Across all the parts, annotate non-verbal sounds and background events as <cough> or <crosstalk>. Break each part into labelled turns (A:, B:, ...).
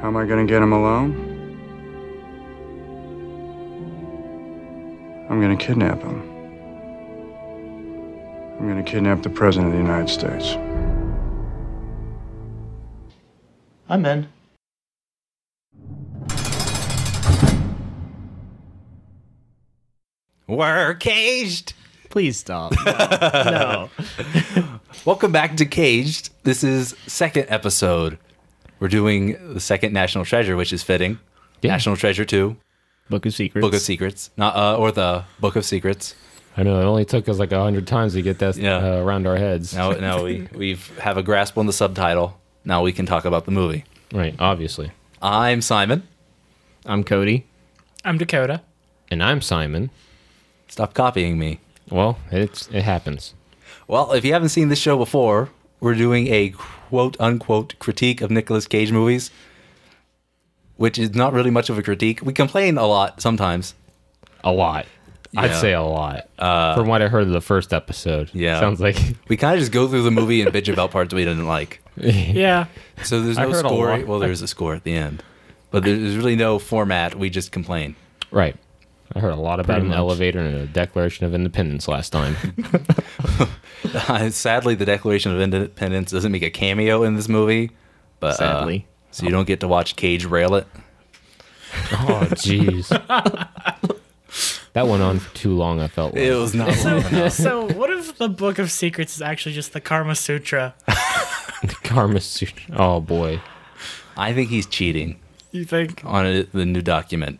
A: How am I gonna get him alone? I'm gonna kidnap him. I'm gonna kidnap the President of the United States.
B: I'm in.
C: We're caged.
B: Please
C: <laughs>
B: stop. <laughs> No.
C: Welcome back to Caged. This is second episode. We're doing the second National Treasure, which is fitting.
D: Yeah.
C: National Treasure Two,
B: Book of Secrets.
C: Book of Secrets, not uh, or the Book of Secrets.
D: I know it only took us like a hundred times to get that
C: Yeah.
D: uh, around our heads.
C: Now,
B: <laughs>
C: now we we've have a grasp on the subtitle. Now we can talk about the movie.
D: Right, obviously.
C: I'm Simon.
B: I'm Cody.
E: I'm Dakota.
D: And I'm Simon.
C: Stop copying me.
D: Well, it's it happens.
C: Well, if you haven't seen this show before, we're doing a quote unquote critique of Nicolas Cage movies, which is not really much of a critique. We complain a lot sometimes.
D: A lot. I'd
C: Yeah.
D: say a lot. Uh, From what I heard of the first episode.
C: Yeah.
D: Sounds like <laughs>
C: We kind of just go through the movie and bitch about parts we didn't like.
E: Yeah.
C: So there's
D: I
C: no
D: heard a
C: score.
D: lot.
C: Well, there's a score at the end, but there- there's really no format. We just complain. <laughs>
D: Right. I heard a lot about
B: Pretty
D: an
B: much.
D: elevator and a Declaration of Independence last time.
C: Sadly, the Declaration of Independence doesn't make a cameo in this movie. But uh,
B: Sadly.
C: so you don't get to watch Cage rail it.
D: <laughs> oh jeez. <laughs> that went on for too long I felt like.
C: It was not. <laughs>
D: <laughs>
E: So, so what if the Book of Secrets is actually just the Karma Sutra?
D: Karma Sutra. Oh boy.
C: I think he's cheating.
E: You think?
C: on it- the new document.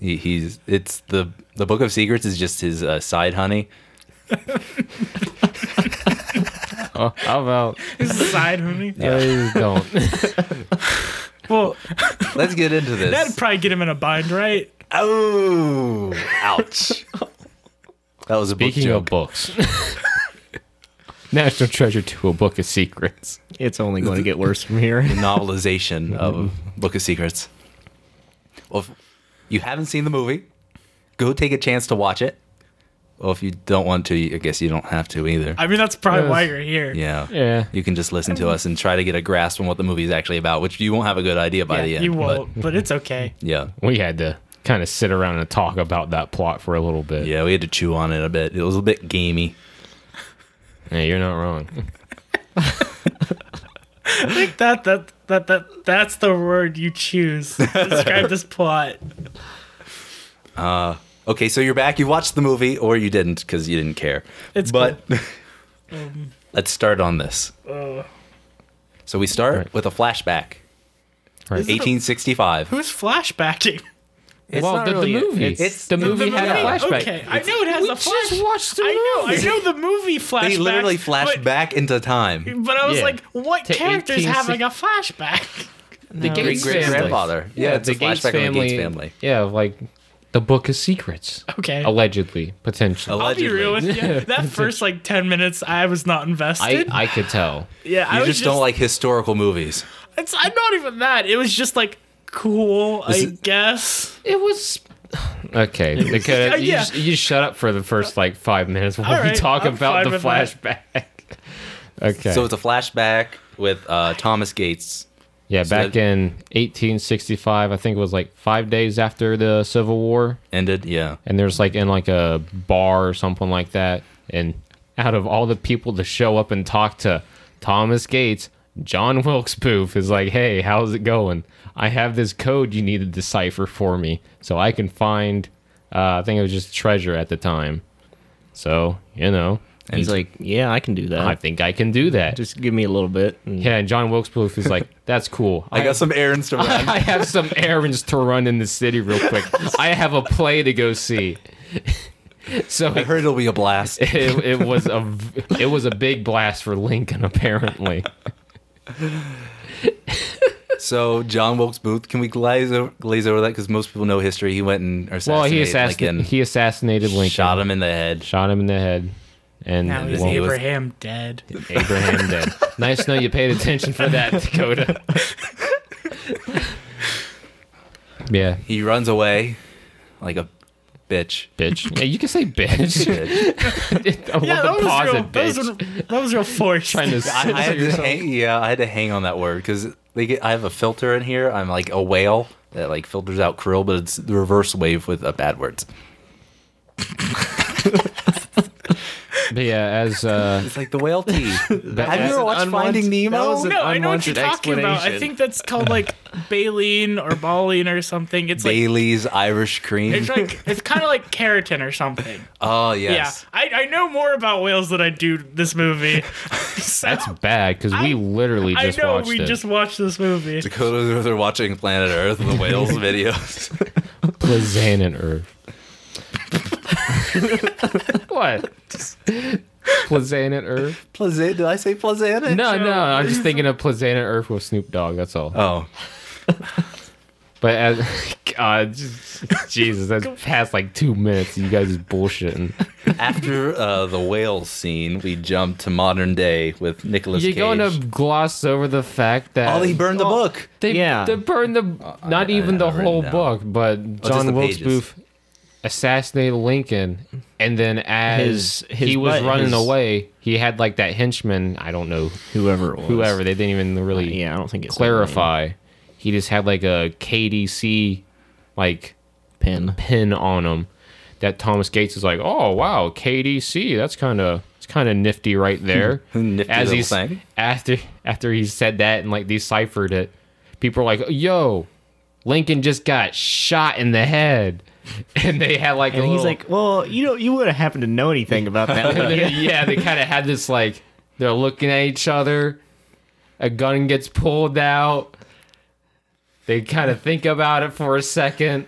C: He, he's it's the the Book of Secrets is just his uh, side honey.
D: Oh, how about
E: Side honey?
D: Please don't.
E: Well,
C: Let's get
E: <laughs>
C: into
E: that'd
C: this.
E: probably get him in a bind, right?
C: oh, ouch! That was a book
D: Speaking of
C: joke.
D: books. <laughs> National Treasure to a Book of Secrets.
B: It's only going to get worse from <laughs> here.
C: Novelization of Book of Secrets. Well, if you haven't seen the movie, go take a chance to watch it. Well, if you don't want to, I guess you don't have to either.
E: I mean, that's probably
D: Yes.
E: why you're here.
C: yeah.
D: Yeah.
C: You can just listen to us and try to get a grasp on what the movie is actually about, which you won't have a good idea by
E: Yeah,
C: the end.
E: you
C: but-
E: won't, but, it's okay.
C: yeah.
D: We had to kind of sit around and talk about that plot for a little bit.
C: Yeah, we had to chew on it a bit. It was a bit gamey.
D: Yeah, you're not wrong.
E: I think that that that that that's the word you choose to describe this plot.
C: Okay, so you're back. You watched the movie, or you didn't because you didn't care.
E: It's
C: but <laughs> let's start on this. so we start
D: Right.
C: with a flashback.
D: Right.
C: 1865.
E: Who's flashbacking?
C: It's
D: well,
C: not
D: the, the
C: really-
D: movie.
C: It's, it's
D: the movie had a
E: movie?
D: flashback.
E: Okay, I know it has
D: We
E: a
D: just
E: flashback.
D: watched the
E: I know, I
D: movie.
E: know the movie flashback.
C: They literally flashed back into time.
E: But I was
D: Yeah.
E: like, what
D: To 1860
E: character's having a flashback?
D: The
C: Great
D: Gates
C: great grandfather. Yeah, it's a flashback of the Gates family.
D: Yeah, like the Book of Secrets,
E: Okay.
D: allegedly, potentially.
E: I'll be
C: Allegedly.
E: real with
D: Yeah. <laughs>
E: you. That first like ten minutes, I was not
D: I,
E: invested.
D: I could tell.
E: yeah, I
C: You
E: was
C: just, don't like historical movies.
E: It's, I'm not even that. It was just like cool, I
C: This is-
E: guess.
D: It was okay. Dakota, you,
E: yeah.
D: just- you shut up for the first like five minutes while we
E: right,
D: talk
E: I'm
D: about
E: fine
D: the
E: with that.
D: flashback. <laughs> okay.
C: So it's a flashback with uh, Thomas Gates.
D: yeah,
C: so
D: back
C: that-
D: in 1865, I think it was like five days after the Civil War,
C: Ended. Yeah.
D: and there's like in like a bar or something like that, and out of all the people to show up and talk to Thomas Gates. John <laughs> Wilkes Booth is like, hey, how's it going? I have this code you need to decipher for me so I can find, uh, I think it was just treasure at the time. So, you know,
B: He's like, yeah, I can do that.
D: I think I can do that.
B: Just give me a little bit. And
D: yeah, and John Wilkes Booth
C: <laughs>
D: is like, that's cool.
C: I got some errands to run.
D: <laughs> I have some errands to run in the city real quick. I have a play to go see. So
C: I heard it'll be a blast.
D: it, it was a v- it was a big blast for Lincoln apparently.
C: So John Wilkes Booth, can we glaze over, glaze over that because most people know history. He went and assassinated
D: Well, he
C: Lincoln,
D: assassinated he assassinated Lincoln.
C: shot him in the head.
D: Shot him in the head. And
E: Now he's
D: well,
C: he was-
E: Abraham dead.
D: Abraham did. Nice to know you paid attention for that, Dakota. yeah.
C: He runs away like a <laughs> bitch.
D: bitch. Yeah, you can say bitch.
C: bitch.
D: I want
E: <laughs> Yeah,
D: the
E: that was,
D: pause
E: real,
D: at
E: that, was,
D: bitch.
E: real- that was real
D: <laughs>
E: forced.
D: Trying
E: <laughs>
D: to
C: I, I had
D: censor
C: to
D: yourself.
C: hang, yeah, I had to hang on that word because they get. I have a filter in here. I'm like a whale that like filters out krill, but it's the reverse wave with uh, bad words.
D: But yeah, as uh,
C: It's like the whale <laughs> tea. Have you
D: that was
C: ever
D: an
C: watched
D: unwanted-
C: Finding
D: that
C: Nemo?
D: was an
E: no, I know what you're
D: unwanted
E: talking about. I
D: explanation.
E: think that's
D: <laughs>
E: called like baleen or baleen or something. It's like
C: Bailey's Irish cream.
E: it's like it's kind of like keratin or something.
D: <laughs>
C: oh yes.
E: Yeah, I, I know more about whales than I do this movie.
D: <laughs>
E: So, <laughs>
D: that's bad because
E: I-
D: we literally
E: I
D: just
E: know
D: watched
E: we
D: it.
E: just watched this movie.
C: Dakota, they're watching Planet Earth and the whales videos.
D: Plazanin Earth. <laughs> what? Plazanin Earth?
C: Plaza- Did I say Plazanet?
D: No, no, I'm just thinking of Plazanin Earth with Snoop Dogg. That's all.
C: Oh, <laughs>
D: But as <laughs> God, just, Jesus, that's past like two minutes. You guys is bullshitting.
C: after uh, the whale scene, we jump to modern day with Nicolas
D: You're
C: Cage.
D: going to gloss over the fact that
C: oh, he burned the book.
D: They,
B: Yeah. Oh,
D: they burned the not
C: Uh, I-
D: even the
C: I've written
D: whole
C: down.
D: book, but John
C: the
D: Wilkes
C: pages.
D: Booth assassinated Lincoln, and then as
B: His- his
D: he was
B: butt-
D: running
B: his-
D: away, he had like that henchman. I don't know
B: Whoever it was. Uh,
D: whoever they didn't even really
B: Yeah, I don't think it's
D: clarify. He just had like a KDC like
B: Pin.
D: pin on him that Thomas Gates is like, oh wow, KDC, that's kind of it's kind of nifty right there.
C: Nifty little
D: he's
C: thing.
D: after after he said that and like deciphered it, people are like, yo, Lincoln just got shot in the head, <laughs> and they had like a
B: And he's
D: little-
B: like, well, you know, you wouldn't happen to know anything about that. <laughs> would you?"
D: yeah, they kind of had this like they're looking at each other. A gun gets pulled out. They kind of think about it for a second.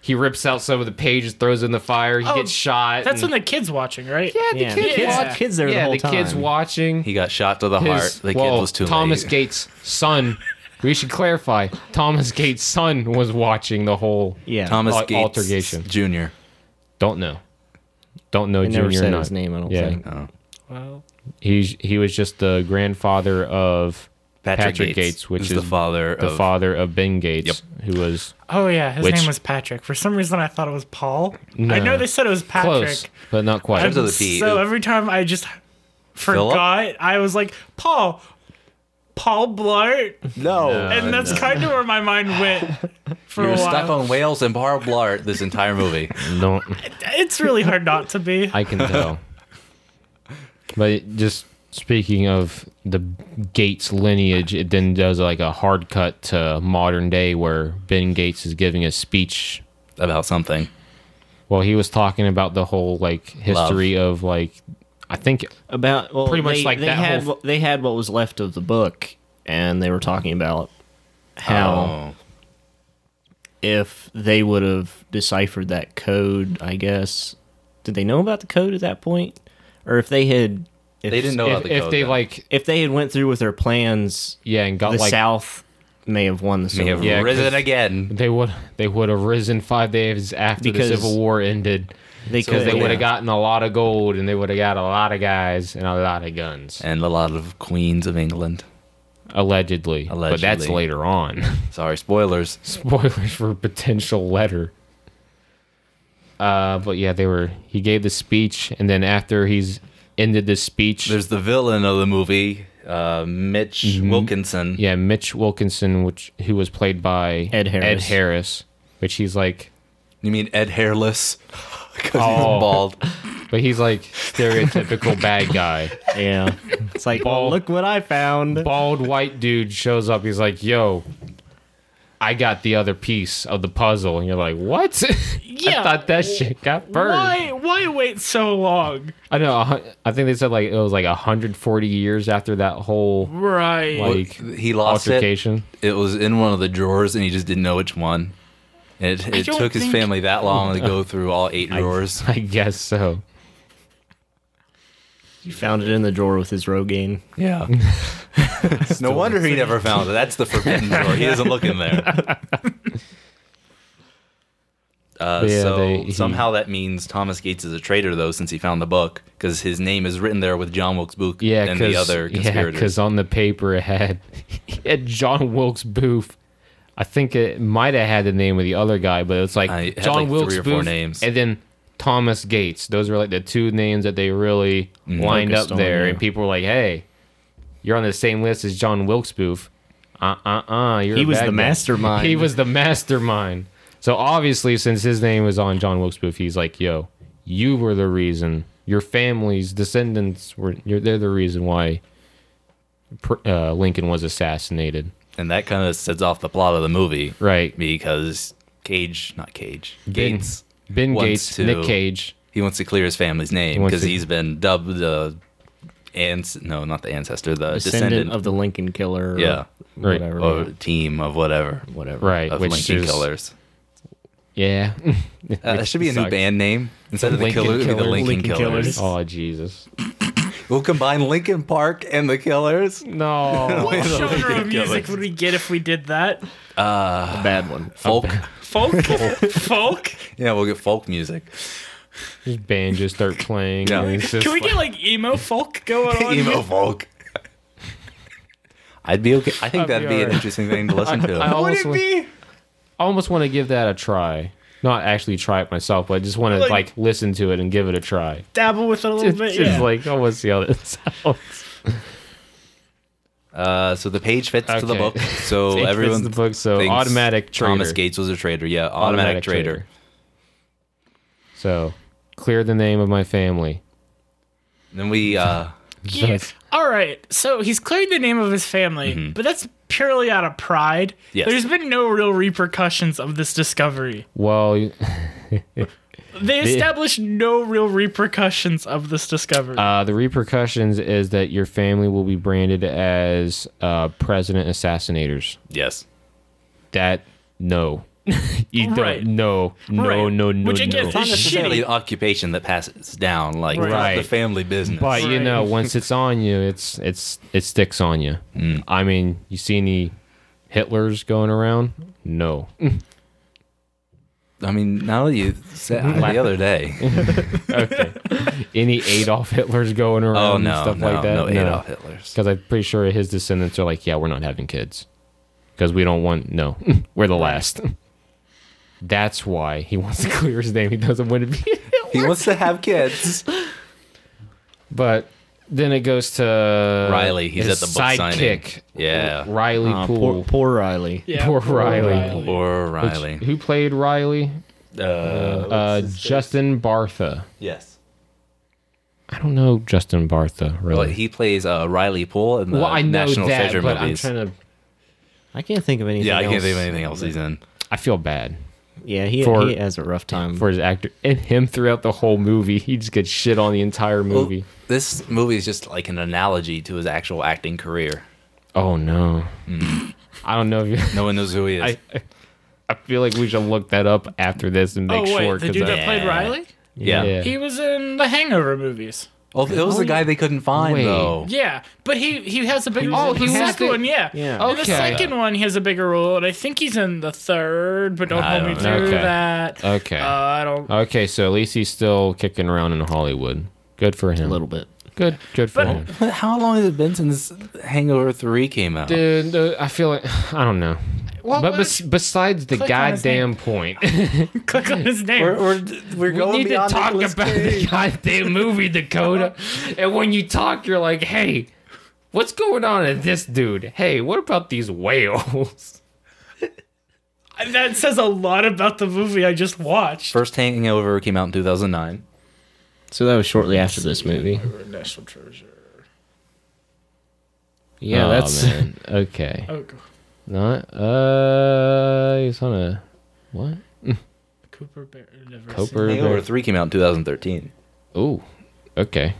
D: He rips out some of the pages, throws it in the fire. He
E: Oh,
D: gets shot.
E: That's when
D: and-
E: the kids watching, right?
D: yeah, the
B: yeah, the
D: kids
B: kids,
E: watch-
D: watching.
B: the kids there
D: yeah,
B: the whole time.
D: kids watching.
C: He got shot to the heart.
D: His,
C: The kid
D: well,
C: was too
D: Thomas
C: late.
D: Gates' son. We should clarify. Thomas Gates' son was watching the whole.
B: Yeah,
C: Thomas
D: Al-
C: Gates
D: uh, altercation.
C: Jr.
D: Don't know. Don't know.
B: I never
D: Junior
B: said
D: Nut.
B: his name. I don't
D: Yeah.
B: think.
E: Well,
D: He's he was just the grandfather of Patrick, Gates, which is
C: the father
D: the
C: of
D: father of Ben Gates, who was
E: oh yeah, his
D: Which-
E: name was Patrick. For some reason, I thought it was Paul.
D: No.
E: I know they said it was Patrick.
D: close but not quite.
C: Starts with a P. E.
E: So every time I just forgot, I was like, Paul, Paul Blart,
C: No,
E: and that's kind of where my mind
C: <laughs>
E: went for
C: you're
E: a while.
C: stuck on whales and Bar Blart this entire movie.
D: Don't
E: it's really hard not to be.
D: <laughs> I
C: <laughs>
D: can tell. but just speaking of the Gates lineage, it then does like a hard cut to modern day where Ben Gates is giving a speech
C: About
D: <laughs>
C: something.
D: Well, he was talking about the whole like history of like I think
B: About well,
D: Pretty much
B: they-
D: like
B: they
D: that
B: had
D: whole-
B: what- they had what was left of the book, and they were talking about how
C: Oh,
B: if they would have deciphered that code, I guess. Did they know about the code at that point, or if they had? If,
C: they didn't know about
D: if,
C: the
D: if
C: code,
D: they
C: though.
D: like
B: If they had went through with their plans,
D: yeah and got
B: the
D: like
B: South may have won the
C: may
B: Civil
C: Oh, have
B: War.
D: Yeah, 'cause-
C: risen again.
D: they would they would have risen five days after
B: Because-
D: the Civil War ended
B: They
D: because they
B: could-
D: would
B: yeah.
D: have gotten a lot of gold and they would have got a lot of guys and a lot of guns
C: And a lot of queens of England.
D: allegedly. but that's
C: Allegedly. <laughs>
D: later on.
C: Sorry, spoilers.
D: Spoilers for potential letter. Uh, but yeah, they were. He gave the speech, and then after he's ended the speech,
C: There's the villain of the movie, uh, Mitch
D: Mm-hmm.
C: Wilkinson.
D: Yeah, Mitch Wilkinson, which who was played by
B: Ed Harris.
D: Ed Harris, which he's like,
C: You mean Ed Hairless? Because
D: <laughs> Oh.
C: he's bald.
D: but he's like stereotypical bad guy,
B: Yeah, it's like
D: Ball.
B: look what I found.
D: bald white dude shows up. He's like, "Yo, I got the other piece of the puzzle," and you're like, "What?" <laughs> I
E: Yeah.
D: thought that shit got burned.
E: Why? Why wait so long?
D: I know. a hun- I think they said like it was like 140 years after that whole
E: Right.
D: like
C: He lost it.
D: altercation. <laughs>
C: It was in one of the drawers, and he just didn't know which one. And it it
E: don't
C: took his
E: think-
C: family that long to
D: <laughs>
C: go through all eight drawers.
D: I guess so.
B: He found it in the drawer with his Rogaine.
C: Yeah. no wonder he never found it. That's the forbidden drawer. He doesn't look in
D: <laughs>
C: there. Uh,
D: Yeah,
C: so
D: they- he-
C: somehow that means Thomas Gates is a traitor, though, since he found the book, because his name is written there with John Wilkes Booth
D: <laughs> Yeah,
C: and the
D: because
C: other conspirators.
D: <laughs> on the paper it had, it had John Wilkes Booth I think it might have had the name of the other guy, but it's like
C: Uh, it had,
D: John
C: like,
D: Wilkes
C: three or four
D: Booth
C: names.
D: and then Thomas Gates. Those were like the two names that they really
C: Mm-hmm.
D: lined up
B: Focused on,
D: there,
B: yeah.
D: and people were like, "Hey, you're on the same list as John Wilkes Booth." Uh uh uh. You're
B: He
D: a
B: was
D: bad
B: the
D: guy."
B: mastermind.
D: <laughs> He was the mastermind. So obviously, since his name was on John Wilkes Booth, he's like, "Yo, you were the reason. Your family's descendants were. You're, they're the reason why pr- uh, Lincoln was assassinated."
C: and that kind of sets off the plot of the movie,
D: Right.
C: Because Cage, not Cage,
D: Ben-
C: Gates,
D: Ben
C: wants
D: Gates,
C: to-
D: Nick Cage.
C: He wants to clear his family's name
D: wants
C: because
D: to-
C: he's been dubbed the ans no, not the ancestor, the
B: descendant,
C: descendant,
B: of the Lincoln killer. Or
C: Yeah.
D: Right.
B: Whatever.
C: or team of whatever
B: whatever.
D: Right,
C: of
D: which
C: Lincoln
D: is <laughs>
C: Killers.
D: yeah.
C: Uh, that should be a new
D: sucks.
C: band name instead of the
D: Lincoln
C: Killers. it'd be The
D: Killers.
C: Lincoln,
B: Lincoln
C: Killers.
B: Killers.
D: <laughs> oh Jesus!
C: We'll combine Lincoln Park and the
D: <laughs>
C: Killers.
D: No.
E: What
C: the
E: genre of
C: Lincoln
E: music
C: Killers.
E: would we get if we did that?
B: A bad one.
C: Uh, Folk. <laughs>
E: Folk? Folk?
C: Yeah, we'll get folk music.
D: <laughs> His band just start playing.
C: Yeah.
D: and it's just
E: Can we
D: like-
E: get like emo folk going on?
C: <laughs> Emo
D: <laughs>
C: folk. I'd be okay. I think
D: I'd be
C: that'd be, an
D: alright.
C: interesting thing to listen to.
D: <laughs> I almost
E: Would
D: wa-
E: it be?
D: I almost want to give that a try. Not actually try it myself, but I just want to
E: Like-
D: like, listen to it and give it a try.
E: Dabble with it a little
D: It's
E: bit.
D: just
E: Yeah.
D: like I want to see how that <laughs> sounds.
C: Uh, so the page fits to the
D: Okay. <laughs>
C: book. So
D: Page fits
C: everyone
D: the book, so
C: thinks
D: automatic
C: Thomas
D: traitor.
C: Gates was a traitor. Yeah, automatic, traitor.
D: So clear the name of my family.
C: Then we uh,
E: Yeah.
D: Just-
E: All right. So he's cleared the name of his family,
D: Mm-hmm.
E: but that's purely out of pride.
C: Yes.
E: There's been no real repercussions of this discovery.
D: Well, you-
E: They established no real repercussions of this discovery.
D: <laughs> uh, the repercussions is that your family will be branded as uh, president assassinators.
C: yes,
D: That no, <laughs> you
E: Right.
D: don't. No, no,
E: Right.
D: no, no,
E: Which
D: no.
E: again,
C: not
E: It's
C: necessarily an
E: shitty.
C: occupation that passes down like
E: Right.
C: it's not the
D: Right.
C: family business.
D: But you
E: Right.
D: know, once it's on you, it's it's it sticks on you.
C: Mm.
D: I mean, you see any Hitlers going around? No.
C: I mean, now that you
D: <laughs>
C: said the other day,
D: any Adolf <laughs> Hitlers going around?
C: oh
D: and
C: no,
D: stuff
C: no,
D: like that.
C: no, Adolf
D: <laughs>
C: Hitler's.
D: Because I'm pretty sure his descendants are like, yeah, we're not having kids because we don't want. No, <laughs> we're the last. That's why he wants to clear his name. He doesn't want to be. <laughs>
C: He wants to have kids.
D: Uh, But then it goes to
C: Riley, he's
D: his
C: at the book signing.
D: sidekick,
C: yeah,
D: Riley
B: Uh,
D: Poole.
B: poor, poor Riley.
E: Yeah,
D: poor Riley.
C: or Riley.
D: Who played Riley?
C: Uh,
D: Uh, Justin Bartha.
C: yes.
D: I don't know Justin Bartha
C: Well,
D: really.
C: he plays uh, Riley Poole in the
D: well, I know
C: National
D: that,
C: Treasure
D: but
C: movies.
D: I'm trying to.
B: I can't think of anything.
C: yeah, I can't
B: else.
C: think of anything else he's in.
D: I feel bad
B: Yeah, he,
D: For-
B: he has a rough time.
D: for his actor and him throughout the whole movie. He just gets shit on the entire movie.
C: Well, this movie is just like an analogy to his actual acting career.
D: oh no. I don't know if you. <laughs>
C: No one knows who he is.
D: I, I feel like we should look that up after this and
E: oh
D: make
E: wait,
D: sure.
E: the
D: 'cause
E: dude
D: I-
E: that played
C: Yeah.
E: Riley?
C: yeah.
D: yeah.
E: He was in the Hangover movies.
C: Well, it was the guy they couldn't find
D: Wait.
C: though.
E: Yeah, but he he has a big
D: was
E: role.
D: in
E: in
D: the
E: the
D: has
E: second
D: to-
E: one, yeah.
B: Yeah.
E: In the
D: Okay.
E: second one, he has a bigger role, and I think he's in the third. But don't
C: I
E: hold me
C: don't
E: to
D: know. Okay.
E: that.
D: Okay.
E: Uh, I don't.
D: okay. So at least he's still kicking around in Hollywood. Good for him.
B: a little bit.
D: Good. Good for
E: But-
D: him.
C: <laughs> How long has it been since Hangover Three came out?
D: Dude, uh, I feel like <sighs> I don't know.
E: Well,
D: but
E: why
D: bes-
E: don't
D: besides the
E: click on his
D: goddamn point,
E: <laughs>
D: <laughs>
E: Click on his name.
C: We're, we're, we're
D: we
C: going
D: need to
C: beyond
D: talk
C: Nicolas
D: about
C: Cage.
D: the goddamn movie Dakota. and when you talk, you're like, "Hey, what's going on in this dude? Hey, what about these whales?" <laughs>
E: that says a lot about the movie I just watched.
C: First Hangover came out in 2009.
B: So that was shortly after this movie.
E: National Treasure.
D: Yeah,
B: Oh,
D: that's <laughs>
B: man.
D: okay.
E: Oh, God.
D: Not uh, he's on a what?
E: Cooper Bear. Never
D: Cooper-
C: Hangover Three came out in 2013.
D: Ooh, okay.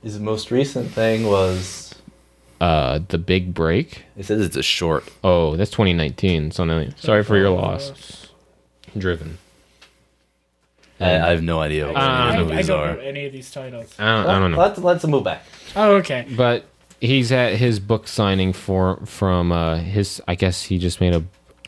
C: His most recent thing was.
D: Uh, the big break.
C: It says it's a short.
D: Oh, that's 2019. So no, sorry for your
E: Um,
D: loss. Driven.
C: I, I have no idea
D: Uh,
C: what
E: I,
C: these
E: I
C: movies
E: don't
C: are.
E: know any of these titles.
D: I don't, I don't know.
C: Let's let's move back.
E: Oh, okay.
D: but he's at his book signing for from uh his i guess he just made a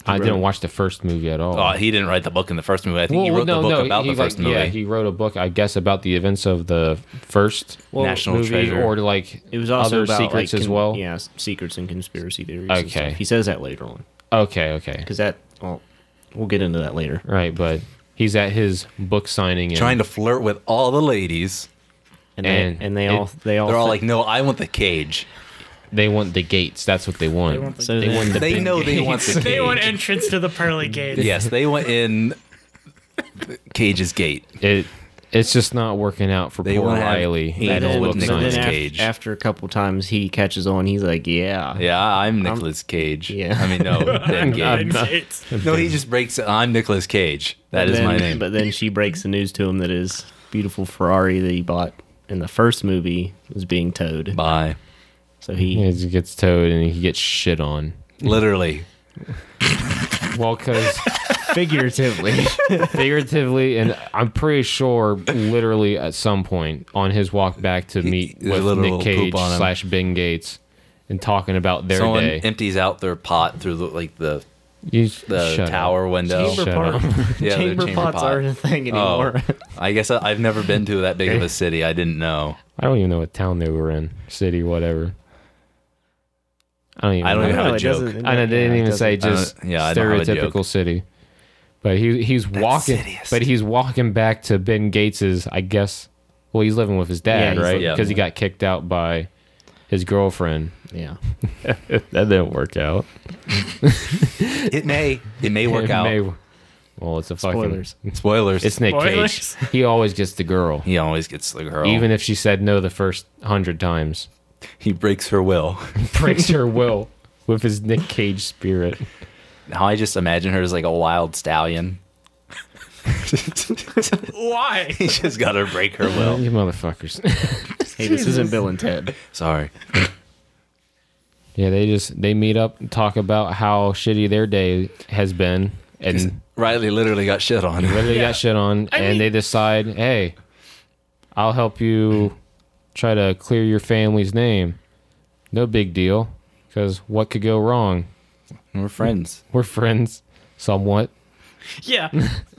D: i didn't watch the first movie at all
C: Oh, he didn't write the book in the first movie. I think he
D: Well,
C: wrote the book about
D: he,
C: the first
D: like,
C: movie.
D: yeah he wrote a book i guess about the events of the first
C: National
D: movie
C: Treasure.
D: or like
B: It was also
D: other
B: about
D: secrets
B: like,
D: as
B: con-
D: well
B: Yeah, s- secrets and conspiracy theories.
D: Okay.
B: Okay, he says that later on.
D: Okay, okay.
B: because that well, we'll get into that later.
D: Right, but he's at his book signing and
C: Trying to flirt with all the ladies.
B: And they,
D: And
B: and, they all
D: it-
B: they all
C: They're all
B: <laughs>
C: like,
B: think-
C: no, I want the cage.
D: they want the gates. That's what they want.
E: want the-
B: so
D: they
B: then-
D: want the
C: They
D: big
C: know <laughs> they
D: gates.
C: want the cage.
E: They want entrance to
D: <laughs>
E: the pearly gates. <laughs>
C: yes, they went <laughs> in the Cage's gate.
D: it. It's just not working out for
C: They
D: poor
C: wanna have
D: Riley
C: anal
D: at his
C: with
D: book
B: so
C: Nicolas
B: then
D: signing.
B: af-
C: Cage.
B: after a couple times he catches on. He's like, yeah,
C: Yeah, I'm Nicolas Cage.
B: Yeah.
C: I mean, no, <laughs> Ben
E: Pearly
C: Gage.
E: <laughs>
D: <laughs>
E: gates.
C: No, he just breaks. it, I'm Nicolas Cage. That
B: But
C: is
B: then, <laughs>
C: my name.
B: But then she breaks the news to him that his beautiful Ferrari that he bought in the first movie was being towed.
C: Bye.
B: So
D: <laughs>
B: he
D: He gets towed and he gets shit on.
C: Literally.
D: Well, because
B: figuratively.
D: figuratively, and I'm pretty sure, literally at some point on his walk back to meet
C: there's a
D: with
C: little
D: Nick
C: poop
D: Cage
C: on him.
D: slash Ben Gates and talking about their
C: Someone
D: day.
C: empties out their pot through the, like the
D: You s-
C: the
D: shut up.
C: tower window. <laughs>
D: Shut up.
C: Yeah, the
B: chamber,
C: chamber
B: pots
C: pot. Oh,
B: aren't a
D: Oh.
B: thing anymore.
C: I guess I, I've never been to that big of a city. I didn't know.
D: I don't even know what town they were in, city, whatever. I don't even.
C: I don't
B: <laughs>
D: know.
C: even have a
B: it
C: joke.
B: doesn't-
D: I know, they didn't
B: it
D: even
B: doesn't-
D: say just
C: don't- yeah, I don't have a joke.
D: stereotypical city. But he he's walking,
C: city is-
D: but he's walking back to Ben Gates's. I guess. Well, he's living with his dad,
B: Yeah, he's
D: right?
C: living-
D: Because he got kicked out by his girlfriend.
B: Yeah.
D: <laughs> that didn't work out.
C: It may. It may work
D: It
C: out.
D: may- well, it's a fucking.
B: Uh, Spoilers.
C: Spoilers.
D: It's Nick
E: Spoilers.
D: Cage. <laughs> He always gets the girl,
C: He always gets the <laughs> girl.
D: even if she said no the first hundred times.
C: he breaks her will. <laughs>
D: Breaks her will with his Nick Cage spirit.
C: Now I just imagine her as like a wild <laughs> stallion.
E: <laughs>
D: <laughs>
E: Why?
C: He just got to break her will.
D: You motherfuckers.
B: Hey, this isn't Bill and Ted.
C: Sorry.
D: Yeah, they just they meet up and talk about how shitty their day has been, and
C: Riley literally got shit on.
D: literally got shit on,
E: I
D: and
E: mean-
D: they decide, hey, I'll help you try to clear your family's name. No big deal, because what could go wrong?
C: We're friends.
D: We're friends, somewhat.
E: Yeah,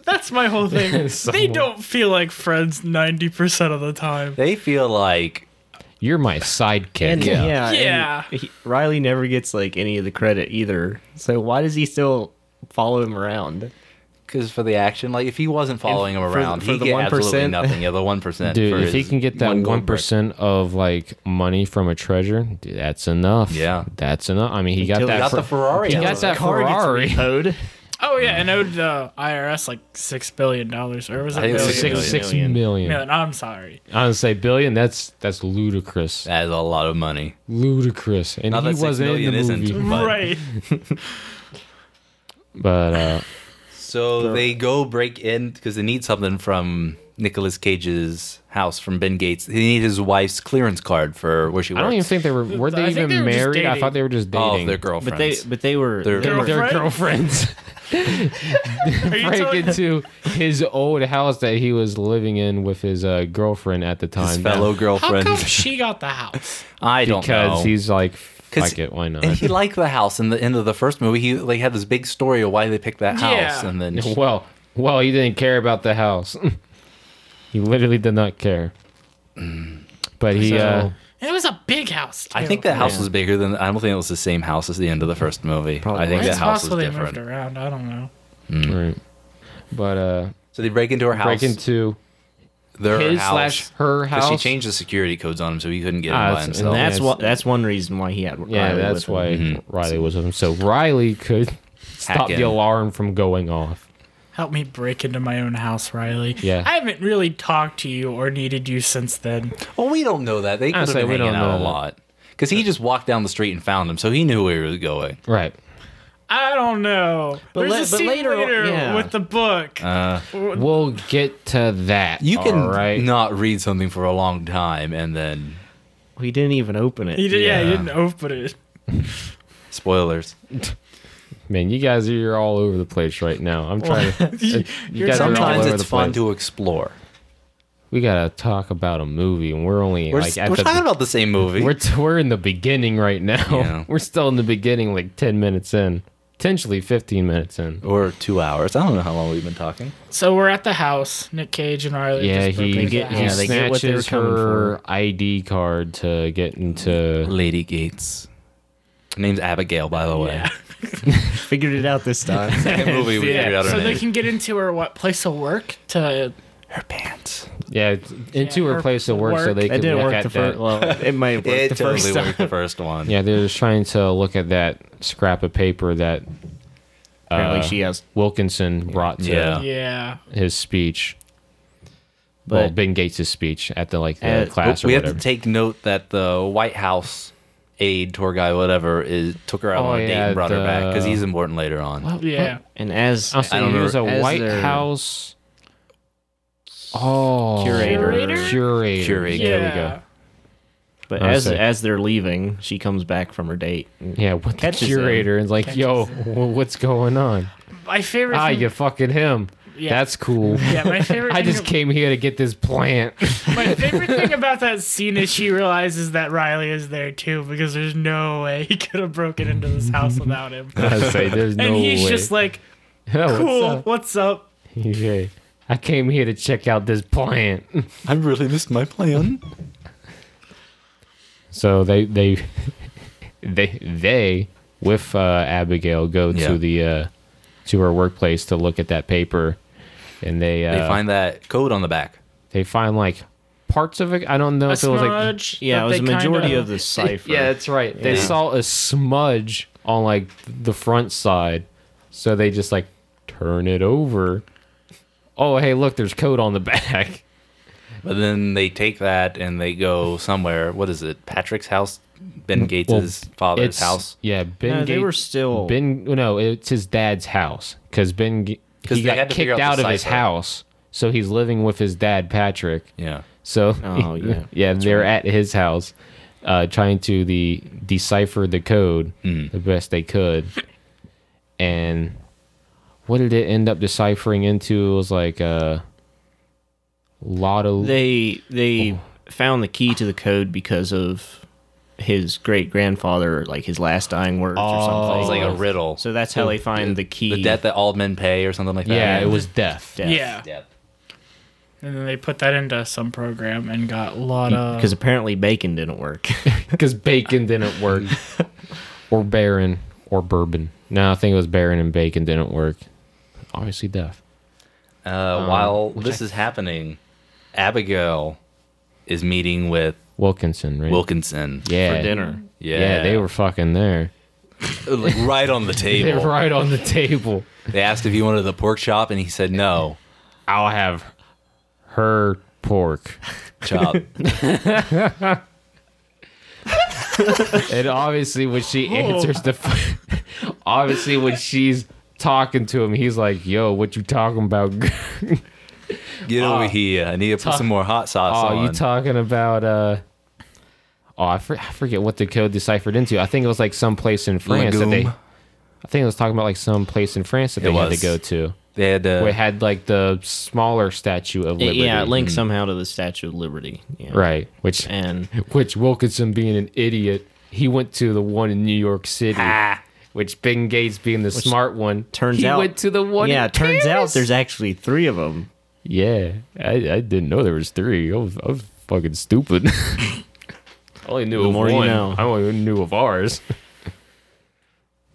E: that's my
D: <laughs>
E: whole thing. they
D: Someone-
E: don't feel like friends 90% of the time.
C: They feel like
D: You're my
B: <laughs>
D: sidekick.
B: And yeah, and
E: Yeah.
B: he- Riley never gets like any of the credit either. So why does he still follow him around?
C: because for the action, like if he wasn't following him
B: for the-
C: around,
B: for
C: he'd
B: the
C: get absolutely
B: 1%.
C: nothing. Yeah, the one percent.
D: Dude, if he can get that one percent of like money from a treasure, dude, that's enough.
C: Yeah.
D: that's enough. I mean, he got
B: Until he
D: that.
C: got
D: fir-
C: the Ferrari.
D: He
C: out
D: got
C: of it.
D: that Ferrari.
E: <laughs>
B: Code.
E: Oh, yeah, and owed the IRS like $6 billion, or was it
C: I think it was
E: billion?
C: six
D: Six
C: Million.
D: six million.
E: million. I'm sorry.
D: I would say billion. That's that's ludicrous.
C: That is a lot of money.
D: ludicrous. And
C: Not
D: he
C: that six
D: wasn't in
C: million
D: the
C: isn't.
D: movie.
C: But-
E: right.
D: But uh,
C: So they go break in because they need something from Nicolas Cage's house from Ben Gates. They need his wife's clearance card for where she
D: I
C: works. Oh,
D: don't even think they were. Were
E: I
D: they
E: think
D: even
E: they were just
D: married? I
E: dating.
D: thought they were just
C: all
D: dating.
C: of their
B: But
C: girlfriends.
B: they but they were
C: They're-
B: they were-
D: Their
E: Girlfriends?
D: girlfriends
E: <laughs> Are you
D: break
E: telling- <laughs>
D: into his old house that he was living in with his uh, girlfriend at the time.
C: his fellow
E: How
C: girlfriends.
E: come she got the house?
C: <laughs> I don't know
D: because he's like,
C: 'Cause-
D: fuck it, why not?
C: And
D: <laughs>
C: he liked the house in the end of the first movie. He like had this big story of why they picked that
E: Yeah.
C: house, and then
D: well, well, he didn't care about the house. <laughs> he literally did not care. <clears throat> But he, uh,
E: And it was a big house.
C: I
E: too.
C: think that house was bigger than. I don't think it was the same house as the end of the first movie. I think that
E: It's
C: house
E: possible
C: was
E: they moved
C: different.
E: around. I don't know.
D: uh, right. but uh,
C: So they break into her house.
D: break into
C: their
D: his
C: house.
D: slash her
C: 'cause
D: house.
C: She changed the security codes on him so he couldn't get in by
D: Ah, it's- and
C: himself.
B: that's
D: Yeah,
B: what
D: it's-
B: that's one reason why he had Riley
D: Yeah,
B: with
D: that's
B: him. Mm-hmm.
D: why Riley was with him. So Riley could stop
C: in.
D: the alarm from going off.
E: Help me break into my own house, Riley.
D: Yeah.
E: I haven't really talked to you or needed you since then.
C: Well, we don't know that. They could have
D: Honestly,
C: been
D: we
C: hanging
D: don't
C: out a
D: know that.
C: lot. Because he just walked down the street and found him, so he knew where he was going.
D: Right.
E: I don't know.
B: But
E: There's
B: la-
E: a
B: but
E: scene later,
B: later- yeah.
E: with the book.
D: We'll get to that.
C: You can
D: all right?
C: not read something for a long time and then
B: He didn't even open it.
E: he did, yeah. he
C: yeah.
E: didn't open it.
C: spoilers.
D: Man, you guys are you're all over the place right now. I'm trying
C: <laughs>
D: to. uh,
E: You're
D: guys are
E: telling me-
D: all
C: Sometimes
D: over
C: it's
D: the
C: fun
D: place.
C: to explore.
D: We gotta talk about a movie, and we're only
C: We're,
D: like
C: s-
D: at
C: we're
D: the.
C: talking about the same movie.
D: we're t- we're in the beginning right now.
C: Yeah.
D: <laughs> We're still in the beginning, like ten minutes in, potentially fifteen minutes in.
C: or two hours. I don't know how long we've been talking.
E: So we're at the house. Nick Cage and Riley.
D: Yeah,
E: just broke
D: he,
E: into
D: he
E: the
B: get- yeah,
E: house.
B: they get what they were
D: snatches
B: coming
D: her ID card to get into
C: Lady Gates. Her name's Abigail, by the way.
B: figured it out this time.
C: Second movie
D: <laughs>
C: we figured out her
E: so they
C: name.
E: can get into her what place of work to
C: her pants.
D: Yeah, it's into
E: Yeah,
D: her
E: her
D: place of work, so
E: work.
D: they
B: It
D: can
B: didn't
D: look
B: work
D: at
B: the
D: that.
B: first. Well, it might work
C: <laughs> It
B: the
C: totally
B: first time.
C: worked the first one.
D: Yeah, they're just trying to look at that scrap of paper that
B: Apparently,
D: uh,
B: she has.
D: Wilkinson brought to
C: Yeah.
E: yeah.
D: his speech. well,
B: But
D: Ben Gates' speech at the like the
B: Uh,
D: class or
C: we
D: whatever.
C: have to take note that the White House aide, tour guy, whatever, is took her out
D: Oh,
C: on a date
D: yeah,
C: and brought her back because
D: the-
C: he's important later on.
E: Oh, Yeah.
B: and as
D: I'll say
C: I don't
D: he was a
B: remember- as
D: White
B: their-
D: House. Oh,
B: Curator.
E: Curator?
D: curator.
C: Curator.
D: There
E: Yeah.
B: but
D: I'll
B: as
D: say.
B: as they're leaving, she comes back from her date.
D: we go. Yeah, with the
B: Catches him.
D: curator and like, yo, wh- what's going on?
E: My favorite.
D: Ah,
E: thing-
D: you fucking him.
E: Yeah.
D: That's cool.
E: yeah, my
D: <laughs>
E: favorite.
D: I
E: thing
D: just
E: ab-
D: came here to get this plant.
E: My favorite thing about that scene is she realizes that Riley is there too because there's no way he could have broken into this house
B: <laughs>
E: without him.
D: I
E: <laughs>
D: say, there's no
E: and he's
D: way.
E: just like,
D: Yo, what's
E: cool,
D: up?
E: what's up?
D: Yeah. I came here to check out this plant. <laughs>
C: I really missed my plan.
D: So they they <laughs> they they with uh, Abigail go
C: Yeah.
D: to the uh, to her workplace to look at that paper, and they uh,
C: <laughs> They find that code on the back.
D: like parts of it. I don't know
E: A
D: if it was like
E: smudge.
B: Yeah,
E: that
B: it was a
E: they
B: majority
E: kinda-
B: of
E: <laughs>
B: the cipher.
D: yeah, that's right. They
B: Yeah.
D: saw a smudge on like the front side, so they just like turn it over. Oh hey, look, there's code on the <laughs> back.
C: But then they take that and they go somewhere. What is it? Patrick's house, Ben Gates' father's
D: It's
C: house.
D: Yeah, Ben.
B: No, they were
D: Gates-
B: still-
D: Ben. No, it's his dad's house because Ben. G-
C: 'Cause
D: he
C: they
D: got
C: had to figure
D: kicked
C: out
D: out,
C: the
D: of his
C: cipher.
D: house, so he's living with his dad Patrick.
C: Yeah.
D: So
B: Oh, yeah.
D: <laughs> they're at his house, uh, trying to the decipher the code
C: Hmm.
D: the best they could, and what did it end up deciphering into? It was like a lot of
B: They they found the key to the code because of his great grandfather, like his last dying words or
D: Oh.
B: something.
C: It's like a riddle.
B: so that's how they find the key.
C: the debt that all men pay or something like that.
D: yeah, it was death.
B: death.
E: Yeah.
C: Debt.
E: And then they put that into some program and got a lot of.
B: because apparently bacon didn't work. <laughs>
D: because bacon didn't work, or Baron, or bourbon. No, I think it was Baron and bacon didn't work. Obviously, death.
C: Uh,
D: Um,
C: while this is happening, Abigail is meeting with
D: Wilkinson, right?
C: Wilkinson.
D: yeah,
B: for dinner.
C: Yeah.
D: Yeah. they were fucking there.
C: like right
D: <laughs>
C: on the
D: They're
C: table.
D: right on the table.
C: They asked if he wanted the pork chop, and he said no.
D: I'll have her pork. <laughs>
C: Chop.
D: And obviously, when she answers the, ph- <laughs> obviously when she's talking to him, he's like, "Yo, what you talking about? girl?
C: Get over here. I need to put some more hot sauce
D: oh,
C: on.
D: Ah. you talking about uh." Oh, I, for- I forget what the code deciphered into. I think it was like some place in France that they
C: Legume.
D: I think it was talking about like some place in France that
C: It
D: they had to
C: was.
D: go
B: Uh,
D: to.
C: They had to.
D: Where it had like the smaller statue of Liberty. Hmm.
B: Yeah, it linked somehow to the Statue of Liberty. Yeah.
D: Right. Which
B: And
D: which Wilkinson being an idiot, he went to the one in New York City. Which Ben Gates being the smart one.
B: turns
D: he
B: out
D: went to the one.
B: Yeah,
D: in
B: it turns
D: Paris.
B: out there's actually three of them.
D: Yeah. I, I didn't know there was three. I was, I was fucking stupid. <laughs> I only knew
B: The
D: of
B: more
D: one.
B: you know.
D: I only knew of ours.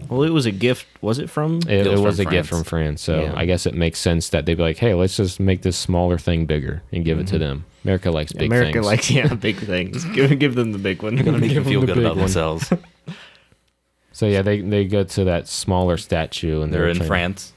B: Well, it was a gift. Was it from?
D: <laughs> It,
C: was
D: it
C: from
D: was a
C: France.
D: gift from France, so
B: Yeah.
D: I guess it makes sense that they'd be like, "Hey, let's just make this smaller thing bigger and give it to them." America likes big
B: Mm-hmm. America
D: things.
B: likes <laughs> yeah big
D: <laughs>
B: things. Give, give them the big one.
C: make them feel
D: the
C: good
D: big
C: about
D: one. <laughs>
C: themselves.
D: so yeah, they they go to that smaller statue and
C: They're in
D: trying-
C: France,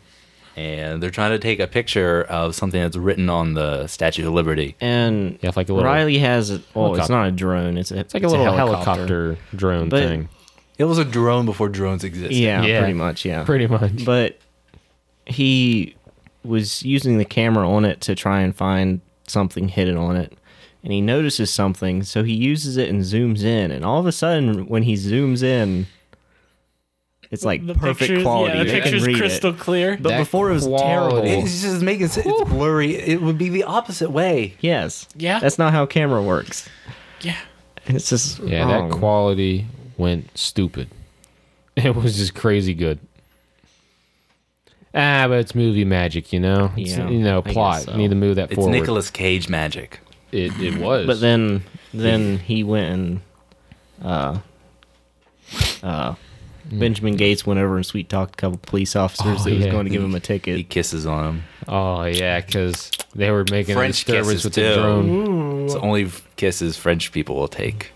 C: and they're trying to take a picture of something that's written on the Statue of Liberty.
B: <laughs> And
D: Yeah, it's like a little-
B: Riley has. A, oh, it's
D: Helicopter.
B: not a drone. It's, a,
D: It's like a little helicopter. drone
B: But-
D: thing,
C: It was a drone before drones existed.
B: Yeah,
D: Yeah.
B: pretty much. Yeah,
D: pretty much.
B: but he was using the camera on it to try and find something hidden on it and he notices something so he uses it and zooms in and all of a sudden when he zooms in it's like
E: the
B: perfect
E: pictures,
B: quality
E: Yeah,
B: You
E: the
B: can
E: picture's
B: read it.
E: crystal clear.
B: but
D: That
B: before it was
D: quality.
B: terrible
D: It's
C: It's just making sense. It's blurry. It would be the opposite way.
B: yes
E: Yeah.
B: that's not how camera works
E: yeah.
B: and it's just
D: Yeah,
B: wrong.
D: that quality went stupid. <laughs> It was just crazy good. Ah, but it's movie magic, you know. It's,
B: Yeah,
D: you know,
B: I guess
D: plot.
B: so.
D: You need to move that
C: It's
D: forward.
C: Nicolas Cage magic.
D: It it was.
B: but then then he went and uh, Benjamin Gates went over and sweet talked a couple police officers
D: Mm. Oh,
B: that was
D: yeah.
B: going to give him a ticket.
C: He kisses on him.
D: Oh yeah, because they were making
C: French
D: a disturbance
C: kisses,
D: with
C: too.
D: the drone,
C: It's the only kisses French people will take.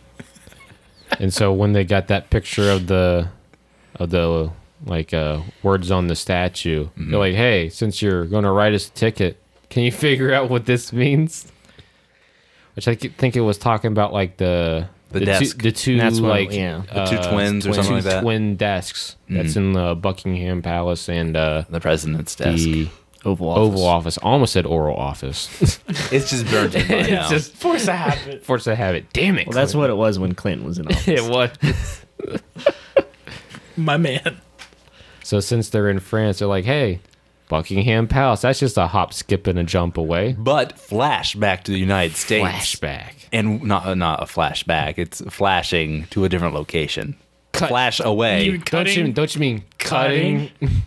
D: and so when they got that picture of the of the like uh, words on the statue,
C: Mm-hmm.
D: they're like, "Hey, since you're going to write us a ticket, can you <laughs> figure out what this means?" Which I ke- think it was talking about like the
C: The
D: two,
C: desk.
D: the two
B: That's what-
D: like uh,
B: yeah.
C: The two twins or
D: twin-
C: something
D: two
C: like that. Mm-hmm.
D: twin desks that's in the Buckingham Palace and uh,
C: The president's desk.
D: the
B: Oval Office.
D: Oval Office. Almost said Oral Office.
C: <laughs> It's just burnt
D: <laughs>
C: in by now.
D: it's just
E: Of course I have it.
D: forced to have it. Damn it!
B: Well, that's what it was when Clinton
D: <laughs>
B: was in office.
D: Clinton. it was.
E: My man.
D: So since they're in France, they're like, hey, Buckingham Palace, that's just a hop, skip, and a jump away.
C: but flash back to the United States.
D: Flashback.
C: And not not a flashback. It's flashing to a different location.
D: Cut.
C: Flash away,
E: You
D: Don't you,
E: cutting?
D: don't you mean
E: Cutting?
D: cutting?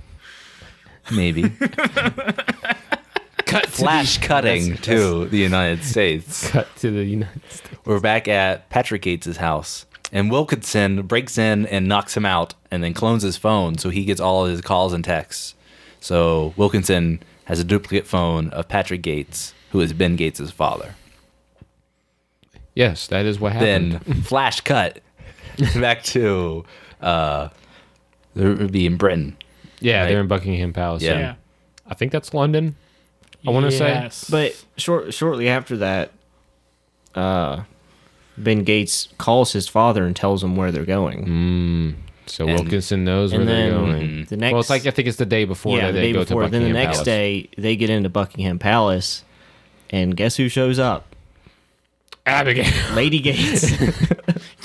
D: <laughs>
C: maybe.
D: Cut, to
C: Flash
D: the,
C: cutting to the United States.
D: <laughs> cut to the United States.
C: We're back at Patrick Gates' house, and Wilkinson breaks in and knocks him out, and then clones his phone so he gets all his calls and texts. So Wilkinson has a duplicate phone of Patrick Gates, who is Ben Gates' father.
D: Yes, that is what happened.
C: then flash cut <laughs> back to uh there would be in Britain.
D: yeah,
C: right.
D: they're in Buckingham Palace.
C: Yeah.
D: and I think that's London. I want to say.
E: Yes.
B: But short, shortly after that, uh, Ben Gates calls his father and tells him where they're going.
D: So
C: And-
D: Wilkinson knows Mm, where
B: and
D: they're
B: then
D: going.
B: the next,
D: well, it's like I think it's the day before
B: yeah,
D: that
B: the
D: they
B: day
D: go
B: before.
D: to
B: Then
D: Buckingham
B: the next
D: Palace.
B: day, they get into Buckingham Palace, and guess who shows up?
D: Abigail.
B: Lady Gates.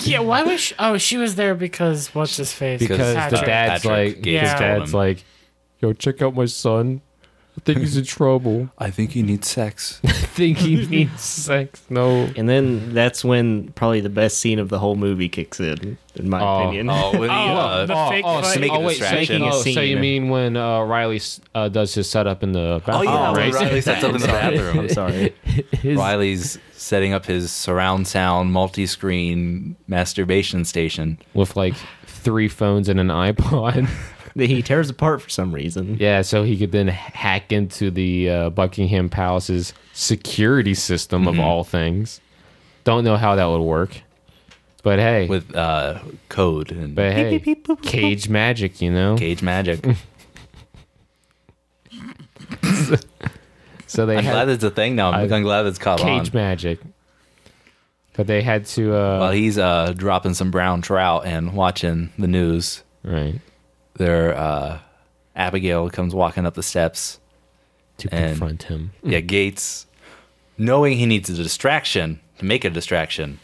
E: yeah, why was she, oh she was there because what's his face?
D: <laughs> because
E: Patrick.
D: the dad's
C: Patrick
D: like,
C: Gates
D: his
E: told
D: dad's
C: him.
D: like, yo, check out my son. I think he's in trouble.
C: I think you need sex.
D: think <laughs> he needs sex. No.
B: and then that's when probably the best scene of the whole movie kicks in, in my
D: Oh,
B: opinion.
C: <laughs> oh, when he,
E: the
C: uh,
E: fake
D: oh,
E: fight.
C: so make it a distraction.
B: making a
D: oh, so you
B: scene.
D: mean when uh, Riley s- uh, does his setup in the
C: oh
D: bathroom?
C: yeah, when
D: right?
C: Riley sets up in the
B: <laughs> <laughs>
C: bathroom.
B: I'm sorry.
C: Riley's setting up his surround sound multi-screen masturbation station.
D: With like three phones and an iPod. <laughs>
B: he tears apart for some reason.
D: yeah, so he could then hack into the uh, Buckingham Palace's security system
C: Mm-hmm.
D: of all things. Don't know how that would work, but hey,
C: With uh, code and
D: but hey, cage magic, you know.
C: cage magic.
D: So they
C: I'm
D: had
C: glad it's a thing now. I'm,
D: I-
C: I'm glad it's caught
D: cage
C: on.
D: magic, but they had to. Uh,
C: While he's uh, dropping some brown trout and watching the news,
D: right
C: their uh, Abigail comes walking up the steps.
D: to
C: And-
D: confront him.
C: Yeah, Gates, knowing he needs a distraction to make a distraction,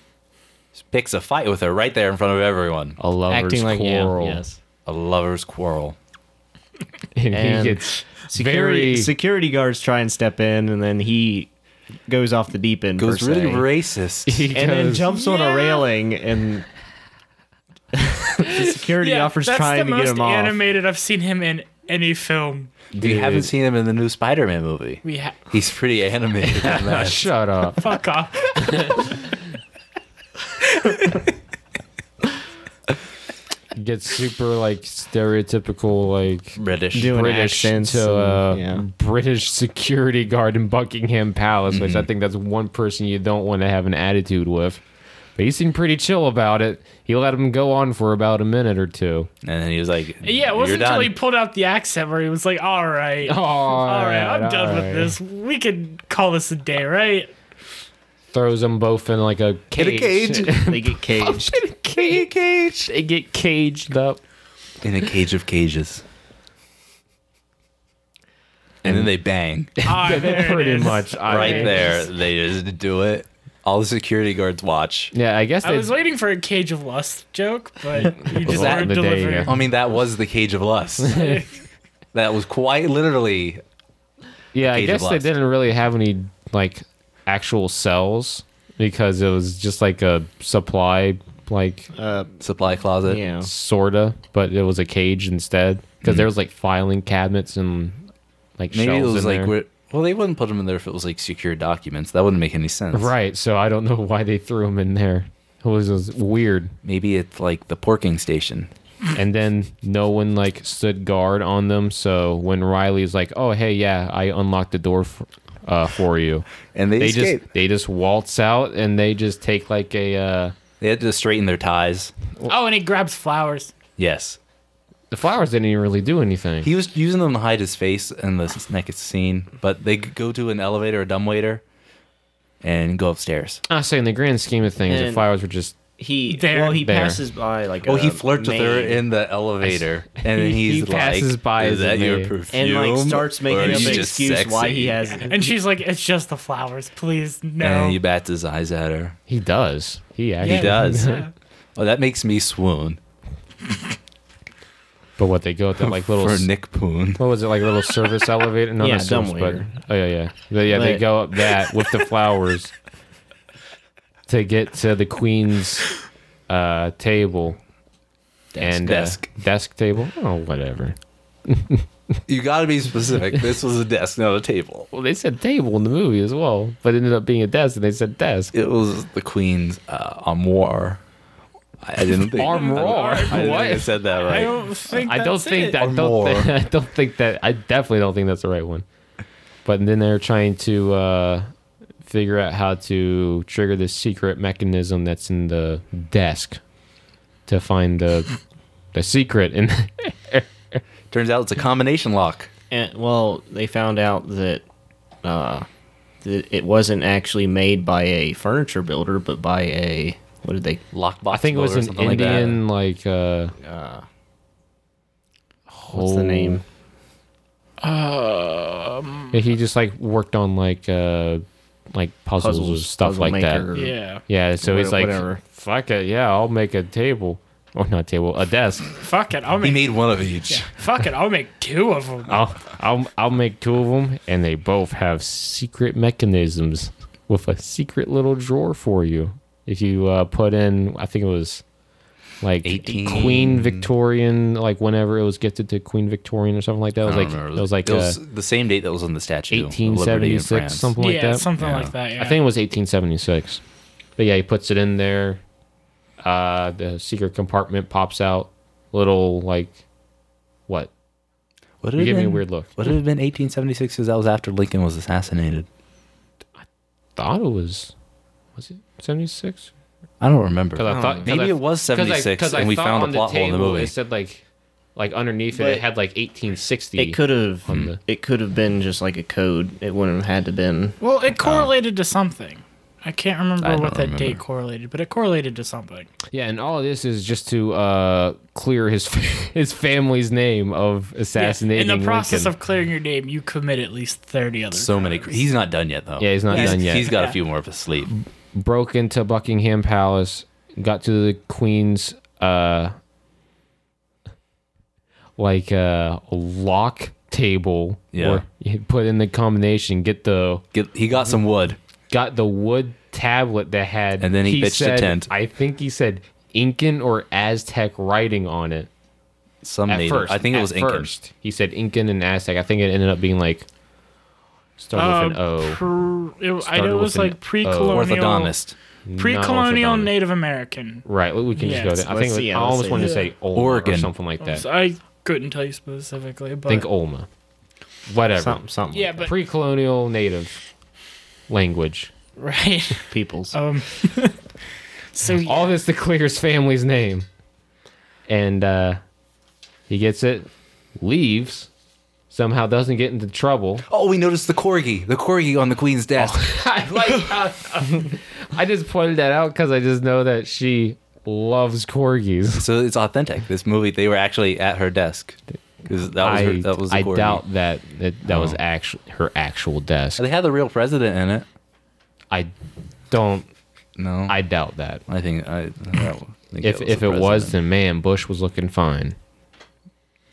C: picks a fight with her right there in front of everyone.
D: A lover's
B: Acting like yeah,
D: quarrel.
B: yes.
C: A lover's quarrel.
D: and,
B: And-
D: <laughs> he gets
B: Security,
D: very
B: security guards try and step in, and then he goes off the deep end.
C: Goes
B: per
C: really
B: se.
C: <laughs> racist.
D: <laughs> he
B: and then
D: goes-
B: jumps on a railing
C: <laughs>
B: and the security
E: yeah,
B: officer's
E: that's
B: trying
E: the
B: to get him
E: most
B: off.
E: animated I've seen him in any film.
C: If you haven't seen him in the new Spider-Man movie,
E: We ha-
C: he's pretty animated. in <laughs> that.
D: <laughs> Shut up.
E: fuck off.
D: gets super like stereotypical like
C: British.
B: Doing
D: British
B: accents
D: to uh,
B: and- yeah.
D: British security guard in Buckingham Palace, which I think that's one person you don't want to have an attitude with. But he seemed pretty chill about it. He let him go on for about a minute or two.
C: And then he was like,
E: Yeah, it
C: You're
E: wasn't until
C: done.
E: he pulled out the accent where he was like, "All right, all
D: all
E: right, I'm
D: all
E: done
D: right."
E: with this. We can call this a day, right?"
D: Throws them both in like a cage.
B: <laughs> <laughs> They get
D: <laughs>
B: caged.
D: In a cage. They get caged up.
C: in a cage of cages. And then they <laughs> bang.
E: Ah, there it
D: Pretty
E: is.
D: much. I
C: right
D: mean-
C: there. They just do it. All the security guards watch.
D: Yeah, I guess
E: I
D: they
E: was waiting for a cage of lust joke, but you just
D: that
E: weren't
D: the day,
E: delivering.
D: yeah.
C: I mean, that was the cage of <laughs> lust. that was quite literally.
D: Yeah, I
C: Cage of
D: guess they
C: Lust.
D: didn't really have any like actual cells because it was just like a supply like
C: Supply closet.
B: yeah.
D: sorta, but it was a cage instead because there was like filing cabinets and like
C: Hmm. Maybe it
D: shelves
C: was
D: in
C: like.
D: there.
C: wi- Well, they wouldn't put them in there if it was like secure documents. That wouldn't make any sense.
D: Right, so I don't know why they threw them in there. It was, it was weird.
C: Maybe it's like the porking station.
D: and then no one like stood guard on them. So when Riley's like, "Oh hey, yeah, I unlocked the door for, uh, for you,"
C: And they escape.
D: just they just waltz out and they just take like a uh,
C: They had to straighten their ties.
E: Oh, and he grabs flowers.
C: Yes.
D: the flowers didn't even really do anything.
C: He was using them to hide his face in the next scene, but they go to an elevator, a dumbwaiter, and go upstairs.
D: I'm saying the grand scheme of things, the
B: And-
D: flowers were just
B: He
E: There.
B: well, he
D: There.
B: passes by like.
C: Oh, he
B: a
C: flirts with her
B: maid
C: in the elevator, <laughs> and then
D: He-
C: he's
D: he
C: like,
D: passes by
C: "Is
D: as a
C: that your
D: maid.
C: perfume?"
B: and like starts
C: Or
B: making
C: is
B: up
C: she
B: an
C: just
B: excuse why
C: sexy?"
B: he has.
E: And she's like, it's just the flowers. Please, no.
C: And he bats his eyes at her.
D: he does he actually
E: Yeah.
C: He does.
E: Yeah.
C: Oh, that makes me swoon
D: But what they go at that <laughs> like little
C: for
D: s-
C: Nick
D: <laughs>
C: Poon.
D: what was it like little <laughs> service elevator? No,
B: Yeah,
D: not service, but
B: dumbwaiter.
D: oh yeah, yeah, But yeah. they
B: But-
D: go up that with the
B: <laughs>
D: flowers to get to the queen's uh, table and uh,
C: desk.
D: desk table. Oh, whatever.
C: You got to be specific. This was a desk, not a table.
D: Well, they said table in the movie as well, but it ended up being a desk, and they said desk.
C: It was the Queen's uh, armoire. I I didn't think
D: Armoire?
C: I didn't
D: What?
C: think I said that
E: I
C: right.
E: don't think.
D: I don't
E: that's
D: think
E: it.
D: that. I don't,
C: Armoire.
D: think, <laughs> I don't think that. I definitely don't think that's the right one. But then they're trying to uh, figure out how to trigger the secret mechanism that's in the desk to find the the secret. And <laughs>
C: Turns out it's a combination lock.
B: And, well, they found out that uh, that it wasn't actually made by a furniture builder, but by a what did they?
C: Lockbox.
D: I think it was
C: builder or
D: an
C: something like that.
D: Indian like. uh,
B: What's the
D: Oh,
B: name?
D: Yeah, he just like worked on like uh like puzzles, or
B: Puzzles,
D: stuff
B: puzzle
D: like
B: maker.
D: that.
E: Yeah.
D: Yeah, so he's
B: Wha-
D: like,
B: whatever.
D: "Fuck it, yeah, I'll make a table or not a table, a desk.
E: Fuck it. I'll
C: He
E: make.
C: made one of each.
E: <laughs> fuck it. I'll make two of them.
D: I'll I'll I'll make two of them, and they both have secret mechanisms with a secret little drawer for you. If you uh, put in, I think it was like
C: 18.
D: Queen Victorian, like whenever it was gifted to Queen Victorian or something like that. It was
C: I don't
D: like
C: remember.
D: it was like
C: It was
D: uh,
C: the same date that was on the statue. of Liberty in
D: 1876,
C: France.
D: something like
E: yeah,
D: that.
E: something
C: Yeah.
E: like that. Yeah.
D: I think it was 1876. But yeah, he puts it in there. Uh, the secret compartment pops out. Little like, what?
C: Would it have
D: You give me a
C: been-
D: weird look.
C: Would it have been 1876? Because that was after Lincoln was assassinated.
D: Thought it was, was it 76?
C: I don't remember.
D: Because I thought 'cause
C: maybe
D: I-
C: it was 76, and we
D: thought
C: found
D: on
C: the plot hole in the
D: table
C: movie.
D: It said like, like underneath it,
B: But-
D: it had like 1860.
B: It could have.
D: on the-
B: It could have been just like a code. It wouldn't have had to been.
E: Well, it correlated to something. I can't remember
C: I don't
E: what that date
C: remember.
E: correlated, but it correlated to something.
D: Yeah, and all of this is just to uh, clear his <laughs> his family's name of assassinating
E: In the process
D: Lincoln.
E: of clearing your name, you commit at least thirty other.
C: so many. cr- He's not done yet, though.
D: Yeah, he's not done yet.
C: He's got a
E: Yeah.
C: few more of his sleep.
D: broke into Buckingham Palace, got to the Queen's uh like uh lock table
C: Yeah.
D: where you put in the combination, get the
C: Get, he
D: Mm-hmm.
C: got some wood.
D: got the wood tablet that had
C: And then he pitched a
D: said-
C: tent.
D: I think he said Incan or Aztec writing on it.
C: Some
D: At
C: native.
D: first.
C: I think it
D: at
C: was Incan.
D: first. He said Incan and Aztec. I think it ended up being like started with an O.
E: Pre- it, I
D: Started
E: know it
D: with
E: was
D: an
E: like
D: O.
E: pre-colonial,
C: Orthodontist.
E: pre-colonial
D: orthodontist.
E: Native American.
D: Right, we we can just
E: Yes.
D: go there. I
B: Let's
D: think
B: see,
D: I
B: let's
D: almost
B: see.
D: wanted to
E: Yeah.
D: say Olma or
C: Oregon.
D: something like that.
E: I couldn't tell you specifically, but
D: think Olma. Whatever.
B: Something. something
E: yeah,
B: like
E: but
D: Pre-colonial native language.
E: <laughs> right.
B: that. peoples.
E: Um, so
D: All this to clear his family's name. And uh he gets it, leaves, somehow doesn't get into trouble.
C: Oh, we noticed the corgi. The corgi on the queen's
D: Oh.
C: desk.
D: <laughs> I like how- <laughs> I just pointed that out because I just know that she loves corgis.
C: So it's authentic. This movie, they were actually at her desk. 'Cause that was, her,
D: I,
C: that was the
D: I
C: corgi. Oh.
D: doubt that that, that was actual her actual desk.
C: They had the real president in it.
D: I don't.
C: No.
D: I doubt that.
C: I think. I, I don't think
D: If
C: that
D: if
C: the
D: it was,
C: president.
D: then man, Bush was looking fine.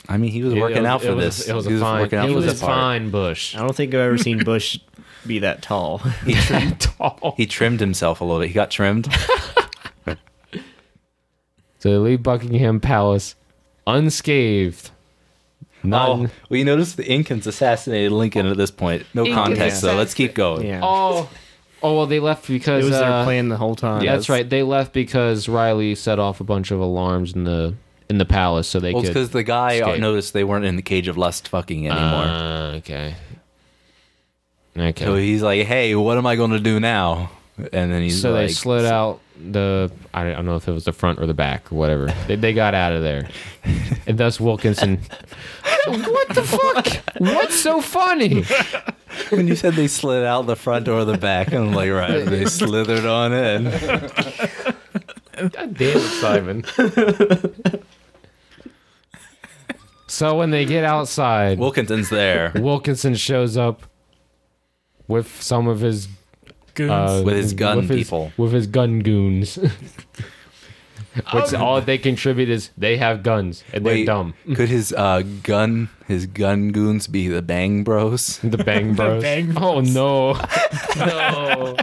C: I mean, he was
D: It- it
C: working
D: was-
C: out for
D: it was-
C: this.
D: It was
C: he
D: a
C: was
D: fine.
C: working out
D: It
C: for
D: was a
C: this part.
D: fine Bush.
B: I don't think I've ever seen Bush be that tall. <laughs>
C: He trimmed, he trimmed himself a little bit. He got trimmed.
D: So they leave Buckingham Palace unscathed. Not
C: Oh, we noticed the Incans assassinated Lincoln at this point. No context, though. Let's keep going.
B: yeah.
D: oh, oh well, they left
B: it
D: because
B: was
D: uh,
B: their plan the whole time.
C: Yeah.
D: That's right. They left because Riley set off a bunch of alarms in the in the palace so they
C: Well, it's
D: could.
C: because the guy uh,
D: escape.
C: noticed they weren't in the cage of lust fucking anymore.
D: Ah, okay. Okay.
C: so
D: So,
C: he's like, "Hey, what am I going to do now?" And then he's
D: they
C: like,
D: slid out the. I don't know if it was the front or the back or whatever. They, they got out of there, and
C: <laughs>
D: thus Wilkinson. what the fuck? What's so funny?
C: When you said they slid out the front or the back, I'm like, right,
D: <laughs>
C: they slithered on in.
D: God damn it, Simon. so when they get outside,
C: Wilkinson's there
D: Wilkinson shows up with some of his
E: Goons.
D: uh,
C: with his gun
D: with his-
C: people.
D: with his gun <laughs> goons. Which all they contribute is they have guns and they're
C: Wait,
D: dumb.
C: Could his uh, gun, his gun goons, be the Bang Bros?
D: <laughs> The Bang Bros.
E: Bang
D: Oh no, <laughs> no.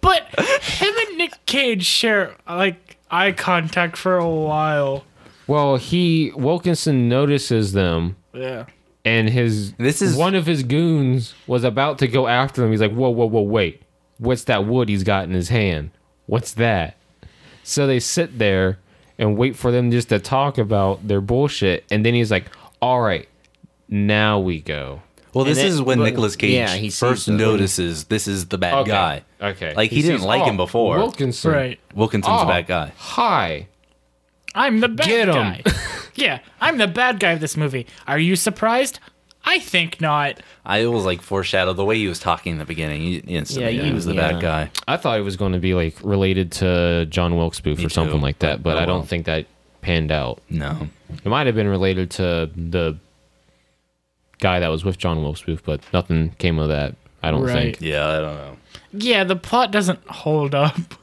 E: but him and Nick Cage share like eye contact for a while.
D: Well, he Wilkinson notices them,
E: Yeah.
D: and his
C: This is-
D: one of his goons was about to go after them. He's like, "Whoa, whoa, whoa, wait! What's that wood he's got in his hand? What's that?" So they sit there and wait for them just to talk about their bullshit, and then he's like, "All right, now we go."
C: Well, this
B: it-
C: is when
B: well,
C: Nicolas Cage
B: yeah, he sees
C: first
B: the-
C: notices this is the bad
D: Okay,
C: guy.
D: Okay. oh,
C: Like, he didn't like him before.
D: Wilkinson.
E: Right.
C: Wilkinson's
D: Oh,
C: the bad guy.
D: Hi.
E: I'm the bad
D: Get 'em.
E: guy. <laughs> yeah, I'm the bad guy of this movie. Are you surprised? I think not.
C: I was like foreshadowed the way he was talking in the beginning. He instantly
B: Yeah,
C: knew he
B: you-
C: was the
B: yeah.
C: bad guy.
D: I thought it was going to be like related to John Wilkes Booth or something
C: too,
D: like that,
C: but-
D: but
C: oh,
D: I don't
C: well.
D: think that panned out.
C: No,
D: It might have been related to the guy that was with John Wilkes Booth, but nothing came of that. I don't
E: Right.
D: think.
C: yeah, I don't know.
E: Yeah, the plot doesn't hold up. <laughs>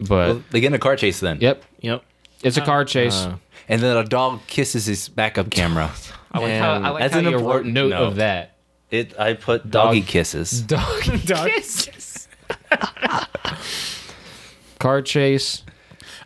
D: But
C: Well, they get in a car chase then,
D: yep,
B: Yep.
D: it's
E: uh,
D: a car chase.
C: and then a dog kisses his backup camera.
D: I like how, I like
C: That's
D: how
C: an
D: you wrote
C: important
D: note
C: note.
D: of that.
C: <laughs> It, I put doggy kisses.
D: <laughs> Dog
E: Doug.
D: car chase.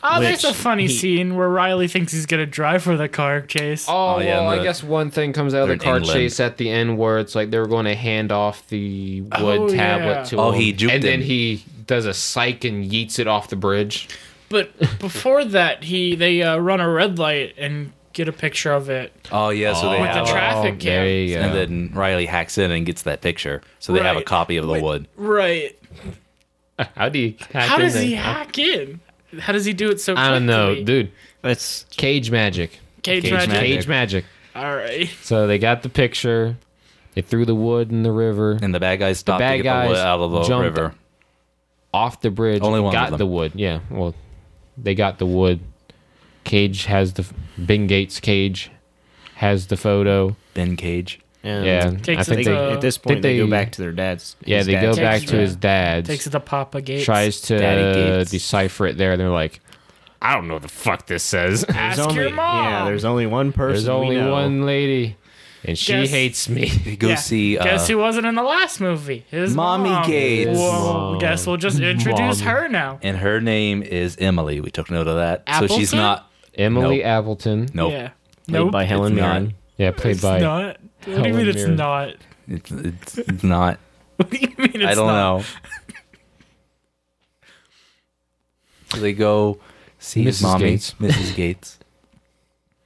E: Oh, there's
B: Which
E: a funny
B: he-
E: scene where Riley thinks he's gonna drive for the car chase.
D: Oh,
C: Oh, yeah,
D: well,
C: and
D: I
C: the-
D: guess one thing comes out of
C: they're
D: the
C: in
D: car
C: England.
D: chase at the end where it's like they were going to hand off the wood
E: Oh,
D: tablet
E: yeah.
D: to
C: Oh,
D: him,
C: he juked
D: and then
C: him.
D: he does a psych and yeets it off the bridge.
E: But before that, he they uh, run a red light and get a picture of it.
C: Oh yeah, so they
E: With the
C: have. a-
E: traffic
D: Oh,
E: cam.
D: there you go.
C: and then Riley hacks in and gets that picture, so they have a
E: Right.
C: copy of the wood.
E: Right.
D: How do you? hack
E: How
D: in
E: does
D: there?
E: he hack in? How does he do it so quickly?
D: I don't know, dude.
B: That's
D: Cage magic.
E: Cage,
C: Cage
E: magic.
C: magic.
D: Cage magic.
E: All right.
D: So they got the picture. They threw the wood in the river
C: And the bad guys stopped
D: bad
C: to get the wood
D: guys
C: out of the
D: jumped
C: river.
D: off the bridge.
C: Only one of
D: got
C: them.
D: the wood. Yeah. Well, they got the wood. Cage has the Ben Gates. Cage has the photo.
C: Ben Cage.
B: and
D: Yeah. I
E: Takes
D: think they.
E: it to-
B: at this point they,
D: they-
B: go back to their dad's.
D: Yeah,
B: his
D: they go
B: dad's
D: back
E: Takes
D: to
E: it-
D: his dad's.
E: Takes it to Papa Gates.
D: tries
C: Daddy
D: to
C: Gates.
D: decipher it there. And they're like, I don't know what the fuck this
E: <laughs>
D: says.
E: Ask
B: There's only,
E: your mom.
B: Yeah, there's only one person.
D: There's
B: we
D: only
B: know.
D: one lady, and she
E: Guess-
D: hates
E: <laughs>
D: me.
C: They go
E: Yeah.
C: see. Uh,
E: guess who wasn't in the last movie? His
C: Mommy
E: mom.
C: Gates. His
E: Well, guess we'll just introduce
D: Mom.
E: her now.
C: and her name is Emily. We took note of that. So she's
E: Appleton?
C: not.
D: Emily
C: Nope.
D: Appleton.
C: Nope.
E: Yeah.
B: Played
E: Nope.
B: by Helen
C: It's not.
B: Mirren.
D: Yeah, played
E: it's
D: by.
E: not. What do you
D: Helen
E: mean it's
D: Mirren.
E: not? <laughs>
C: It's, it's, it's not.
E: What do you mean
C: <laughs>
E: it's not?
C: I don't know. so they go see his
D: Mrs.
C: mommy,
D: Gates.
C: Mrs. <laughs> Gates.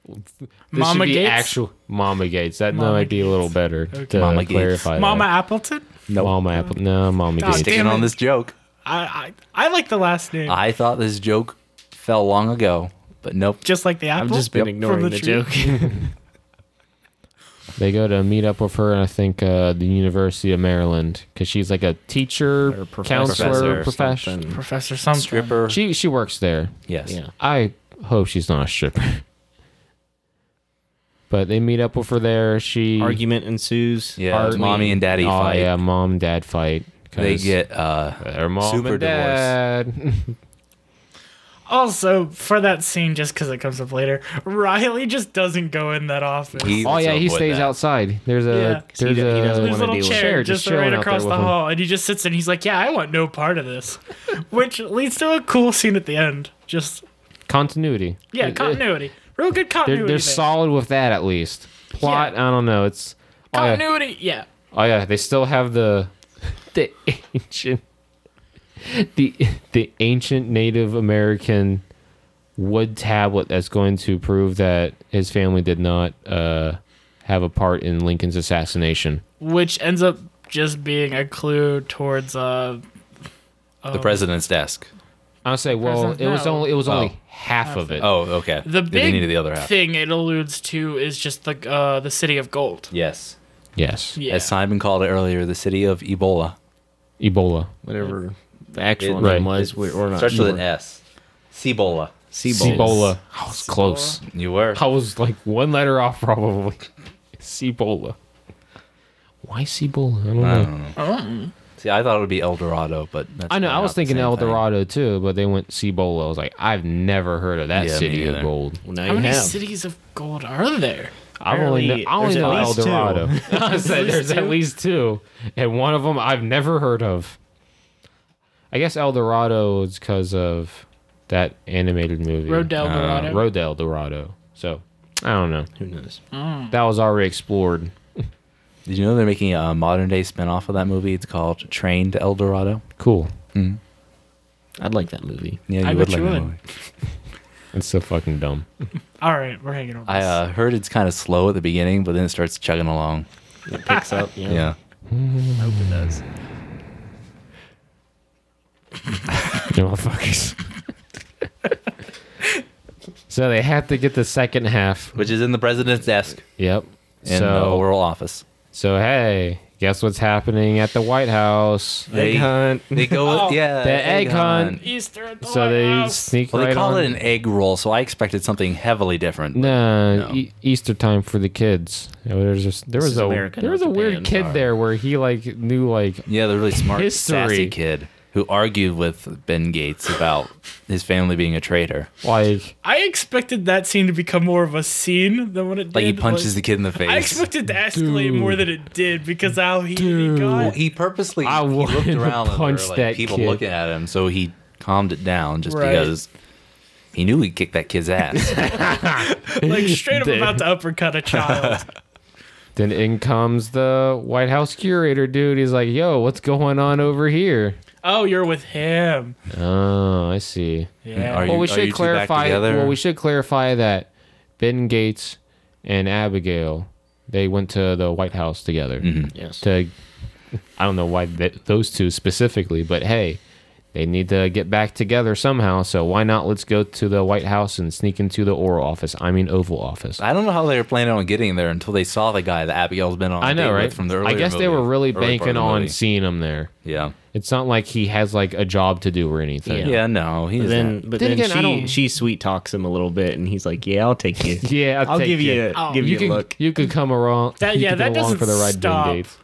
D: This should
E: Mama
D: be
E: Gates?
D: Actual Mama Gates. That
E: Mama
D: might be a little
E: Gates.
D: better to
C: Mama Gates.
D: clarify.
B: uh,
D: that.
E: Mama Appleton?
D: Mama Apple. No, Mama
E: God
D: Gates.
E: damn.
C: Sticking
E: it.
C: on this joke.
E: I, I I like the last name.
C: I thought this joke fell long ago, but nope.
E: just like the
B: I've
E: apple.
B: just been
E: Yep.
B: ignoring the,
E: From the tree.
B: joke.
D: They go to meet up with her. I think uh, the University of Maryland because she's like a teacher,
B: Or professor
D: counselor,
B: or
D: professional.
B: something.
E: Professor something.
C: Stripper.
D: She she works there.
C: yes.
B: Yeah.
D: I hope she's not a stripper. <laughs> But they meet up with her there. She
B: Argument ensues.
C: Yeah.
D: Harley-
C: mommy and daddy
D: oh,
C: fight.
D: yeah, mom and dad fight.
C: They
D: 'cause
C: get uh
D: their mom
C: super
D: and dad. <laughs>
E: Also, for that scene, just because it comes up later, Riley just doesn't go in that office.
C: He
D: oh
C: wants to
D: yeah, he
C: avoid
D: stays
C: that.
D: outside. There's
E: Yeah.
D: a
E: 'Cause
B: he
D: there's
B: do- he
D: a
B: doesn't
E: Theis
B: wanna
E: little
B: deal with
E: chair
B: it.
D: Sure, just
E: just,
D: chilling out
E: right
D: there
E: across the
D: with him.
E: hall, and he just sits and he's like, "Yeah, I want no part of this," <laughs> which leads to a cool scene at the end. Just
D: <laughs> continuity.
E: yeah,
D: It- it-
E: continuity, real good
D: They're,
E: continuity.
D: they're
E: there.
D: solid with that at least. Plot, I don't know. It's oh yeah,
E: continuity. Yeah,
D: oh yeah, they still have the <laughs> the ancient the the ancient Native American wood tablet that's going to prove that his family did not uh, have a part in Lincoln's assassination.
E: which ends up just being a clue towards uh
C: The president's desk.
D: I'll say, well,
E: President,
D: it was
E: no.
D: only it was
C: Oh.
D: only half of it.
C: Oh, okay.
E: the
C: Then they
E: big
C: needed the other half.
E: thing it alludes to is just the uh the city of gold.
C: Yes.
D: Yes,
E: Yeah.
C: As Simon called it earlier, the city of Ebola.
D: Ebola.
B: whatever the actual
C: It-
B: name
D: Right.
B: was. we- We're not
C: Starts with an
B: sure.
C: S. Cebola.
D: Ebola. I
C: Oh,
D: was close.
C: You were.
D: I was like one letter off, probably. Ebola. Why Ebola? I don't know.
C: I don't
E: Oh,
C: know. See, I thought it would be El Dorado, but that's
D: I know. I
C: probably
D: was
C: not the
D: thinking
C: same
D: El
C: thing.
D: Dorado too, but they went Cibola. I was like, I've never heard of that
C: Yeah, me
D: city of
C: neither.
D: gold.
B: Well, now
E: How
B: you
E: many
B: have.
E: cities of gold are there?
D: I've only kn-
B: Apparently,
D: I only
B: there's
D: know
B: at
D: El
B: least two.
D: Dorado. <laughs> I said there's at least two, and one of them I've never heard of. I guess El Dorado is because of that animated movie,
E: Road to El Dorado.
D: Road to El Dorado. So I don't know.
B: Who knows?
D: That was already explored.
C: Did you know they're making a modern day spin off of that movie? It's called Train to El Dorado.
D: Cool.
B: I'd like that movie.
C: Yeah,
E: I bet you
C: that
E: would.
C: movie.
D: It's so fucking dumb.
E: All right, we're hanging on.
C: I
E: this.
C: uh, heard it's kind of slow at the beginning, but then it starts chugging along.
B: It picks up. You know?
C: Yeah.
B: hope it does.
D: You motherfuckers. <laughs> so they have to get the second half.
C: Which is in the president's desk
D: Yep.
C: in the
D: so
C: Oral
D: <laughs>
C: Office.
D: So hey, guess what's happening at the White House?
C: They-
B: Egg hunt.
C: They go, yeah.
D: the egg hunt.
E: Easter at the
D: So
E: White
D: they
E: House.
D: sneak
C: Well, they
D: right
C: call
D: on.
C: it an egg roll, so I expected something heavily different.
D: no,
C: No.
D: E- Easter time for the kids. You know, There's just, there
B: This
D: was
B: is
D: a
B: America,
D: there
B: not
D: was a
B: Japan.
D: weird kid
B: Sorry.
D: there where he like knew like
C: Yeah, the really smart, sassy
D: History.
C: kid who argued with Ben Gates about his family being a traitor.
D: like
E: I expected that scene to become more of a scene than what it did.
C: Like he punches the
E: Like,
C: kid in the face.
E: I expected to escalate
D: Dude.
E: more than it did because how he,
D: Dude.
E: got.
C: he purposely he
D: I wanted
C: looked
D: to
C: around and there were,
D: punch
C: like,
D: that
C: people
D: kid.
C: looking at him, so he calmed it down just
E: Right.
C: because he knew he'd kick that kid's
D: <laughs>
C: ass.
E: like straight up
D: Dude.
E: about to uppercut
D: <laughs>
E: a child.
D: then in comes the White House curator dude. He's like, "Yo, what's going on over here?"
E: oh, you're with him.
D: Oh, I see.
E: Yeah.
C: Mm, Are you-
D: well, we
C: are you
D: should
C: two back
D: clarify.
C: together?
D: Well, we should clarify that Ben Gates and Abigail they went to the White House together.
B: Yes.
D: To I don't know why th- those two specifically, but hey, they need to get back together somehow. So why not? Let's go to the White House and sneak into the Oral Office. I mean Oval Office.
C: I don't know how they were planning on getting there until they saw the guy that Abigail's been on. a
D: I
C: date
D: know,
C: with
D: right?
C: From the
D: I
C: earlier
D: guess they
C: movie,
D: were really
C: early part of
D: banking
C: the
D: on
C: movie.
D: seeing him there.
C: Yeah.
D: It's not like he has like a job to do or anything.
B: Yeah.
C: Yeah. No. He
B: But then,
C: then
B: but
D: Then
B: then,
D: again, I
B: she
D: don't-
B: she sweet talks him a little bit, and he's like, "Yeah, I'll take you.
D: Yeah, I'll
B: I'll
D: take
B: give you,
D: you.
B: a, give you,
D: you
B: a
D: could,
B: look."
D: You could come around.
E: That-
D: you
E: yeah,
D: could go
E: that
D: along
E: doesn't
D: for the ride Ben
E: stop.
D: Gates.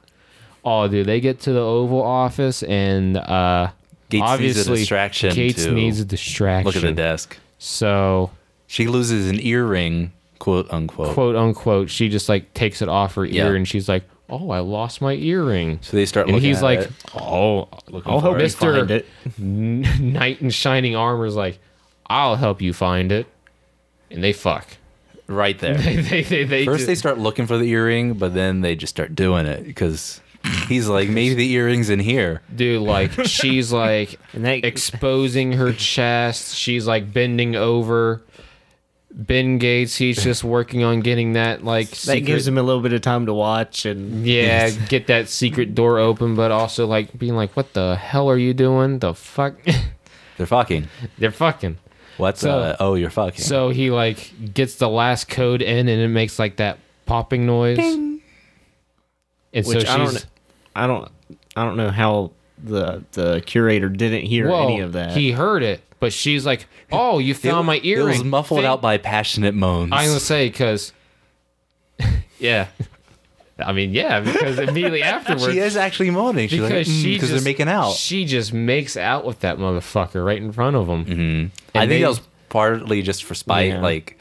D: Oh, dude, they get to the Oval Office and uh,
C: Gates needs a
D: obviously
C: distraction
D: Gates
C: to
D: needs a distraction.
C: look at the desk.
D: So,
C: She loses an earring, quote unquote.
D: quote unquote, she just like takes it off her
C: Yeah.
D: ear and she's like, "Oh, I lost my earring."
C: So they start
D: and
C: looking
D: he's
C: at
D: like,
C: it.
D: "Oh,
C: for
D: I'll help
C: it.
D: Mister
B: Find it.
D: Knight in shining armor is like, "I'll help you find it," and they fuck. <laughs>
C: right there.
D: they, they, they,
C: <laughs>
D: they
C: First, they
D: just-
C: start looking for the earring, but then they just start doing it because he's like, maybe the earring's in here.
D: dude like
B: <laughs>
D: she's like
B: And they-
D: exposing her chest she's like bending over ben gates he's just working on getting that like
B: That
D: secret,
B: gives him a little bit of time to watch, and <laughs>
D: yeah get that secret door open but also like being like what the hell are you doing the fuck <laughs>
C: They're fucking.
D: they're fucking
C: What's
D: So-
C: uh, oh, you're fucking.
D: so he like gets the last code in and it makes like that popping noise and so
B: which
D: she's
B: I don't, I don't, I don't know how the the curator didn't hear
D: well,
B: any of that.
D: he heard it but she's like oh you
C: It-
D: found my earring
C: It was muffled
D: Thank
C: out by passionate moans.
D: I was gonna say because, <laughs> yeah, I mean yeah because
C: <laughs>
D: immediately afterwards
C: she is actually moaning. She's
D: because
C: like, "Mm,"
D: she
C: because they're
D: just-
C: making out.
D: She just makes out with that motherfucker right in front of him.
C: I think
D: they-
C: that was partly just for spite.
B: Yeah.
C: Like,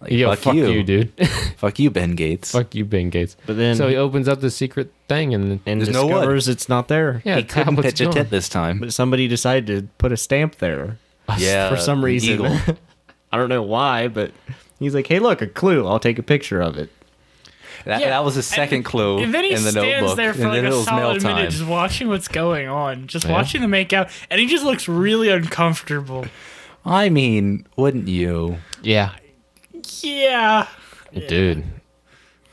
C: like,
D: Yo,
C: fuck, you,
D: dude.
C: <laughs> Fuck you, Ben Gates.
D: fuck you, Ben Gates.
B: But then-
D: so he opens up the secret thing and
B: and
C: There's no wood.
B: discovers it's not there.
D: yeah, <laughs>
C: he couldn't
D: tablet's
C: pitch a
D: gone.
C: tit this time.
B: But somebody decided to put a stamp <laughs> there.
C: Yeah,
B: for some
C: an
B: reason.
C: eagle.
B: <laughs> I don't know why, but he's like, "Hey, look, a clue. I'll take a picture of it."
C: That,
E: Yeah,
C: that was his
E: and-
C: second clue
E: And then he
C: in the
E: stands
C: notebook.
E: there for
C: and
E: like
C: then
E: a
C: it was mail
E: solid
C: time.
E: minute just watching what's going on, just
D: Yeah.
E: watching them make out, and he just looks really uncomfortable.
C: I mean, wouldn't you?
D: Yeah,
E: Yeah.
D: dude.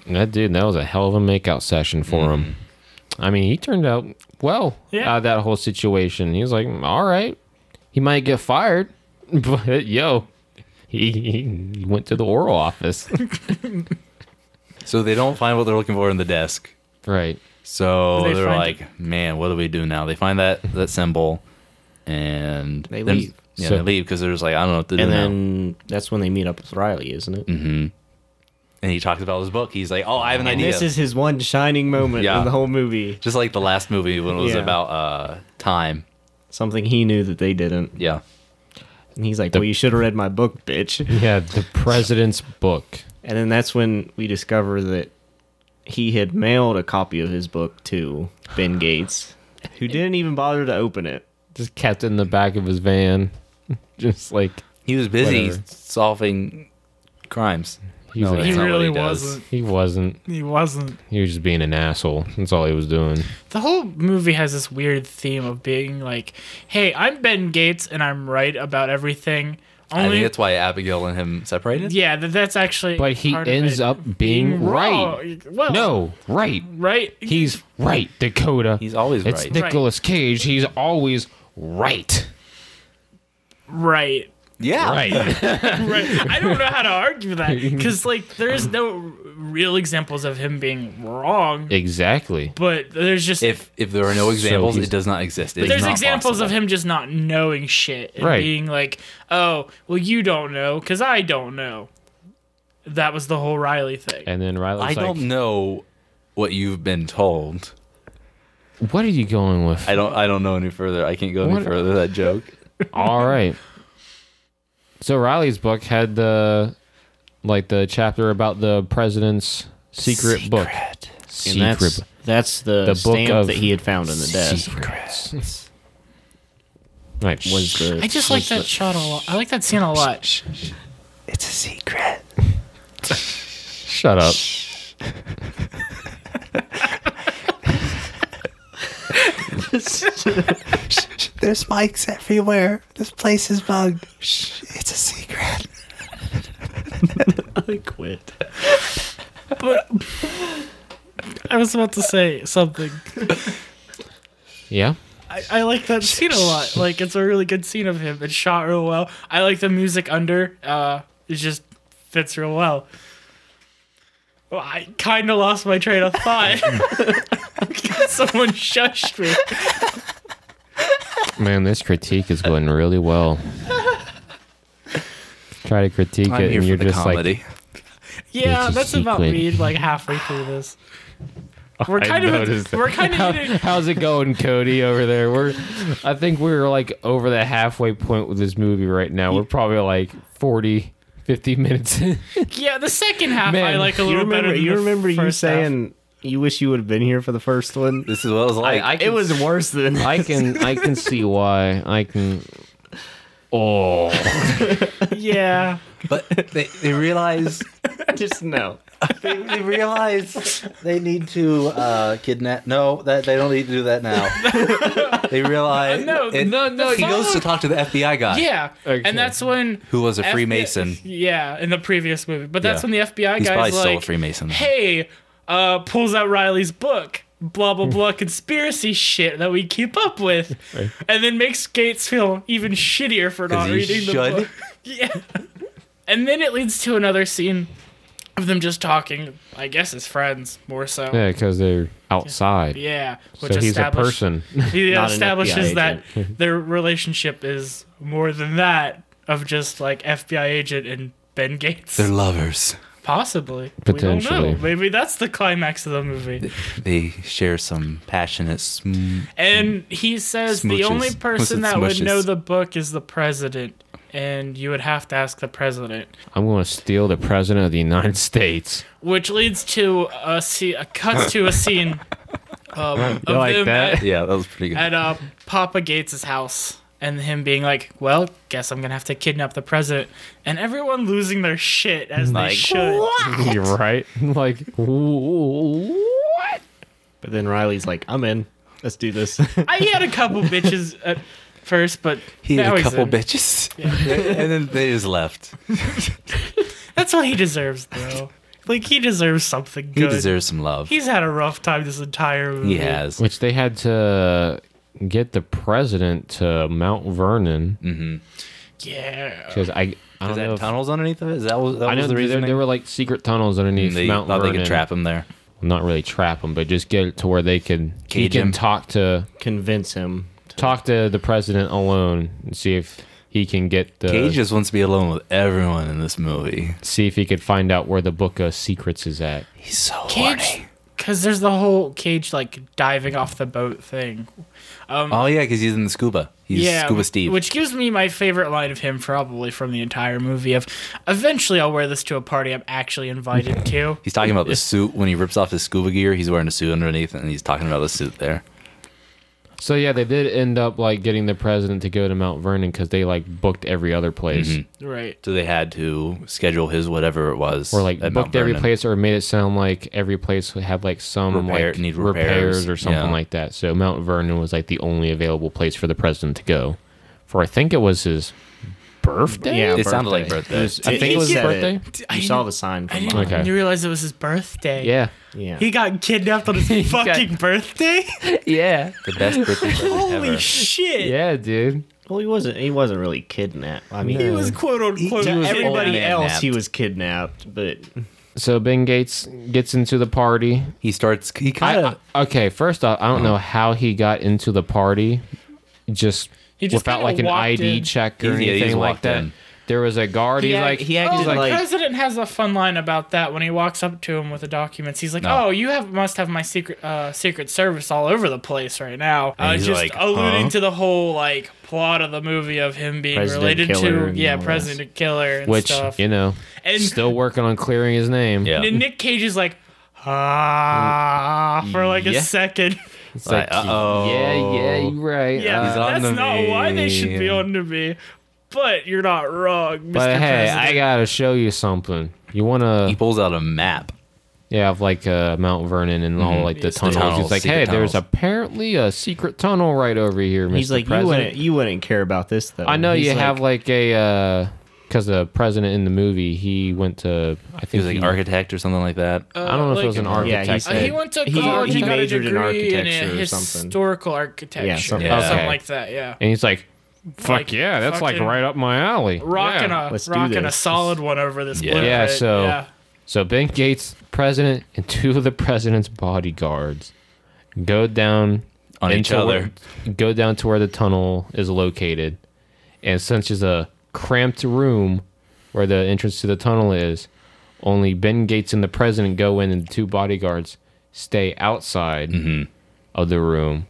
D: That dude, that was a hell of a makeout session for him. I mean, he turned out well
E: Yeah.
D: out of that whole situation. He was like, all right, he might get fired, <laughs> but yo, he, he went to the oral <laughs> office.
C: So they don't find what they're looking for in the desk.
D: right.
C: So
E: They
C: they are
E: find
C: like, man, what do we do now? They find that that symbol, and
B: They
C: then-
B: leave.
C: Yeah,
D: So-
C: they leave because they're just like, I don't know what to do
B: and
C: now.
B: then that's when they meet up with Riley, isn't it?
C: and he talks about his book. He's like, oh, I have an
B: And
C: idea.
B: this is his one shining moment
C: Yeah.
B: in the whole movie.
C: just like the last movie when it was
B: Yeah.
C: about uh, time.
B: Something he knew that they didn't.
C: Yeah.
B: And he's like, "Well, you should have read my book, bitch."
D: Yeah, the president's book.
B: And then that's when we discover that he had mailed a copy of his book to <sighs> Ben Gates, who didn't even bother to open it.
D: Just kept it in the back of his van. <laughs> Just like,
C: He was busy
D: Whatever.
C: solving crimes.
D: he, was
C: No,
D: an
C: That's
E: He
D: ass-
C: not what
E: really
C: he does.
E: wasn't.
D: he wasn't.
E: He wasn't.
D: He was just being an asshole. That's all he was doing.
E: The whole movie has this weird theme of being like, "Hey, I'm Ben Gates and I'm right about everything."
C: I think
E: Only
C: that's why Abigail and him separated.
E: yeah, that, that's actually.
D: But he
E: part of
D: ends
E: it.
D: up being, right.
E: wrong. Well,
D: No, right.
E: right.
D: He's right, Dakota.
C: He's always
D: it's
C: right.
D: Nicolas Cage. He's always right.
E: right.
C: yeah.
D: Right.
E: right. I don't know how to
D: <laughs>
E: argue that because like there's no real examples of him being wrong,
D: exactly.
E: but there's just
C: If if there are no examples,
D: he's-
C: it does not exist. It is
E: there's
C: not
E: examples of
C: possible.
E: him just not knowing shit and
D: Right.
E: being like, "Oh, well, you don't know because I don't know." That was the whole Riley thing.
D: And then Riley's
C: I
D: like,
C: don't know what you've been told.
D: "What are you going with?"
C: I don't. I don't know any further. I can't go
D: What-
C: any further. That joke.
D: all right. So Riley's book had the like the chapter about the president's secret, book.
B: And
D: Secret.
B: that's,
D: book.
B: that's the,
D: The book
B: stamp
D: of
B: that he had found in the desk.
D: Secrets. Right.
B: Was the
E: I just like
B: <laughs>
E: that shot a lot. I like that scene a lot.
C: It's a secret. <laughs>
D: Shut up.
C: There's spikes everywhere. This place is bugged. It's a secret.
B: I quit.
E: I was about to say something.
D: Yeah.
E: I, I like that scene a lot. Like it's a really good scene of him. It's shot real well. I like the music under. Uh, it just fits real well. Well, I kind of lost my train of thought. <laughs> Someone shushed me.
D: Man, this critique is going
C: <laughs>
D: really well. Try to critique
C: I'm
D: it,
C: here
D: and you're
C: for the
D: just
C: comedy.
D: like,
E: Yeah,
D: It's a
E: that's about
D: secret.
E: me. Like halfway through this, we're
D: I
E: kind of
D: noticed that.
E: we're kind <laughs> of hitting,
D: "How's it going, Cody over there?" We're, I think we're like over the halfway point with this movie right now. We're probably like 40, 50 minutes. <laughs> in.
E: yeah. The second half I
D: Man,
E: like a
B: You
E: little
B: remember?
E: better. Than
B: You
E: the
B: remember you
E: first half.
B: saying you wish you would have been here for the first one.
C: This is what it was like.
D: I
B: <laughs> It was
E: <laughs>
B: worse than <laughs>
D: I can, I can see why. I can. Oh,
E: yeah.
C: but they, they realize
B: just no.
C: they, they realize they need to uh, kidnap. No, that they don't need to do that now.
E: <laughs>
C: they realize.
E: No,
D: no, no,
C: He goes to talk to the FBI guy.
E: <laughs> Yeah,
D: Okay.
E: and that's when
C: Who was a
E: FBI
C: Freemason?
E: Yeah, in the previous movie, but that's
C: Yeah.
E: when the FBI
C: He's probably
E: guy's
C: still a
E: like,
C: Freemason.
E: "Hey," uh, pulls out Riley's book, blah
C: <laughs>
E: blah blah, conspiracy shit that we keep up with, and then makes Gates feel even shittier for not
C: he
E: reading the
C: should.
E: book. yeah, and then it leads to another scene of them just talking. I guess as friends more so.
D: yeah, because they're outside.
E: Yeah,
D: so he's a
E: established-
D: person.
E: he
B: Not an
E: establishes
B: FBI
E: that their relationship is more than that of just like FBI agent and Ben Gates.
C: They're lovers.
E: Possibly. We
D: Potentially.
E: don't know. Maybe that's the climax of the movie.
C: They share some passionate. Sm-
E: And he says the
C: Smooches.
E: only
C: Was
E: person
C: it
E: that would
C: smushes?
E: know the book is the president. And you would have to ask the president.
D: I'm going to steal the president of the United
E: <laughs>
D: States.
E: Which leads to a scene, a cuts to a scene um, of
D: like
E: them
D: that?
E: at-
C: yeah, that was pretty good.
E: at uh, Papa Gates' house and him being like, "Well, guess I'm gonna have to kidnap the president," and everyone losing their shit as they
C: Like,
E: should.
D: You're right. <laughs> Like what?
B: But then Riley's like, "I'm in. Let's do this."
E: I had a couple bitches. At, first, but
C: He had
E: now
C: a
E: he's
C: couple
E: in.
C: bitches, <laughs> and then they just left.
E: That's what he deserves, though. like he deserves something
C: He
E: good.
C: deserves some love.
E: He's had a rough time this entire movie.
C: he has.
D: Which they had to get the president to Mount Vernon
E: Yeah.
D: because I I
C: Is
D: don't know.
C: that
D: if-
C: tunnels underneath of it? Is that, was, that
D: I know
C: was
D: the reason there,
C: reasoning?
D: were like secret tunnels underneath
C: They
D: Mount
C: thought
D: Vernon.
C: they could trap him there.
D: Not really trap him, but just get it to where they could he
C: Cage
D: can
C: him.
D: talk to
B: <laughs> Convince him.
D: talk to the president alone and see if he can get the
C: Cage just wants to be alone with everyone in this movie.
D: see if he could find out where the book of secrets is at.
C: He's so
E: Cage. Because there's the whole cage like diving off the boat thing.
C: Oh yeah, because he's in the scuba. He's
E: yeah,
C: scuba Steve.
E: Which gives me my favorite line of him probably from the entire movie of eventually I'll wear this to a party I'm actually invited to.
C: he's talking about the suit when he rips off his scuba gear. He's wearing a suit underneath, and he's talking about the suit there.
D: So yeah, they did end up like getting the president to go to Mount Vernon because they like booked every other place
C: Mm-hmm.
E: Right.
C: So they had to schedule his whatever it was,
D: or like
C: at Mount
D: booked every
C: Vernon.
D: place or made it sound like every place had like some
C: Repair-
D: like
C: need repairs.
D: repairs or something
C: Yeah.
D: like that. So Mount Vernon was like the only available place for the president to go. For I think it was his birthday.
B: Yeah,
C: It sounded like birthday.
D: I think it was his
B: said
D: birthday.
E: I
B: You
E: didn't-
B: saw the sign.
E: I
B: From
E: didn't
B: behind.
D: Okay.
E: you realize it was his birthday.
D: Yeah.
B: Yeah.
E: He got kidnapped on his
D: got-
E: fucking birthday?
D: Yeah.
C: The <laughs> best birthday present
E: Holy
C: ever.
E: shit.
D: Yeah, dude.
B: well, he wasn't. He wasn't really kidnapped. I mean,
E: He was quote unquote.
B: to
E: he was
B: everybody
C: old man
B: else. He
C: napped.
B: was kidnapped, but
D: So Ben Gates gets into the party.
C: he starts. He kind
D: I,
C: of.
D: I- okay, first off, I don't know how he got into the party just,
E: He just
D: without
E: kinda
D: like an
E: walked
D: ID
E: in.
D: check or
C: Yeah, he just
D: anything like
C: walked
D: that.
C: in.
D: There was a guard. he's
E: act-
D: like,
B: he
E: Oh,
B: acted
E: the
B: like
E: president has a fun line about that when he walks up to him with the documents. He's like,
C: No.
E: "Oh, you have must have my secret uh, secret service all over the place right now."
C: And
E: Uh,
C: he's
E: just
C: like,
E: alluding
C: "Huh?"
E: to the whole like plot of the movie of him being
B: President
E: related
B: Killer
E: to
B: and
E: yeah,
B: all
E: President Killer and
D: which
E: stuff.
D: you know,
E: And-
D: still working on clearing his name.
C: Yeah.
E: And Nick Cage is like, ah, for like
D: Yeah.
E: a second. <laughs>
D: it's
C: Like, uh-oh.
D: Yeah, yeah, you're right.
E: yeah,
D: uh,
C: on
E: that's
C: to
E: not
C: me.
E: why they should be on to me. But you're not wrong, Mr.
D: but hey,
E: President.
D: I gotta show you something. You
C: He
D: wanna,
C: pulls out a map.
D: yeah, of like uh, Mount Vernon and all like the
E: Yes, the
D: tunnels.
C: Mm-hmm. tunnels,
D: it's like,
C: secret
D: hey, there's
C: tunnels.
D: apparently a secret tunnel right over here.
B: he's
D: Mr.
B: like, you
D: President.
B: wouldn't. You wouldn't care about this though.
D: I know
B: He's
D: you
B: like,
D: have like a because the president in the movie he went to I think
C: He was like an architect or something like that.
D: I don't know if it was an
E: Like,
D: architect.
B: Yeah, he
E: Uh,
B: said-
E: he went to
B: He-
E: college
D: he
E: and got a
B: majored
E: degree
B: in
E: in
B: architecture
E: in
B: or something.
E: historical architecture,
B: Yeah, something-
E: or
C: Yeah.
E: something
D: Okay.
E: like that. Yeah,
D: and he's like, fuck
E: Like,
D: yeah, that's like
E: fucking
D: right up my alley.
E: rocking
D: yeah.
E: a
B: let's do
E: rocking a
B: this.
E: solid one over this.
C: Yeah.
E: blueprint,
D: Yeah, so
E: yeah.
D: So Ben Gates, president, and two of the president's bodyguards go down
C: On each
D: into
C: other.
D: where- go down to where the tunnel is located, and since it's a cramped room where the entrance to the tunnel is, only Ben Gates and the president go in, and the two bodyguards stay outside
C: Mm-hmm.
D: of the room.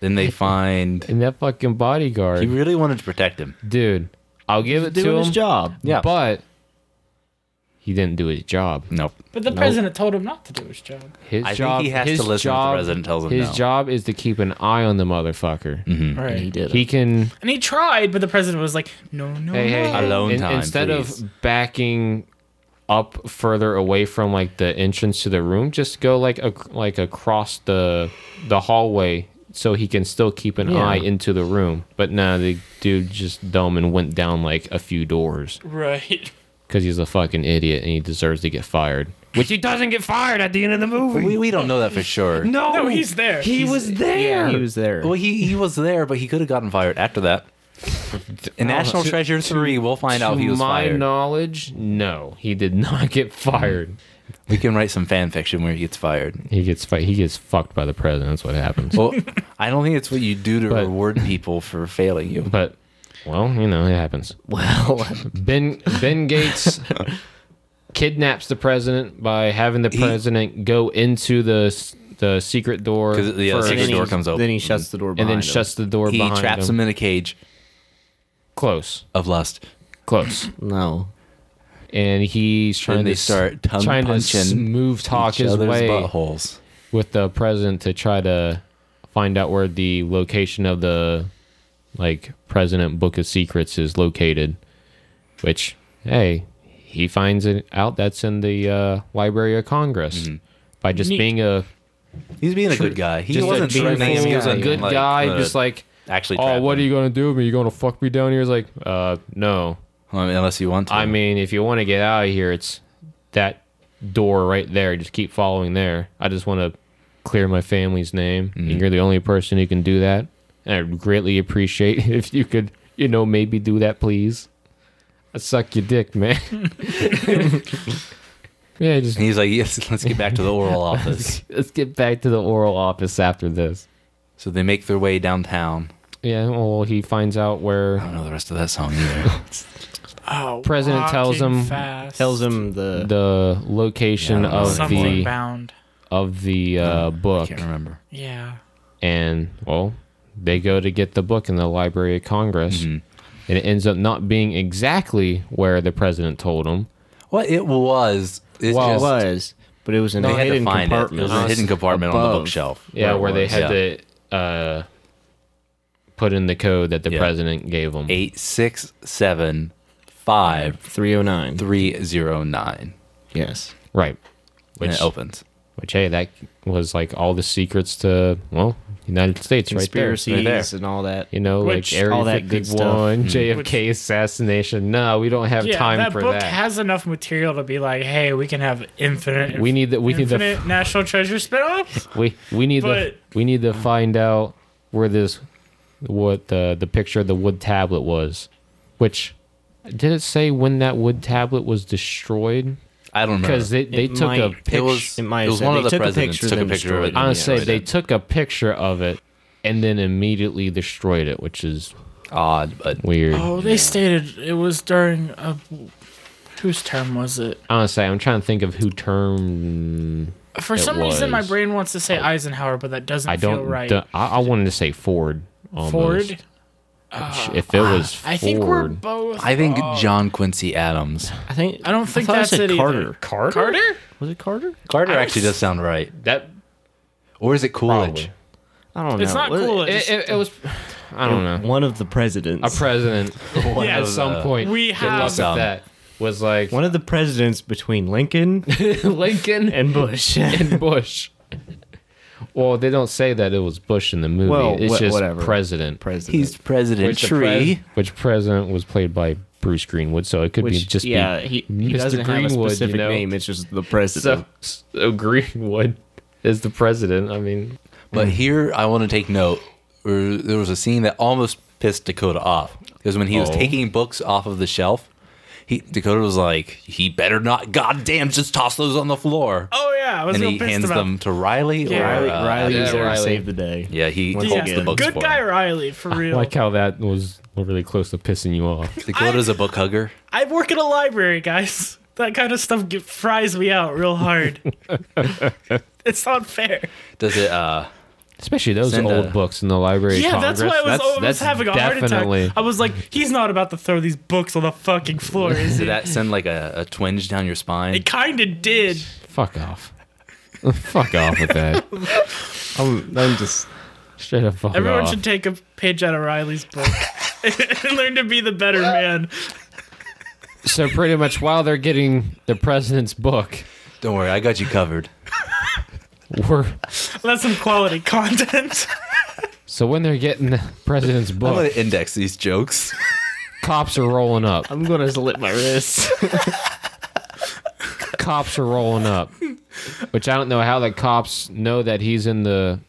C: Then they find.
D: And that fucking
C: He
D: bodyguard,
C: really wanted to protect him.
D: dude, I'll give it to
B: doing
D: him.
B: his job.
C: Yeah.
D: But he didn't do his job.
C: Nope.
E: But the president told him not to do his job.
D: His
C: I think
D: job.
C: he has
D: his
C: to listen if the
D: job,
C: president tells him
D: His
C: no. Mm-hmm.
D: job is to keep an eye on the motherfucker.
E: Right,
B: He did.
D: Mm, He can.
E: and he tried, but the president was like, "No, no,
D: Hey, hey,
E: Oh, no."
D: hey,
C: Alone
D: in-
C: time,
D: Instead
C: please.
D: of backing up further away from like the entrance to the room, just go like a, like across the the hallway. So he can still keep an
B: Yeah.
D: eye into the room, but nah, the dude just dumb and went down like a few doors.
E: Right.
D: because he's a fucking idiot and he deserves to get fired. Which he doesn't get fired at the end of the movie.
C: We, we don't know that
D: <laughs>
C: for sure.
D: no,
E: No, he's there.
D: He
E: He's-
D: was there.
B: He was there.
C: Well, he, he was there, but he could have gotten fired after that. In National Treasure 3, we'll find
D: to
C: out he was
D: my
C: fired.
D: knowledge, no, he did <laughs> not get fired.
C: we can write some fan fiction where he gets fired.
D: He gets fi- he gets fucked by the president. That's
C: <laughs>
D: what happens.
C: Well, I don't think it's what you do to
D: But-
C: reward people for failing you.
D: but well, you know it happens.
B: well,
D: <laughs> Ben
C: <laughs>
D: Ben Gates kidnaps the president by having the president go into the s- the secret door
C: Because the uh,
D: first,
C: secret
B: then
C: door
B: he-
C: comes open.
B: Then he shuts the door.
D: and then
B: behind him.
D: shuts the door
C: He
D: behind
C: traps
D: him.
C: him in a cage
D: Close,
C: of lust. <laughs>
D: close.
B: No.
D: and he's
C: And
D: trying
C: they
D: to s-
C: start tongue
D: trying to
C: punching
D: smooth talk
C: Each
D: his
C: other's
D: way
C: buttholes.
D: with the president to try to find out where the location of the like president book of secrets is located which hey he finds it out that's in the uh, library of congress by just
E: Neat.
D: being a
C: He's being a good guy. He
D: just a
C: wasn't
D: being
C: threatening him. He was
D: a
C: a
D: good guy
C: uh,
D: just like
C: Actually,
D: oh,
C: trap
D: what
C: him.
D: are you gonna do with me? You gonna fuck me down here? It's like, uh, no.
C: I mean, unless you want to.
D: I mean, if you want to get out of here, it's that door right there. Just keep following there. I just want to clear my family's name. And you're the only person who can do that. And I'd greatly appreciate <laughs> if you could, you know, maybe do that, please. I suck your dick, man. <laughs> yeah, just
C: And he's like, <laughs> yes, let's get back to the oral
D: <laughs>
C: office.
D: let's get back to the oral office after this.
C: So they make their way downtown.
D: Yeah, well, he finds out
C: I
D: where
C: don't know the rest of that song either.
E: Oh,
D: President tells
E: walking
D: him-
E: fast.
B: Tells him
D: Uh,
B: the,
D: the location
C: Yeah, I don't know.
D: of
E: something
D: the
E: bound.
D: of the uh,
C: I
D: book.
C: can't remember.
E: Yeah.
D: and well, they go to get the book in the Library of Congress,
C: Mm-hmm.
D: and it ends up not being exactly where the president told him.
C: What it was. It's
D: Well,
B: it
C: just,
B: was, but it was in
C: they
B: a
C: had to
B: hidden
C: find it. It
B: compartment.
C: was a hidden compartment on the
B: above.
C: bookshelf.
D: Yeah, where,
C: it
D: they
C: was.
D: had
C: Yeah.
D: to uh, put in the code that the
C: Yeah.
D: president gave them.
C: eight six seven five
B: 309.
C: three zero nine.
B: Yes.
D: Right.
C: When
D: Which,
C: it opens.
D: which, hey, that was like all the secrets to, well, United States right there.
B: Conspiracies and all that.
D: You know,
E: Which-
D: like Area
B: all that good stuff.
C: Mm-hmm.
D: 51, JFK
E: Which-
D: assassination. No, we don't have
E: Yeah,
D: time
E: that
D: for
E: book
D: that.
E: has enough material to be like, hey, we can have infinite.
D: we need the we need the
E: infinite national treasure spinoffs.
D: we we need
E: But-
D: to we need to find out where this what the the picture of the wood tablet was which did it say when that wood tablet was destroyed
C: I don't remember.
D: because they, they
B: It
D: took a
B: might-
D: picture
C: it was,
B: It might
C: it
B: have
C: was
B: said
C: one
B: they
C: of the
B: took a
C: presidents
B: picture,
C: took a
B: then
C: picture of
B: destroyed
C: it.
B: it.
C: and
D: honestly
C: destroyed
D: they
C: it.
D: took a picture of it and then immediately destroyed it which is
C: odd, but
D: weird
E: Oh, they stated it was during a whose term was it?
D: honestly i'm trying to think of who termed
E: For
D: It
E: some reason, my
D: was-
E: brain wants to say Eisenhower, but that doesn't
D: i don't
E: feel right.
D: the- I, I wanted to say ford almost.
E: Ford.
D: if it was ford
E: I think we're both.
C: I think
D: Oh.
C: John Quincy Adams.
B: I think
E: I don't think
B: thought I
E: that's
B: said
E: it either.
B: Carter.
D: carter
E: Carter.
B: Was it Carter?
C: Carter actually does sound right.
D: that
C: Or is it Coolidge?
D: probably
B: I don't know.
E: It's not
B: Was it-
E: cool. It,
D: it, it, it was i don't know
B: One of the presidents.
D: a
E: <laughs>
D: president
C: One
E: Yeah,
D: at
C: of
D: some
C: the-
D: point.
E: we
D: good
E: have-
D: luck with
C: Some.
D: that. Was like
B: one of the presidents between Lincoln
D: <laughs> Lincoln
B: <laughs>
D: and
B: and Bush.
D: Bush. Well, they don't say that it was Bush in the movie.
B: Well,
D: it's
B: wha-
D: just
B: whatever.
D: president.
B: president.
C: He's president
D: Which the pres- which president was played by Bruce Greenwood, so it could be
B: which
D: just
B: yeah,
D: be
B: he, he
D: Mr.
B: doesn't have a
D: Greenwood, you
B: specific
D: know?
B: name. It's just the
D: so,
B: president.
D: so Greenwood is the president. I mean,
C: But here, I want to take note. er, There was a scene that almost pissed Dakota off because when he was
D: Oh.
C: taking books off of the shelf, he Dakota was like, "He better not, goddamn, just toss those on the floor."
E: oh yeah, I was
C: and
E: real
C: he
E: pissed
C: hands
E: about
C: them to Riley.
E: Yeah.
C: Or,
B: Riley,
C: uh,
B: Riley
D: yeah,
B: was there to
D: Riley.
B: save the day.
C: yeah, he
B: Once
C: holds
B: again.
C: the books
E: Good
C: for
E: guy
C: him.
E: Riley, for real.
D: like how that was really close to pissing you off.
C: Dakota's a book hugger.
E: I work at a library, guys. <laughs> That kind of stuff get, fries me out real hard. it's not fair.
C: Does it? Uh,
D: Especially those
C: Send
D: old
C: a-
D: books in the Library. of
E: Yeah, that's why I
D: Congress.
E: was, I was
D: that's
E: having a
D: definitely-
E: heart attack. I was like, he's not about to throw these books on the fucking floor, is
C: did
E: he?
C: that send like a, a twinge down your spine?
E: It kind of did.
D: Fuck off. fuck off with that.
B: I'm, I'm just
D: Straight up fuck
E: Everyone
D: off.
E: should take a page out of Riley's book <laughs> and learn to be the better man.
D: So pretty much while they're getting the president's book,
C: Don't worry, I got you covered.
D: we're
E: That's some quality content.
D: so when they're getting the president's
E: Oh.
C: I'm gonna
D: book,
C: index these jokes.
D: cops are rolling up.
B: I'm gonna slit my wrist.
D: Cops are
C: <laughs>
D: rolling up. Which I don't know how the cops know that he's in the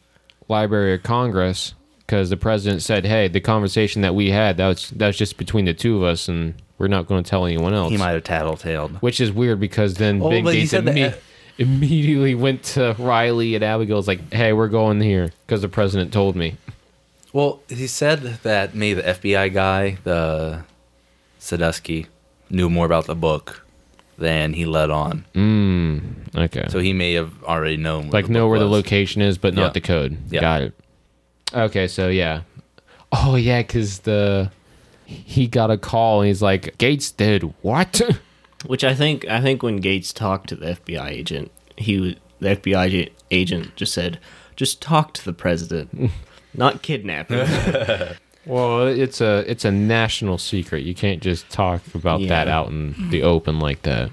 D: Library of Congress because the president said, "Hey, the conversation that we had that was that was just between the two of us, and we're not going to tell anyone else."
C: He might have tattletaled.
D: Which is weird because then
C: Oh,
D: Big
C: but he
D: Gates
C: said that-
D: imme- immediately went to Riley and Abigail's like, "Hey, we're going here because the president told me."
C: Well, he said that maybe the FBI guy, the Sadusky, knew more about the book than he let on.
D: Okay.
C: So he may have already known. Where
D: Hmm. like
C: the
D: know
C: book
D: where the
C: was.
D: location is, but
C: Yeah.
D: not the code.
C: Yeah.
D: Got it. Okay, so yeah. Oh yeah, because the he got a call and he's like, Gates did what?
B: <laughs>
D: <laughs>
B: Which I think I think when Gates talked to the FBI agent, he was, the FBI agent- agent just said, "Just talk to the <laughs> president, not kidnap <laughs> him."
D: well, it's a it's a national secret. You can't just talk about that
B: Yeah.
D: out in the open like that.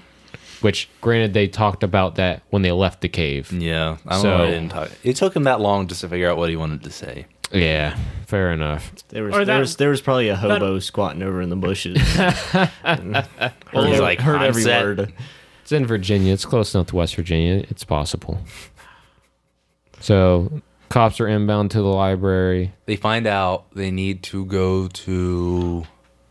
D: Which, granted, they talked about that when they left the cave.
C: Yeah, I don't
D: So-
C: know. Why I didn't talk. It took him that long just to figure out what he wanted to say.
D: Yeah, fair enough.
B: There was,
E: Or
B: there
E: that-
B: was there was probably a hobo squatting over in the <laughs> bushes.
C: He's
B: Heard-
C: like,
B: heard
C: "I'm
B: every
C: set."
B: word.
D: It's in Virginia. It's close enough to West Virginia. It's possible. So, cops are inbound to the library.
C: They find out they need to go to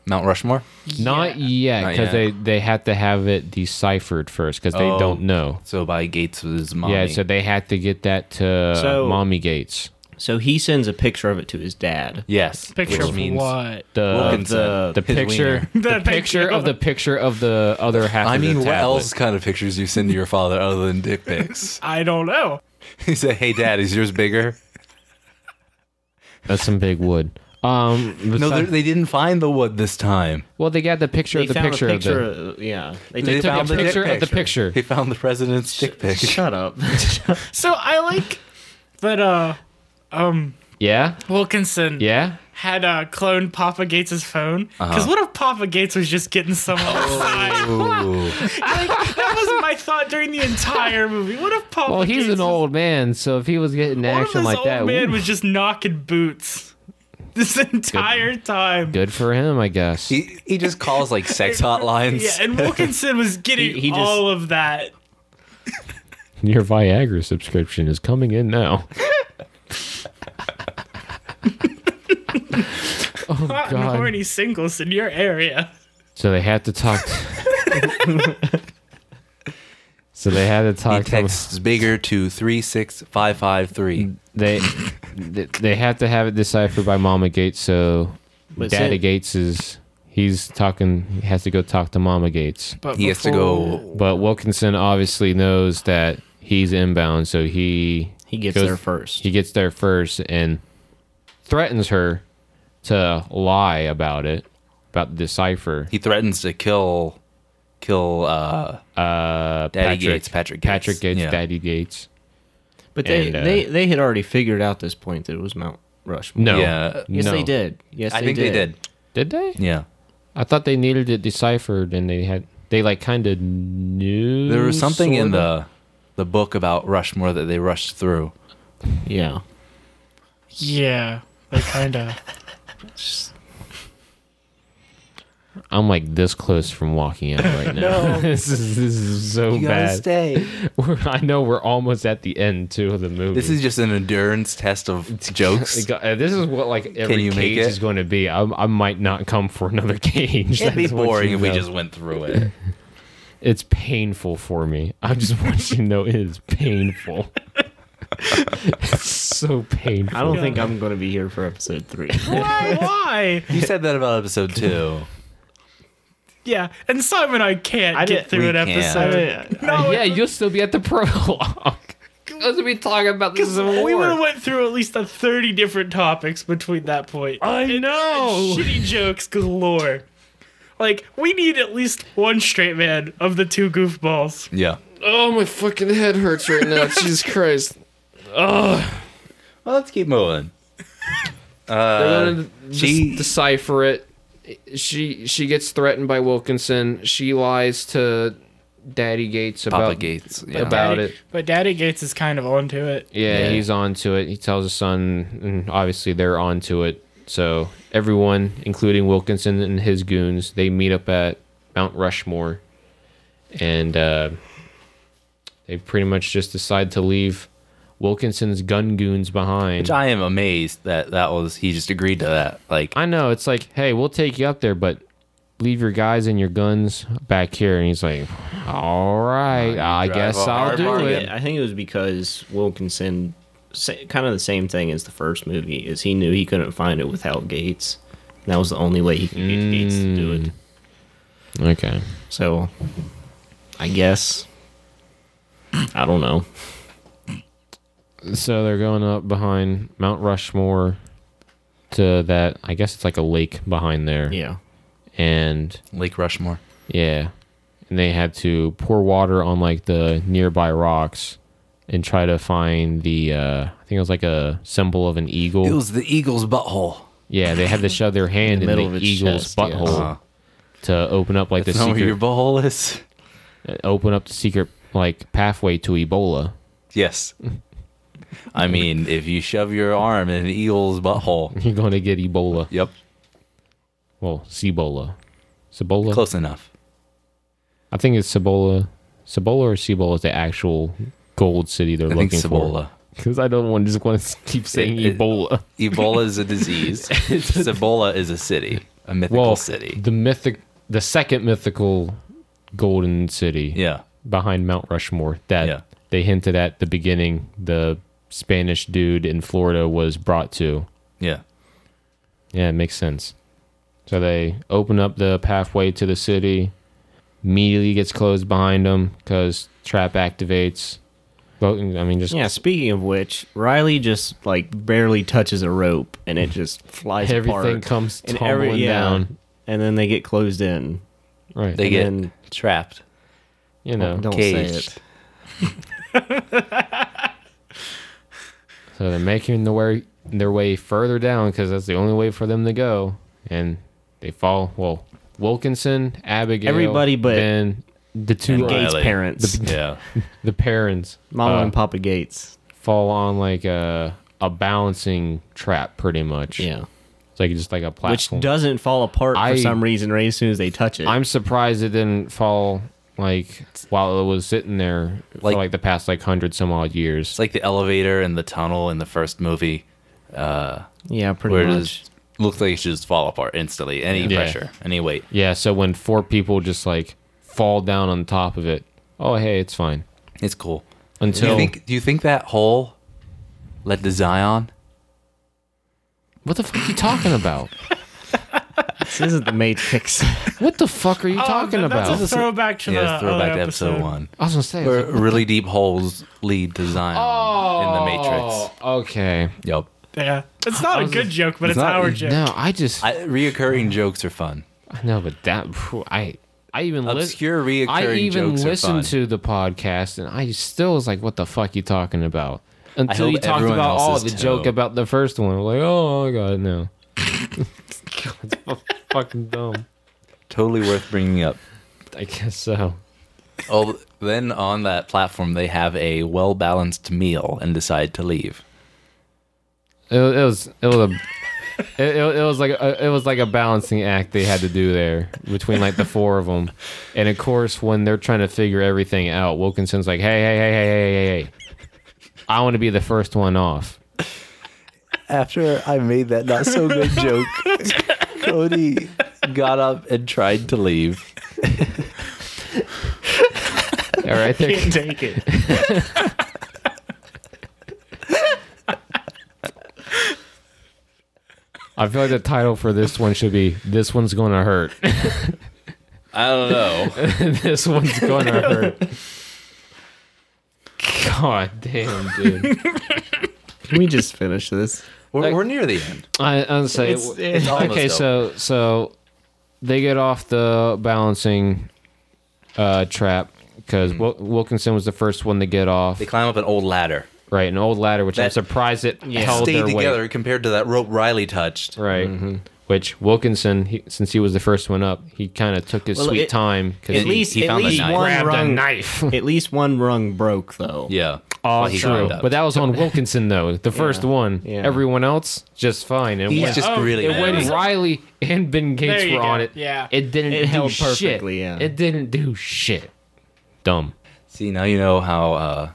C: Mount Rushmore.
D: Not yet,
C: Not
D: because
C: yet.
D: they they had to have it deciphered first, because they
C: Oh.
D: don't know.
C: So by Gates' mommy.
D: Yeah, so they had to get that to
B: So-
D: mommy gates.
B: So he sends a picture of it to his dad.
C: yes,
E: Picture
C: which
E: of
C: means
E: what?
D: The
C: Wilkinson,
B: the-
D: Uh, the
C: his
D: picture,
B: <laughs>
C: <laughs> wiener.
D: the
E: Thank
D: picture
E: you.
D: of the picture of the other half.
C: I
D: of the
C: mean, what
D: tablet.
C: else kind of pictures you send to your father other than dick pics?
E: I don't know.
C: <laughs> he said, "Hey, Dad, is yours bigger?"
D: That's some big wood. Um,
C: <laughs> No, they
D: besi-
C: they didn't find the wood this time.
D: well, they got the picture
B: They
D: of the
B: found
D: picture,
B: a picture.
D: of
B: Of, yeah, they,
C: They
B: took
C: found
B: a
D: the
C: dick
B: picture.
D: picture of the picture.
C: They found the president's <laughs> dick
B: <laughs>
C: pic.
B: Shut up.
E: So I like that uh um
D: the. Yeah,
E: Wilkinson
D: yeah. Uh-huh.
E: had uh cloned Papa Gates' phone. Because what if Papa Gates was just getting some
D: Oh.
E: outside?
C: Ooh.
E: like, that was my thought during the entire movie. What if Papa
D: Well, he's
E: Gates
D: an old man, so if he was getting
E: what if
D: action
E: this
D: like
E: old
D: that,
E: man
D: ooh,
E: was just knocking boots this entire time.
D: good for him, I guess.
C: He, he just calls like <laughs> sex hotlines.
E: Yeah, <laughs> and Wilkinson was getting
B: He- he just-
E: all of that.
D: Your Viagra subscription is coming in now. oh
E: Hot and
D: God!
E: horny singles in your area.
D: So they had to talk. <laughs> so they had to
C: He
D: talk. to him.
C: texts bigger to 36553.
D: They they they had to have it deciphered by Mama Gates. So
B: But
D: Daddy
B: sin-
D: Gates is he's talking. He has to go talk to Mama Gates.
E: But
C: He has to go.
D: But Wilkinson obviously knows that he's inbound, so he
B: He gets
D: goes-
B: there first.
D: He gets there first and threatens her to lie about it, about the cipher.
C: He threatens to kill, kill uh,
D: Uh,
C: Daddy
D: Patrick,
C: Gates. Patrick Gates.
D: Patrick Gates,
C: Yeah.
D: Daddy Gates.
B: but they,
D: and, uh,
B: they they had already figured out this point that it was Mount Rushmore.
D: No,
C: Yeah.
B: Yes,
D: no.
B: they did. Yes,
C: I think they did.
D: Did they?
C: Yeah.
D: I thought they needed it deciphered, and they had they like kind of knew
C: There was something in the
D: sorta?
C: the book about Rushmore that they rushed through.
B: Yeah.
E: Yeah, they kind of.
D: I'm like this close from walking
C: <laughs>
D: out right now. <laughs> this is this is so bad.
C: stay.
D: <laughs> We're, I know we're almost at the end too of the movie.
C: This is just an endurance test of jokes.
D: It got- uh, This is what like every
C: you
D: cage
C: make it?
D: is going to be. I, I might not come for another <laughs> cage.
C: It'd be
D: That's what
C: boring
D: you
C: if we
D: know.
C: just went through it.
D: It's painful for me. I just want you to know it is painful. <laughs> it's so painful.
B: I don't think I'm going to be here for episode <laughs> three.
E: Why? Why?
C: <laughs> You said that about episode two.
E: Yeah, and Simon, I can't
B: I didn't-
E: get through
C: we
E: an
C: can't.
E: episode. no,
D: Oh, yeah, you'll still be at the prologue. <laughs> Because we talking about this Civil
E: we would
D: War.
E: have went through at least a thirty different topics between that point.
D: I know.
E: Shitty jokes galore. Like we need at least one straight man of the two goofballs.
C: Yeah.
D: Oh, my fucking head hurts right
C: <laughs>
D: now. Jesus Christ.
C: Well, let's keep moving.
D: They're gonna
C: Uh, she-
D: des- decipher it. She she gets threatened by Wilkinson. She lies to Daddy Gates about
C: Papa Gates. Yeah.
D: about- Doubt
E: Daddy-
D: it.
E: But Daddy Gates is kind of onto it.
D: Yeah,
C: Yeah.
D: he's on to it. He tells his son, and obviously they're on to it. So everyone, including Wilkinson and his goons, they meet up at Mount Rushmore, and uh, they pretty much just decide to leave Wilkinson's gun goons behind.
C: Which I am amazed that that was he just agreed to that. Like
D: I know it's like, hey, we'll take you up there, but leave your guys and your guns back here. And he's like, all right, I
C: drive
D: guess
C: a
D: I'll
C: hard
D: do
C: bargain.
D: it.
B: I think it was because Wilkinson, sa- kind of the same thing as the first movie, is he knew he couldn't find it without Gates. That was the only way he could get Gates to do it.
D: Okay.
B: So, I guess I don't know.
D: So they're going up behind Mount Rushmore to that. I guess it's like a lake behind there.
B: Yeah,
D: And
C: Lake Rushmore.
D: yeah, and they had to pour water on like the nearby rocks and try to find the. Uh, I think it was like a symbol of an eagle.
C: It was the eagle's butthole.
D: yeah, they had to
B: <laughs>
D: shove their hand
B: the
D: in the,
B: middle of its
D: eagle's
B: chest, Uh-huh. yes.
D: butthole
C: Uh-huh.
D: to open up like
C: That's
D: the
C: not where
D: secret,
C: your butthole is.
D: open up the secret like pathway to Ebola.
C: Yes. I mean, if you shove your arm in an eagle's butthole,
D: <laughs> You're going to get Ebola.
C: yep,
D: Well, Cebola. Cebola?
C: close enough.
D: I think it's Cibola. Cibola or Cibola is the actual gold city they're
C: I think
D: looking
C: Cibola.
D: for. Because I don't want just want to keep saying
C: It- it-
D: Ebola.
C: Ebola is a <laughs> disease. Cibola is a city, a mythical
D: well,
C: city.
D: the mythic, the second mythical golden city
C: Yeah,
D: behind Mount Rushmore that
C: Yeah.
D: they hinted at the beginning. The Spanish dude in Florida was brought to.
C: yeah.
D: Yeah, it makes sense. So they open up the pathway to the city. Immediately gets closed behind them because trap activates. Well, I mean, just
B: Yeah, speaking of which, Riley just like barely touches a rope and it just flies
D: Everything
B: apart.
D: comes
B: And
D: tumbling down.
B: And then they get closed in.
D: right.
C: They get
B: then-
C: trapped,
D: you know,
B: Don't say it.
C: caged.
D: So they're making their way, their way further down because that's the only way for them to go. And they fall. Well, Wilkinson, Abigail,
B: Everybody but-
D: then the two
C: And
D: uh,
B: Gates'
C: Riley.
B: parents,
C: Yeah,
D: the parents
B: Mama
D: uh,
B: and Papa Gates.
D: fall on like a a balancing trap, pretty much.
B: Yeah,
D: it's like just like a
B: which
D: platform.
B: doesn't fall apart
D: I-
B: for some reason right as soon as they touch it.
D: I'm surprised it didn't fall like while it was sitting there
C: Like-
D: for like the past like hundred some odd years.
C: it's like the elevator and the tunnel in the first movie,
B: yeah, pretty
C: where it
B: much.
C: just looks like it should just fall apart instantly. Any
D: Yeah.
C: pressure, any weight.
D: yeah. So when four people just like fall down on top of it, oh hey, it's fine.
C: It's cool. Do
D: Until
C: you think? Do you think that hole led to Zion?
D: What the fuck are you talking about?
B: This isn't the
D: <laughs>
B: Matrix.
D: What the fuck are
E: <laughs>
D: you talking
E: Oh, that-
D: about?
E: That's a throwback to the
C: Yeah, it's throwback
E: other
C: to episode one.
D: I was gonna say.
C: Where really deep holes lead to Zion in the Matrix.
D: oh, okay.
C: Yep.
E: Yeah, it's not a good joke, but it's,
C: not- e-
E: our joke.
D: e-
E: <laughs>
D: No, I just
C: I, reoccurring jokes are fun.
D: I know, but that phew, I I even lis-
C: Obscure reoccurring
D: I even
C: jokes are fun.
D: listened to the podcast, and I still was like, "What the fuck you talking about?" Until
C: hope
D: you talked
C: everyone
D: about all
C: else
D: the
C: is
D: joke
C: too.
D: about the first one. I'm like, oh my <laughs>
C: <laughs>
D: god, no. God, it's fu- fucking dumb.
C: Totally worth bringing up.
D: I guess so.
C: Oh, then on that platform, they have a well balanced meal and decide to leave.
D: It, wa- it was it was a <laughs> it, it, it was like a, it was like a balancing act they had to do there between like the four of them, and of course when they're trying to figure everything out, Wilkinson's like, hey hey hey hey hey hey hey, I want to be the first one off.
C: After I made that not so <laughs> good joke, Cody got up and tried to leave.
D: All right, there,
B: Can't take it.
D: I feel like the title for this one should be "This one's gonna hurt." <laughs>
C: I don't <laughs> know.
D: this one's gonna hurt. God damn, dude.
B: Can we just finish this?
C: We're, we're near the end.
D: I, I'd say
B: It's- it's
C: almost
D: okay. So so they get off the balancing uh, trap because Wilkinson was the first one to get off.
C: Hmm. They climb up an old ladder.
D: Right, an old ladder, which I'm
C: That
D: surprised it held
C: Stay
D: their
C: together Mm-hmm.
D: weight.
C: compared to that rope Riley touched.
D: Right. Which Wilkinson, he, since he was the first one up, he kind of took his
B: Well,
D: sweet
B: it-
D: time because
B: At
C: he-
B: least,
C: he
B: at
C: found the
B: least
C: knife.
B: one
D: grabbed a
B: rung.
C: <laughs>
D: knife. <laughs>
B: At least one rung broke though.
C: Yeah.
D: Oh,
C: Well, he
D: true.
C: climbed up.
D: But that was on Wilkinson,
C: <laughs>
D: though. The first one.
B: Yeah.
D: Everyone else, just fine. And
C: He's
D: when,
C: just
E: Oh,
C: really.
E: it
C: mad.
D: when Riley and Ben Gates
E: There you
D: were
E: go.
D: on it,
E: Yeah.
D: it didn't
B: It
D: do
B: held
D: shit.
B: perfectly, yeah.
D: It didn't do shit. Dumb.
C: See, now you know how uh,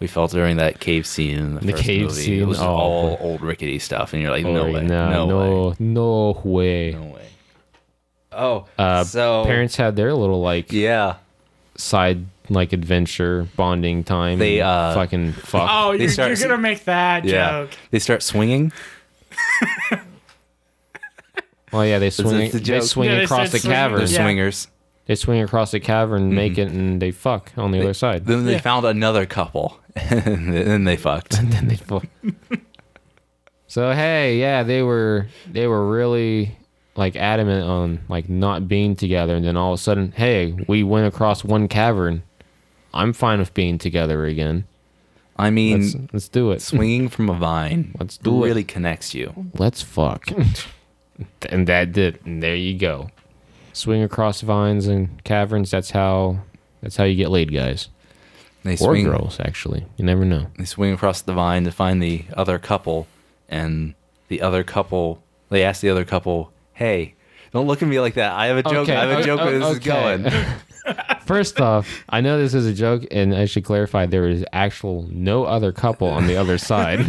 C: we felt during that cave scene in the,
D: The
C: first
D: cave
C: movie.
D: scene,
C: It was
D: oh.
C: all old rickety stuff, and you're like, no
D: Or,
C: way,
D: No,
C: no, way,
D: no, no way.
C: no way. Oh,
D: Uh,
C: so
D: Parents had their little like
C: yeah,
D: side like adventure bonding time.
C: They,
D: and
C: uh,
D: fucking fuck.
E: Oh, you're,
C: start
E: you're
C: s-
E: gonna make that
C: yeah.
E: joke.
C: They start swinging.
D: oh yeah, they swing.
C: it's the
D: They
C: joke.
D: swing
E: Yeah, they
D: across
E: said
D: the
E: swing.
D: cavern.
C: They're
E: Yeah.
C: swingers.
D: They swing across the cavern, make it, and they fuck on the other side.
C: Then Mm-hmm. they found another couple, <laughs> and then they fucked.
D: and then they fall. <laughs> so hey, yeah, they were they were really like adamant on like not being together, and then all of a sudden, hey, we went across one cavern. I'm fine with being together again.
C: I
D: Let's
C: mean,
D: let's do it.
C: swinging from a vine.
D: <laughs> Let's do it.
C: really connects you.
D: <laughs> Let's fuck. and that did. And there you go. Swing across vines and caverns. That's how. That's how you get laid, guys.
C: They
D: or
C: swing,
D: girls. Actually, you never know.
C: they swing across the vine to find the other couple, and the other couple they ask the other couple, "Hey, don't look at me like that. I have a joke. I have a
D: Okay,
C: joke where
D: o-
C: this is
D: okay. <laughs>
C: going." <laughs>
D: First off, I know this is a joke, and I should clarify there is actual no other couple on the other side.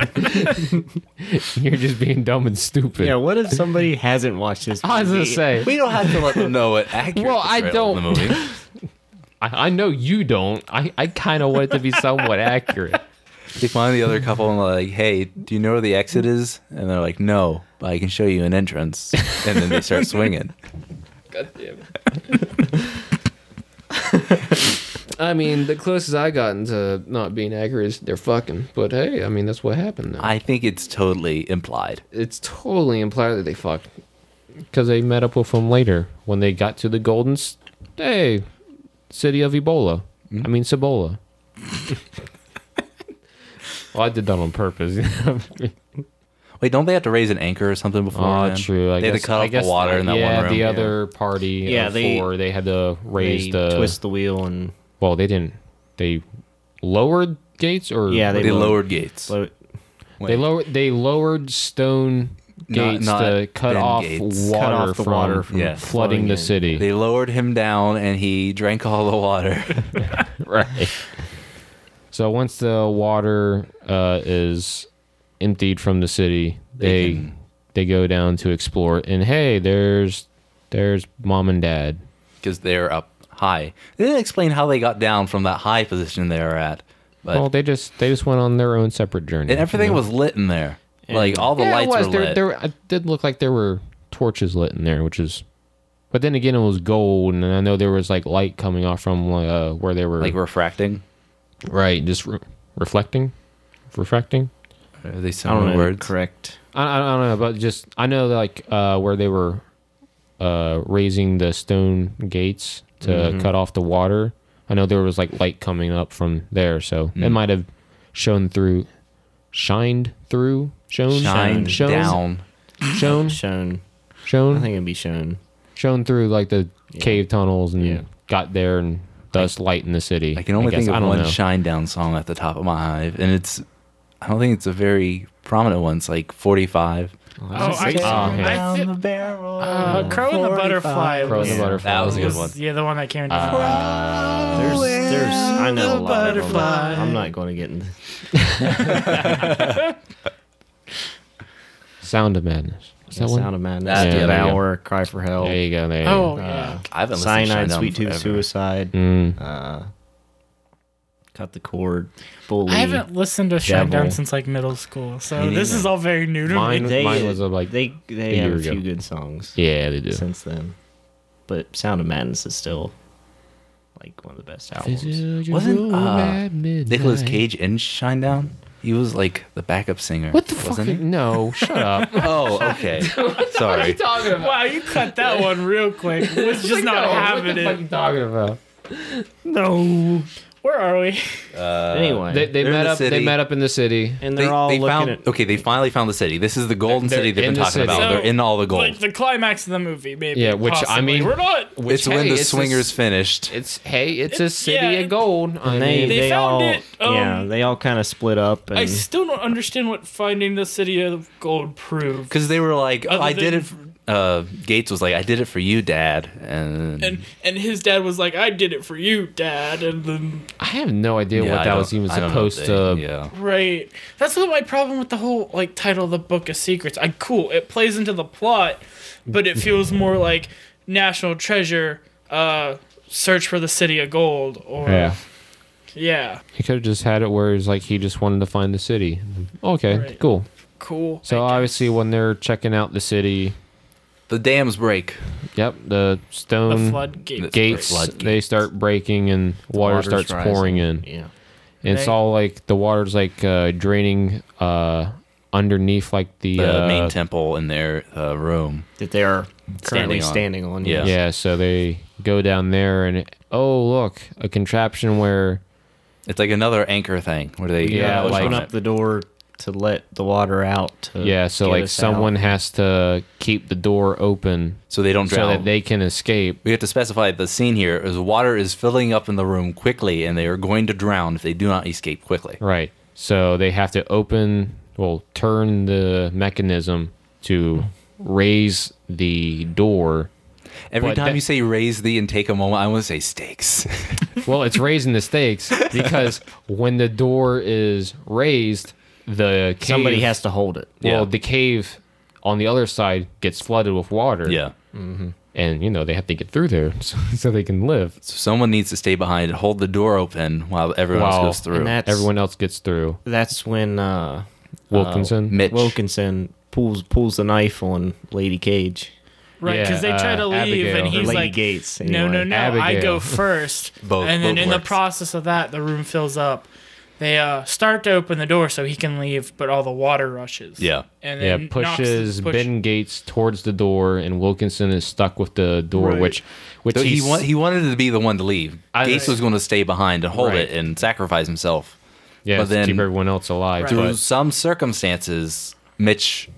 D: <laughs> You're just being dumb and stupid.
B: Yeah, what if somebody hasn't watched this?
D: <laughs> I was gonna
B: movie?
D: say,
C: We don't have to let them know what accurate.
D: Well, I
C: portrayal of
D: <laughs>
C: The movie.
D: I, I know you don't. I, I kind of want it to be somewhat accurate.
C: They find the other couple and they're like, "Hey, do you know where the exit is?" And they're like, "No, but I can show you an entrance." And then they start
D: <laughs>
C: swinging.
D: I mean, the closest I gotten to not being accurate is they're fucking. But hey, I mean, that's what happened. Though.
C: I think it's totally implied.
D: it's totally implied that they fucked because they met up with him later when they got to the golden s- hey city of ebola i mean cibola <laughs> well i did that on purpose <laughs>
C: Wait, don't they have to raise an anchor or something before?
D: oh
C: then?
D: true i
C: they
D: guess,
C: had to cut
D: I
C: off the
D: guess
C: water in that
D: yeah,
C: one room.
D: the other party
B: Yeah,
D: yeah
B: they-
D: they four, they had to raise
B: They
D: the
B: twist the wheel and
D: well they didn't they lowered gates or
B: Yeah,
C: they,
B: They lowered-
C: lowered gates.
B: float.
D: They lowered they lowered stone
C: Not-
D: gates
C: not
D: to cut
C: thin
D: off,
C: gates.
D: Water
B: Cut off the
D: from
B: water from
C: Yeah.
D: flooding the
B: flowing in.
D: city.
C: They lowered him down and he drank all the water. <laughs>
D: right. So once the water uh, is emptied from the city, they they, go down to explore, and hey, there's there's mom and dad.
C: because they're up high. They didn't explain how they got down from that high position they were at, but
D: well, they just they just went on their own separate journey.
C: and everything was lit in there. like all the
D: yeah,
C: lights
D: it was.
C: were
D: there,
C: lit.
D: there I did look like there were torches lit in there, which is. But then again, it was gold, and I know there was like light coming off from uh, where they were.
C: like refracting.
D: right, just re- reflecting, refracting.
C: Are they
B: I
C: similar
B: don't know.
C: words?
B: Correct.
D: I, I I don't know, but just I know like uh, where they were uh, raising the stone gates to
C: Mm-hmm.
D: cut off the water. I know there was like light coming up from there, so
C: Mm.
D: it might have shown through, shined through, shown,
C: Shine
D: shown,
C: down. <laughs>
D: shown,
B: Shown. I
D: shown,
B: think it'd be shown.
D: shown through like the cave tunnels and
B: Yeah.
D: got there and thus light in the city.
C: I can only
D: guess.
C: think
D: I
C: of
D: don't
C: one
D: know.
C: Shine Down song at the top of my hive, and it's I don't think it's a very prominent one. It's like 45.
E: Oh, I,
D: song.
E: I
D: Yeah.
E: fit- uh, Crow and the Butterfly.
D: Crow and
E: was-
D: the butterfly.
C: That was a good
E: was-
C: one.
E: Yeah, the one that came to
B: There's, there's, I know a lot of them.
E: butterfly.
B: I'm not going to get into.
D: Sound of Madness. Is that one?
B: Sound of Madness.
C: That's
D: the
B: Yeah,
D: other one.
B: Devour, Cry for Help.
D: there you go. There. You
E: Oh,
D: go.
E: yeah.
C: I haven't listened to Shine
B: Cyanide,
C: Down
B: Sweet Tooth
C: forever.
B: Suicide.
D: Mm.
B: Uh, cut the cord. Bully.
E: I haven't listened to Shine
D: Devil.
E: Down since like middle school, so
B: Me
E: this
B: neither.
E: is all very new to
D: Mine-
E: me.
B: They,
D: Mine was, uh, like,
B: they they
D: a
B: have
D: year
B: a few
D: ago.
B: good songs
D: Yeah, they do.
B: since then, but Sound of Madness is still like one of the best albums.
C: Wasn't uh, Nicolas Cage in Shine Down? He was like the backup singer.
D: What the fuck?
C: wasn't He?
D: No, shut <laughs> up.
C: Oh, okay. Sorry.
D: talking
E: <laughs> Wow, you cut that one real quick. It <laughs> was just not having it.
D: talking about?
B: No.
E: Where are we?
B: anyway,
D: They, they
C: They're in
D: met
C: the
D: up. They
C: city.
D: met up in the city.
B: and
C: They,
B: they're all
C: they
B: looking
C: found
B: at.
C: okay. They finally found the city. This is the golden
D: They're
C: city they've
D: in
C: been
D: the
C: talking about.
D: city.
C: Oh, they're in all the gold.
E: Like the climax of the movie, maybe.
D: Yeah, which, I
E: possibly.
D: mean-
E: we're not.
C: it's when the swingers finished.
D: It's hey, it's a
E: It's-
D: city
E: yeah,
D: of gold. I
B: And they,
D: mean,
B: they,
E: They found
B: all
E: it, um,
B: yeah they all kind of split up and
E: I still don't understand what finding the city of gold proved.
C: Because they were like, "Oh,
E: Other
C: I did
E: than-
C: it. For, uh, Gates was like, I did it for you, Dad. And,
E: And and his dad was like, "I did it for you, Dad," and then
D: I have no idea
C: Yeah,
D: what
C: I
D: that
C: don't-
D: was even
C: I don't know if
D: supposed
C: they-
D: to.
C: Yeah.
E: Right. That's what my problem with the whole like title of the book of secrets. I cool, it plays into the plot, but it feels more like national treasure, uh search for the city of gold or
D: Yeah.
E: Yeah,
D: He could have just had it where he's like he just wanted to find the city. Okay,
E: Right.
D: cool.
E: cool.
D: So obviously when they're checking out the city,
C: The dams break.
D: yep, the
E: the
D: stone
E: floodgate.
D: gates
C: Floodgates.
D: they start breaking and water
B: water's
D: starts
B: rising.
D: pouring in.
B: Yeah,
D: And it's
E: Right.
D: all like the water's like uh, draining uh, underneath like the,
C: The
D: uh,
C: main temple in their uh, room.
B: that they are currently
C: Standing on.
B: standing on.
C: Yeah.
D: Yeah, so they go down there and oh look, a contraption where
C: It's like another anchor thing where they
D: Yeah,
B: open
D: like-
B: up the door, to let the water out.
C: Uh,
B: To
D: Yeah, so
B: get
D: like
B: us
D: someone
B: out.
D: has to keep the door open
C: so they don't
D: so
C: drown.
D: that they can escape.
C: we have to specify the scene here is water is filling up in the room quickly, and they are going to drown if they do not escape quickly.
D: Right. So they have to open, well, turn the mechanism to raise the door.
C: Every
D: But
C: time
D: that-
C: you say raise the and take a moment, I want to say stakes.
D: Well, it's raising the
E: <laughs>
D: stakes because when the door is raised, the cave,
B: Somebody has to hold it.
D: well,
C: Yeah.
D: the cave on the other side gets flooded with water.
C: <laughs> yeah.
D: And you know they have to get through there <laughs> so, so they can live.
C: So someone needs to stay behind and hold the door open while everyone
D: Wow.
C: else goes through.
B: And that's
D: Everyone else gets through.
B: that's when uh,
D: Wilkinson.
C: Mitch.
B: Wilkinson pulls pulls the knife on Lady Cage.
E: Right, because
D: Yeah,
E: they try
D: uh,
E: to leave,
D: Abigail.
E: and
D: Or
E: he's
B: Lady
E: like,
B: Gates,
E: "No, no,
B: anyway.
E: no! I
D: Abigail.
C: <laughs>
E: go first.
C: Both-
E: and then
C: both
E: in the
C: works.
E: process of that, the room fills up. They uh, start to open the door so he can leave, but all the water rushes.
C: Yeah.
E: and
D: Yeah,
E: then knocks-
D: pushes
E: push-
D: Ben Gates towards the door, and Wilkinson is stuck with the door,
E: Right.
D: which, which
C: So he
D: he's-
C: wa- he wanted to be the one to leave.
D: I-
C: Gates was going to stay behind and hold
D: Right.
C: it and sacrifice himself.
D: yeah,
C: but
D: to
C: then-
D: keep everyone else alive.
E: Right.
C: Through
D: But,
C: some circumstances, Mitch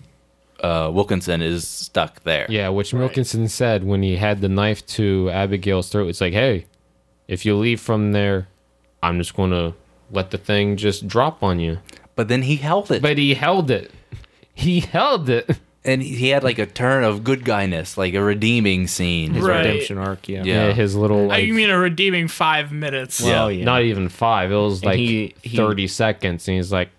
C: uh, Wilkinson is stuck there.
D: yeah, which Wilkinson said when he had the knife to Abigail's throat, it's like, hey, if you leave from there, I'm just gonna let the thing just drop on you.
C: But then he held it,
D: But he held it. <laughs> He held it.
C: and he had like a turn of good guyness, like a redeeming scene.
B: His
E: Right.
B: redemption arc. Yeah.
C: Yeah.
D: Yeah, his little
E: I
D: like.
E: Uh, mean, a redeeming five minutes.
B: Well,
C: Yeah.
B: yeah.
D: Not even five. It was like
B: he- he-
D: thirty seconds, and he's like,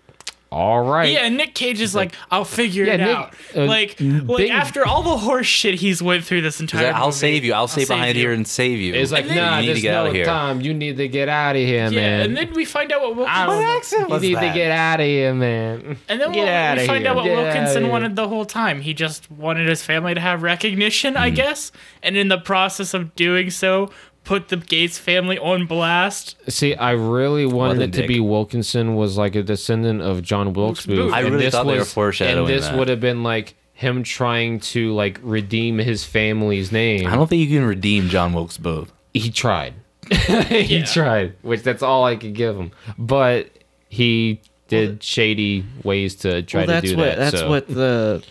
D: "All right."
E: Yeah, and Nick Cage is like, I'll figure
D: Yeah,
E: it
D: Nick-
E: out.
D: uh,
E: like,
D: mm,
E: like
D: big-
E: after all the horse shit he's went through this
C: He's
E: entire
C: like, I'll
E: movie,
C: save you. I'll stay behind
E: you."
C: here and save you.
D: It's like,
E: And then-
D: nah,
C: you need
D: there's
C: to get
D: no
C: out of here.
D: time. You need to get out of here,
E: Yeah,
D: man.
E: and then we find out what
D: I don't
E: Wilkinson,
D: know.
C: accent was
D: you need
C: that?
D: to get out of here, man.
E: and then
D: Get
E: we-
D: outta
E: we find
D: here.
E: out what
D: Get outta
E: Wilkinson
D: here.
E: wanted the whole time. He just wanted his family to have recognition,
D: Hmm.
E: I guess. And in the process of doing so, put the Gates family on blast.
D: See, I really wanted
C: a
D: it to
C: dick.
D: be Wilkinson was like a descendant of John Wilkes
E: Booth.
D: Booth.
E: I
D: and
C: really
D: this
C: thought they were
D: was-
C: foreshadowing
D: And this
C: that.
D: would have been like him trying to like redeem his family's name.
C: I don't think you can redeem John Wilkes Booth.
D: he tried. he tried, which that's all I could give him. But he did shady ways to try
B: Well, that's
D: to do
B: what
D: that.
B: that's
D: so-
B: what the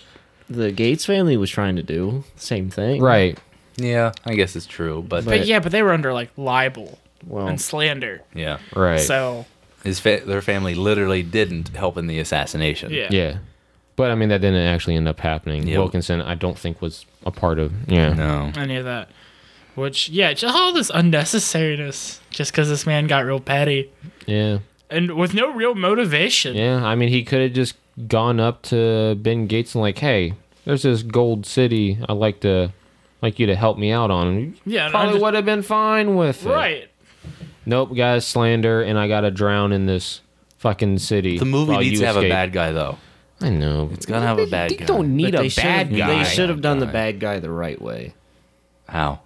B: the Gates family was trying to do. Same thing,
D: Right.
C: Yeah, I guess it's true, but,
E: But
B: Right.
E: yeah, but they were under like libel
B: Well,
E: and slander.
C: yeah,
D: Right.
E: So
C: his fa- their family literally didn't help in the assassination.
E: yeah.
D: Yeah. But I mean, that didn't actually end up happening.
C: Yeah.
D: Wilkinson, I don't think was a part of. Yeah.
C: no,
E: any of that. Which yeah, just all this unnecessariness just because this man got real petty
D: Yeah.
E: and with no real motivation.
D: Yeah. I mean, he could have just gone up to Ben Gates and like, hey, there's this gold city. I'd like to, like you to help me out on.
E: Yeah, and I
D: Probably
E: just-
D: would have been fine with it.
E: Right.
D: Nope, guys, slander, and I gotta drown in this fucking city.
C: the movie
D: while
C: needs
D: you
C: to have
D: escape.
C: a bad guy though.
D: I know.
C: It's gonna have a bad
D: They
C: guy.
D: don't need
B: but
D: a
B: they should have
D: bad guy.
B: they should have done the bad guy the right way.
C: How?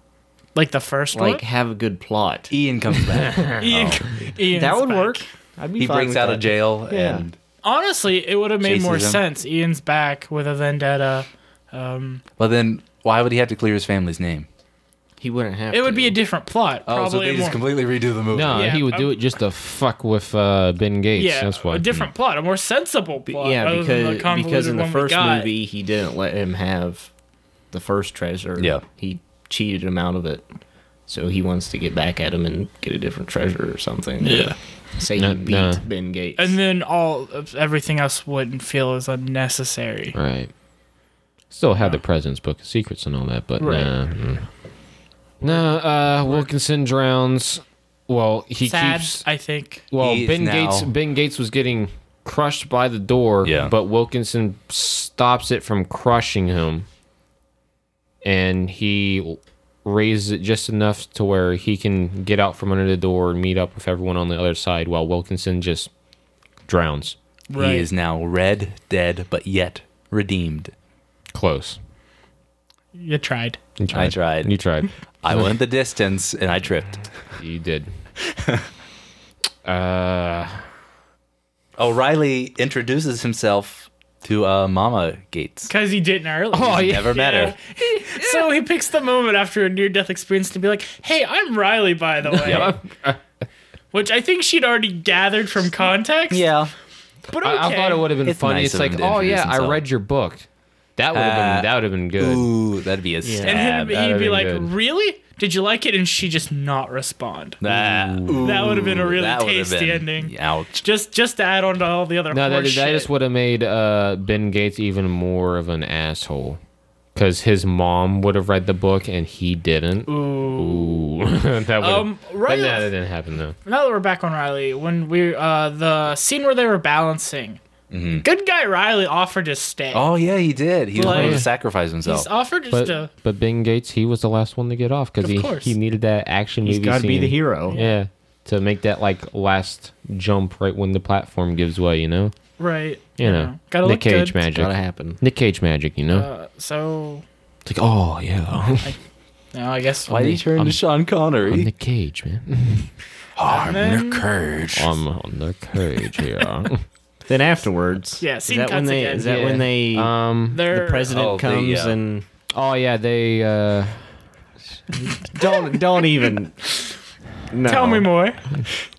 E: Like the first
B: Like
E: one.
B: have a good plot.
C: Ian comes <laughs> back.
D: oh,
E: Ian,
D: <laughs>
E: Ian's
B: That would
E: back.
B: work. I'd be
C: he
B: fine
C: breaks
B: with
C: out
B: that.
C: of jail
B: Yeah.
C: and
E: Honestly, it would have made
C: Chases
E: more
C: him.
E: sense. Ian's back with a vendetta. Um,
C: but then why would he have to clear his family's name?
B: He wouldn't have.
E: it would
B: to.
E: be a different plot.
C: Oh,
E: probably
C: so they
E: more,
C: just completely redo the movie.
D: No,
E: Yeah,
D: he would do
E: um,
D: it just to fuck with uh, Ben Gates.
E: yeah,
D: That's why.
E: a different plot, a more sensible plot.
B: yeah,
E: rather than the
B: because because
E: convoluted
B: in the
E: one we
B: first
E: got.
B: movie he didn't let him have the first treasure.
C: Yeah.
B: he cheated him out of it. So he wants to get back at him and get a different treasure or something. Yeah, say
D: No,
B: he beat
D: no.
B: Ben Gates.
E: and then all everything else wouldn't feel as unnecessary.
D: Right. Still have the President's Book of Secrets and all that, but
E: Right.
D: nah. mm. No, uh, Wilkinson drowns. Well, he
E: Sad,
D: keeps.
E: I think.
D: Well,
C: He is
D: Ben
C: now-
D: Gates. Ben Gates was getting crushed by the door,
C: Yeah.
D: but Wilkinson stops it from crushing him, and he raises it just enough to where he can get out from under the door and meet up with everyone on the other side, while Wilkinson just drowns.
E: Right.
C: He is now red, dead, but yet redeemed.
D: Close.
E: You tried.
D: You
C: I tried.
D: You tried.
C: I went the distance and I tripped. <laughs>
D: You did. Uh,
C: O'Reilly introduces himself to uh, Mama Gates.
E: Because he didn't earlier.
D: Oh, yeah.
C: Never met
E: <laughs>
C: her.
E: So he picks the moment after a near death experience to be like, hey, I'm
C: <laughs>
E: Riley, by the way. Which I think she'd already gathered from context.
C: Yeah.
E: But okay.
D: I, I thought it would have been
C: It's
D: funny.
C: nice
D: It's
C: of
D: like,
C: him to
D: oh
C: introduce
D: yeah, I
C: himself.
D: read your book. That would have
C: Uh,
D: been that would have been good.
C: Ooh, that'd be a
B: Yeah.
C: stab.
B: And
E: and him, he'd
D: that'd
E: be
D: be
E: like,
D: good.
E: "Really? Did you like it?" And she just not respond.
C: that ooh,
E: That would've been a really
C: that would've
E: tasty
C: been-
E: ending.
C: Ouch.
E: Just just to add on to all the other
D: No, that,
E: horse
D: that
E: shit.
D: just would have made uh, Ben Gates even more of an asshole, because his mom would have read the book and he didn't. Ooh, <laughs> that would.
E: Um,
D: But
E: right-
D: no, that didn't happen though.
E: now that we're back on Riley, when we uh the scene where they were balancing, good guy Riley offered to stay.
C: Oh yeah, he did. He was
E: Like-
C: willing to sacrifice himself.
E: He's offered just
D: But
E: to
D: but Ben Gates, he was the last one to get off because
E: Of
D: he
E: course.
D: he needed that action
B: He's
D: movie.
B: got to be the
D: scene.
B: hero.
D: Yeah, to make that like last jump right when the platform gives way. You know,
E: right.
D: you know,
E: gotta
D: Nick
E: look
D: Cage
E: good.
D: magic.
B: Gotta happen.
D: Nick Cage magic. You know.
E: Uh, so
D: It's like, oh yeah,
E: no, I guess
C: Why did he turn to Sean
D: I'm
C: Connery?
D: the cage, man.
B: <laughs>
C: I'm
E: then-
C: Cage.
D: I'm on the cage
B: <laughs>
D: here.
B: Then afterwards,
E: Yeah,
B: is
E: scene
B: that when
E: cuts
B: they
E: again.
B: is that
D: Yeah.
B: when they
D: um.
E: they're
B: the president
C: Oh, they,
B: comes
C: uh,
B: and
D: Oh yeah, they. uh
B: don't don't
E: <laughs>
B: even no.
E: Tell me more.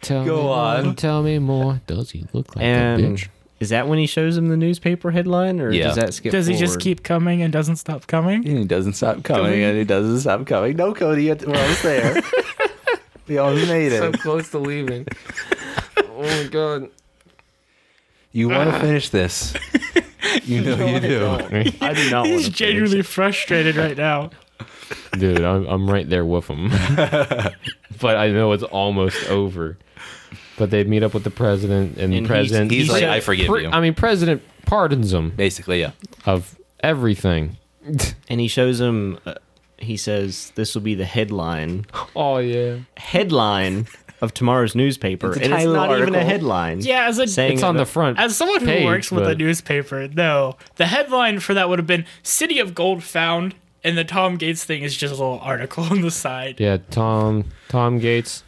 D: Tell
C: Go
D: me more,
C: on.
D: Tell me more. Does he look like a
B: And
D: bitch?
B: is that when he shows him the newspaper headline, or
C: Yeah.
B: does that skip?
E: Does he just
B: forward?
E: keep coming and doesn't stop coming?
C: And he doesn't stop coming, and he doesn't stop coming. No, Cody, you- we're almost
D: <laughs>
C: there. we almost made it.
D: close to leaving. oh my god.
C: you want
D: uh,
C: to finish
D: <laughs>
C: this? You know you do.
B: I do not.
E: <laughs> He's
B: wanna
E: genuinely frustrated right now.
D: Dude, I'm I'm right there
B: <laughs>
D: with him. but I know it's almost over. But they meet up with the president, and,
B: And
D: the president.
C: He's
B: He
C: like,
B: said-
C: I forgive
D: Pre-
C: you.
D: I mean, president pardons him
C: Basically, yeah.
D: of everything.
B: and he shows him. Uh, he says, "This will be the headline
D: Oh yeah.
B: headline of tomorrow's newspaper."
C: It's a
B: and it's
C: title
B: not even a
C: article.
B: headline.
E: Yeah, as a
B: Saying
D: It's on the front.
E: As someone who
D: page,
E: works with a
D: but-
E: newspaper, no. The headline for that would have been City of Gold Found, and the Tom Gates thing is just a little article <laughs> on the side.
D: Yeah, Tom Tom Gates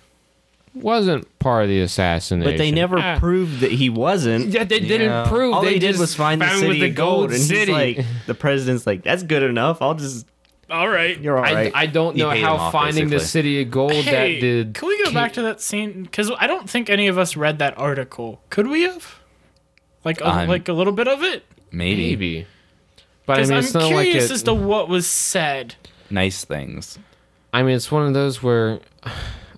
D: wasn't part of the assassination.
B: but they never
D: Ah.
B: proved that he wasn't.
D: Yeah, they
C: Yeah.
D: didn't prove.
B: All they, did
D: just
B: was find the
D: found
B: city
D: the
B: of gold,
D: gold
B: and
D: city.
B: he's like, the president's like, "That's good enough. I'll just
E: All right.
B: you're all
D: I,
B: right."
D: I don't
C: He
D: know
C: paid
D: how
C: him off,
D: finding the
C: basically.
D: city of gold
E: Hey,
D: that did.
E: can we go back to that scene? Because I don't think any of us read that article. Could we have? Like, a,
C: I'm-
E: like a little bit of it?
C: Maybe.
D: maybe? But I
E: Because
D: mean,
E: I'm
D: it's not like
E: curious
D: it,
E: as to what was said.
C: Nice things.
D: I mean, it's one of those where <sighs>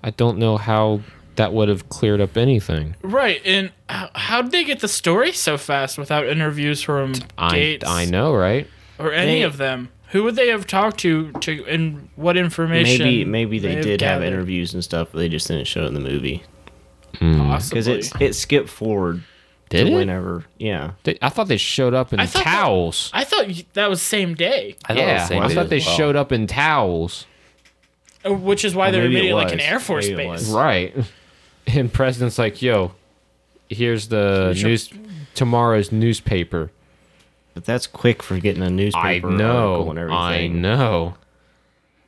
D: I don't know how that would have cleared up anything.
E: Right, and how, how did they get the story so fast without interviews from
D: I
E: Gates
D: I know, right?
E: or any
B: They-
E: of them? Who would they have talked to? To and what information?
B: maybe maybe they did have
E: gathered?
B: interviews and stuff, but they just didn't show it in the movie because
E: Possibly.
B: it's it skipped forward
D: Did
B: to
D: it?
B: whenever. Yeah,
D: They, I thought they showed up in
E: I thought that-
D: towels.
E: I thought y- that was same day,
C: I thought it was
D: yeah,
C: the same
D: I
C: day
D: thought
C: as
D: they
C: well.
D: showed up in towels.
E: uh, which is why
B: Well,
E: they were
B: maybe it
E: immediately like an
B: was.
E: Air Force
B: Maybe it
E: base.
B: was.
D: Right. <laughs> And president's like, "Yo, here's the
E: Here's your-
D: news tomorrow's newspaper."
B: but that's quick for getting a newspaper
D: I know.
B: article and everything.
D: I know.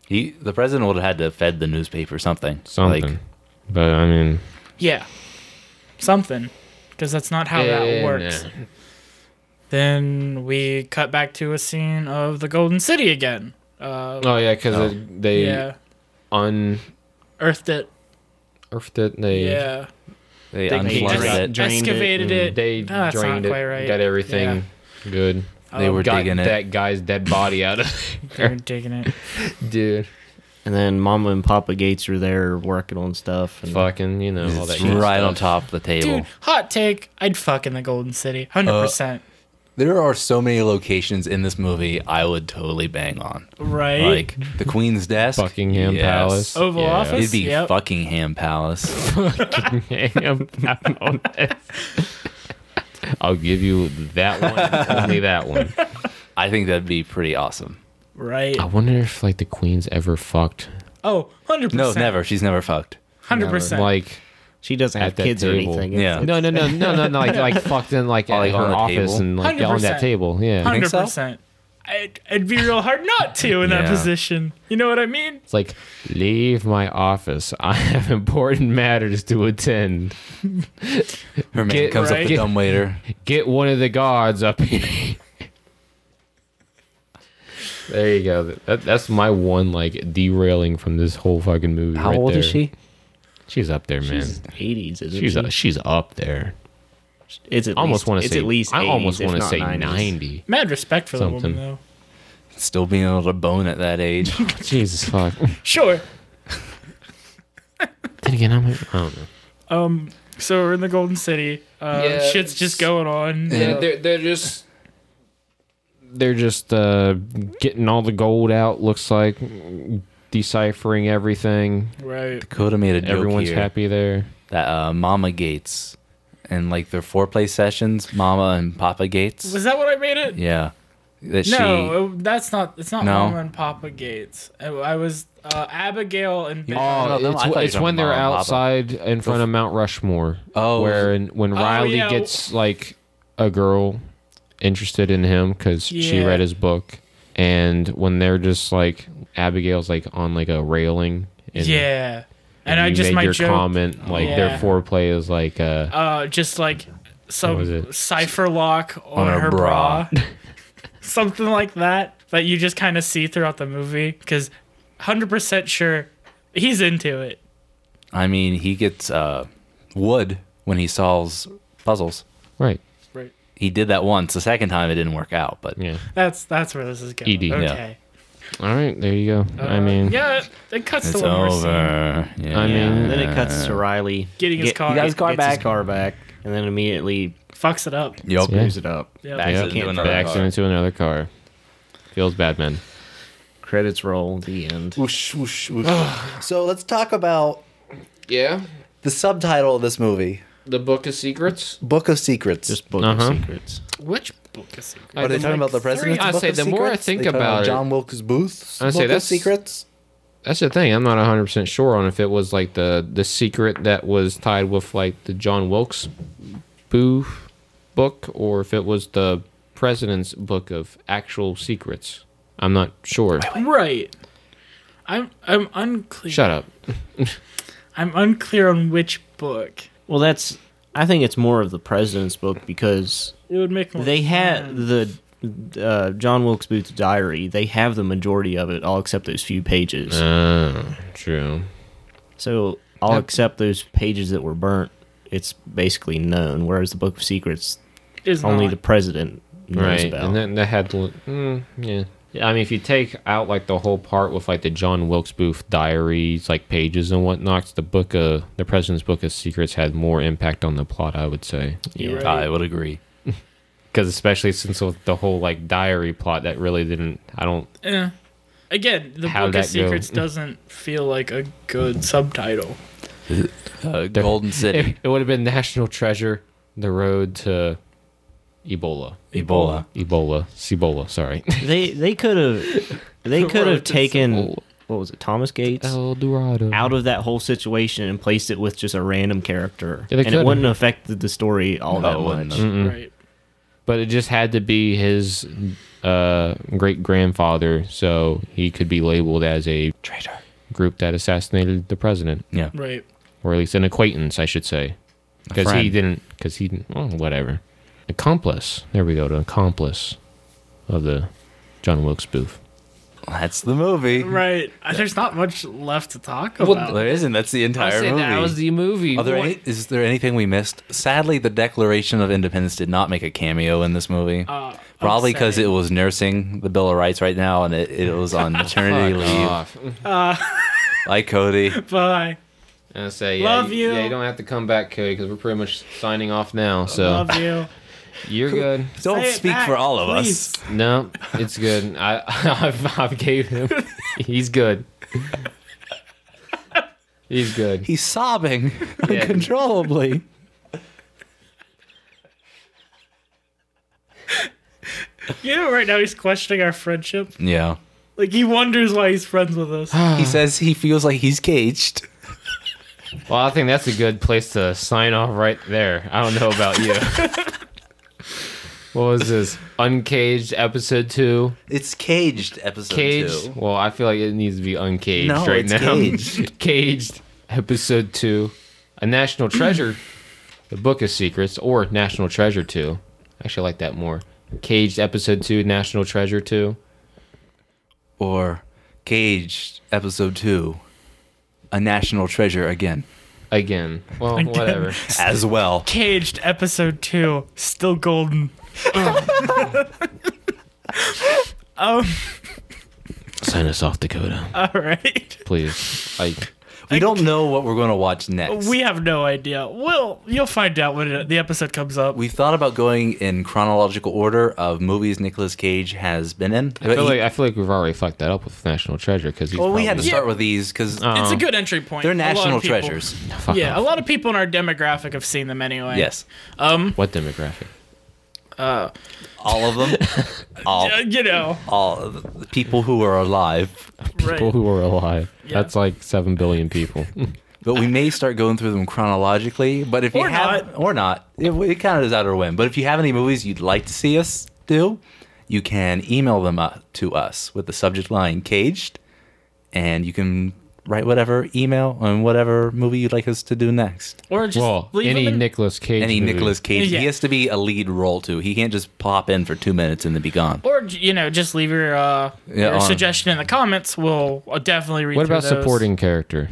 C: He, the president would have had to have fed the newspaper something.
D: Something.
C: Like,
D: but I mean,
E: Yeah, something, because that's not how
D: Eh,
E: that works.
B: uh,
D: nah.
E: Then we cut back to a scene of the Golden City again. Uh,
D: Oh yeah, because they
E: yeah,
D: unearthed
E: earthed it.
D: it. They
E: Yeah,
C: they
E: They
C: unplugged
E: just
C: it.
B: drained it
E: excavated it.
D: they
E: No, that's not
D: drained it,
E: quite right. Um,
D: got everything good.
C: They were
D: got
C: digging
D: that
C: it.
D: guy's dead body out
E: <laughs>
D: of
E: They're digging it.
D: dude.
B: And then Mama and Papa Gates are there working on stuff. And
D: Fucking, you know, all that.
C: It's
D: good
C: right on top
D: stuff.
C: of the table.
E: Dude, hot take. I'd fuck in the Golden City.
B: Uh,
E: 100%.
C: There are so many locations in this movie I would totally bang on.
E: right?
C: Like the Queen's desk,
D: Buckingham Palace.
E: Oval
D: Yeah. <laughs>
E: Office?
C: It'd be
E: Yep.
C: Buckingham Palace.
D: Buckingham
C: <laughs>
D: Palace. I'll give you that one, and only that one.
E: <laughs>
C: I think that'd be pretty awesome.
E: right.
D: I wonder if like the queens ever fucked.
E: Oh, 100%.
C: No, never. She's never fucked.
E: 100%.
D: Like
B: she doesn't
D: At
B: have
D: that
B: kids or
D: table.
B: anything.
C: Yeah.
D: no, no, no, no, no, no, like like fucked in like at
C: Like
D: her
C: on the
D: office
C: table?
D: and like on that
E: 100%.
D: table. Yeah,
E: 100%.
C: think so?
E: I'd, it'd be real hard not to in that
C: Yeah.
E: position. You know what I mean?
D: It's like, leave my office. <laughs> I have important matters to attend.
C: Her man
D: Get
C: comes up
E: right.
C: the dumbwaiter.
D: Get one of the guards up here. <laughs> there you go. That, that's my one like derailing from this whole fucking movie. right there. She's up there, man.
B: Eighties, isn't
D: She's
B: she?
D: uh, she's up there.
B: It's at
D: almost
B: least-
D: want to
B: it's
D: say
B: at least.
D: I almost
B: want to
D: say
B: 90s.
D: ninety.
E: Mad respect for the
D: Something.
E: woman though.
C: Still being able to bone at that age.
D: Jesus fuck.
E: Sure.
D: then again, I'm. I don't know.
E: Um. So we're in the Golden City. Uh,
D: Yeah,
E: shit's just going on.
D: Yeah, they're they're just they're just uh, getting all the gold out. Looks like deciphering everything.
E: Right.
C: Coda made a joke
D: Everyone's
C: here
D: happy there.
C: that uh, Mama Gates and like their foreplay sessions, Mama and Papa Gates.
E: Was that what I made it?
C: yeah, that she.
E: No, it- that's not. It's not
C: No.
E: Mama and Papa Gates. I, I was uh, Abigail and
C: You-
E: Beth.
C: no, no, I thought
D: it's
C: you were
D: it's
C: talking
D: when they're
C: about Mama.
D: outside in front of Mount Rushmore.
C: Oh.
D: where and when Riley
E: yeah.
D: gets like a girl interested in him because she
E: Yeah.
D: read his book, and when they're just like Abigail's like on like a railing. And
E: yeah. And,
D: and
E: I
D: you
E: just
D: made
E: my
D: your
E: joke.
D: comment like their
E: Yeah.
D: foreplay is like uh
E: Uh, just like
D: What was it?
E: some cipher lock on,
C: On her
E: her bra, <laughs> something like that that you just kind of see throughout the movie. Because, hundred percent sure, he's into it.
C: I mean, he gets uh, wood when he solves puzzles.
D: right
E: Right.
C: He did that once. The second time it didn't work out, but
D: yeah
E: That's that's where this is going.
D: ED. Yeah.
E: Okay.
D: all right there you go i
E: Uh,
D: mean
E: yeah, it- it cuts
C: it's
E: to one more scene.
C: over. Yeah.
D: I mean-
B: And then it cuts to Riley
E: Getting his
B: get-
E: car. He got his
C: car
B: gets
C: back.
B: His car back, and then immediately
E: Fucks it up.
C: Yup.
D: Yeah.
B: screws it up.
E: Yep.
C: Backs
D: Yep.
C: into
B: Can't
C: another
D: backs
C: car.
D: into another car feels bad man
B: Credits roll. The end.
C: Whoosh, whoosh, whoosh. so let's talk about
D: yeah
C: the subtitle of this movie,
D: the book of secrets
C: Book of Secrets.
B: Just book
D: Uh-huh.
B: of secrets.
E: Which book is it?
C: Are they talking about the president's
D: I
C: Book
D: say
C: of
D: the more I
C: Secrets?
D: think
C: They talking
D: about it-
C: John Wilkes Booth's
D: I say
C: Book of
D: that's-
C: Secrets.
D: that's the thing i'm not 100% sure on if it was like the the secret that was tied with like the john wilkes booth book or if it was the president's book of actual secrets i'm not sure
E: Right. I'm I'm unclear.
D: shut <laughs> up
E: I'm unclear on which book.
B: Well, that's. I think it's more of the president's book because
E: It would make more
B: they had
E: sense.
B: the uh, John Wilkes Booth's diary. They have the majority of it, all except those few pages.
D: oh true
B: So all
D: Yep.
B: except those pages that were burnt, it's basically known. Whereas the Book of Secrets,
E: Is
B: only
E: not.
B: the president knows
D: right
B: about.
D: and then that had to mm, yeah yeah, I mean, if you take out like the whole part with like the John Wilkes Booth diaries, like pages and whatnot, the book of the President's Book of Secrets had more impact on the plot, I would say.
E: You're right.
C: I would
D: <laughs>
C: agree.
D: because especially since with the whole like diary plot that really didn't i don't
E: Eh. Again, the
D: How'd
E: Book of
D: that go?
E: Secrets doesn't feel like a good subtitle.
C: Uh, Golden
D: <laughs> it, <laughs>
C: City,
D: would have been national treasure the road to ebola
C: Ebola.
D: ebola cibola sorry
B: They they could have they could have taken what was it Thomas Gates
D: <laughs> el dorado
B: out of that whole situation and placed it with just a random character,
D: Yeah, they
B: and it
D: could.
B: wouldn't have affected the story all
C: No, it
B: that
C: wouldn't
B: much.
C: have.
E: Right.
D: but it just had to be his uh great grandfather so he could be labeled as a
C: Traitor.
D: group that assassinated the president
C: Yeah.
E: Right.
D: or at least an acquaintance i should say because he
C: friend.
D: didn't because he didn't well, whatever accomplice there we go to accomplice of the john wilkes booth
C: That's the movie.
E: Right. Uh, There's not much left to talk
D: Well,
E: about.
C: There isn't. That's the entire movie.
D: the movie.
C: Are there any, is there anything we missed? Sadly, the Declaration of Independence did not make a cameo in this movie.
E: Uh,
C: Probably because
E: upsetting.
C: it was nursing the Bill of Rights right now, and it, it was
E: <laughs>
C: on maternity leave. Like
E: <laughs>
C: Cody.
E: Bye.
D: I say, yeah,
E: Love
D: you.
E: you.
D: Yeah, you don't have to come back, Cody, because we're pretty much signing off now. So
E: Love you.
D: you're
E: <laughs>
D: good.
C: <laughs> Don't
E: Say it
C: speak
E: back,
C: for all of
E: please.
C: us.
D: No, it's good. I <laughs> I've, I've gave him. He's good. He's good.
C: He's <laughs> sobbing
D: Yeah. <sighs>
C: uncontrollably.
E: You know, right now he's questioning our friendship.
C: Yeah.
E: Like he wonders why he's friends with us.
D: <sighs>
C: He says he feels like he's caged.
D: Well, I think that's a good place to sign off right there. I don't know about you. what was this? Uncaged episode two.
C: It's caged episode
D: Caged.
C: two.
D: Well, I feel like it needs to be uncaged
C: No,
D: right
C: it's
D: now.
C: caged.
D: <laughs> Caged, episode two, a national treasure, the book of secrets, or national treasure two. Actually, I like that more. Caged, episode two, national treasure two.
C: Or caged episode two. A national treasure again.
D: again. Well,
E: Again.
D: whatever.
C: as well.
E: Caged episode two, still golden. <laughs> um,
D: Sign us off, Dakota,
E: all right.
D: please. I
C: We don't know what we're going to watch next.
E: We have no idea. Well, you'll find out when it, the episode comes up.
C: We thought about going in chronological order of movies Nicolas Cage has been in.
D: I feel like I feel like we've already fucked that up with National Treasure because
C: well, we had to
D: probably,
C: start with these because
E: it's a good entry point.
C: they're
E: Oh. A lot of
C: national
E: people-
C: treasures.
D: Fuck
E: Yeah, a
D: off.
E: lot of people in our demographic have seen them anyway.
C: Yes,
E: Um,
D: What demographic?
C: all of
E: <laughs>
C: them. all,
E: uh, you know,
C: all of the people who are alive.
E: right.
D: People who are alive.
E: Yeah.
D: That's like seven billion people.
C: But we may start going through them chronologically. But if you
E: Or
C: have
E: not.
C: or not, it, it kind of is out of win. But if you have any movies you'd like to see us do, you can email them uh to us with the subject line "caged," and you can write whatever email on whatever movie you'd like us to do next.
E: or just
D: well,
E: leave
D: any
E: them in-
D: Nicolas Cage.
C: Any
D: movie.
C: Nicolas Cage,
E: Yeah.
C: he has to be a lead role too. He can't just pop in for two minutes and then be gone.
E: or you know, just leave your uh,
C: Yeah,
E: your
C: on-
E: suggestion in the comments. We'll uh, definitely read.
D: What
E: through
D: about
E: those. Uh,
D: supporting character?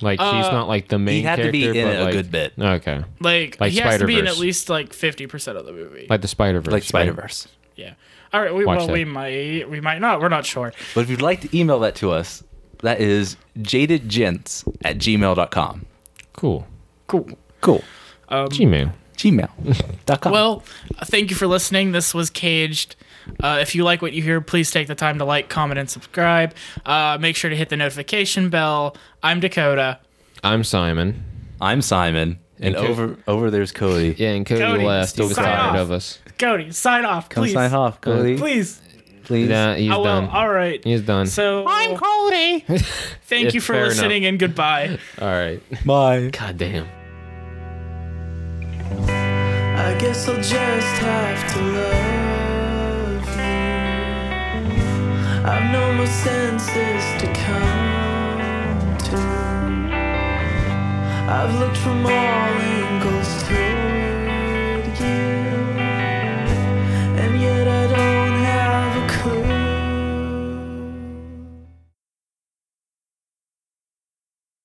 D: Like he's not like the main.
C: had to be
D: character,
C: in
D: but,
C: a
D: like-
C: good bit.
D: Okay,
E: Like,
D: Like
E: he has to be in at
D: Spider-Verse.
E: least like fifty percent of the movie.
D: like the Spider Verse.
C: Like Spider Verse.
E: yeah. All right. We,
D: Watch
E: well,
D: that.
E: we might. We might not. We're not sure.
C: But if you'd like to email that to us, that is jadedgents at gmail.com.
D: Cool.
E: Cool.
C: Cool.
E: Um,
D: Gmail. <laughs>
C: Gmail.com.
E: Well, uh, thank you for listening. This was Caged. Uh, if you like what you hear, please take the time to like, comment, and subscribe. Uh, make sure to hit the notification bell. I'm Dakota.
D: I'm Simon.
C: I'm Simon. And
D: Okay.
C: over over there's Cody.
D: Yeah, and Cody,
E: Cody,
D: left. He was
E: sign
D: tired
E: off.
D: of us.
E: Cody, sign off,
C: Come
E: please.
C: sign off, Cody.
E: Please.
C: Please.
D: Nah, he's
E: I will.
D: done.
E: Oh, All right.
D: He's done.
E: So I'm Cody. <laughs> Thank
D: Yeah,
E: you for
D: fair enough.
E: listening and goodbye.
D: All right.
C: Bye.
D: God damn.
F: I guess I'll just have to love you. I've no more senses to come to. I've looked from all angles too.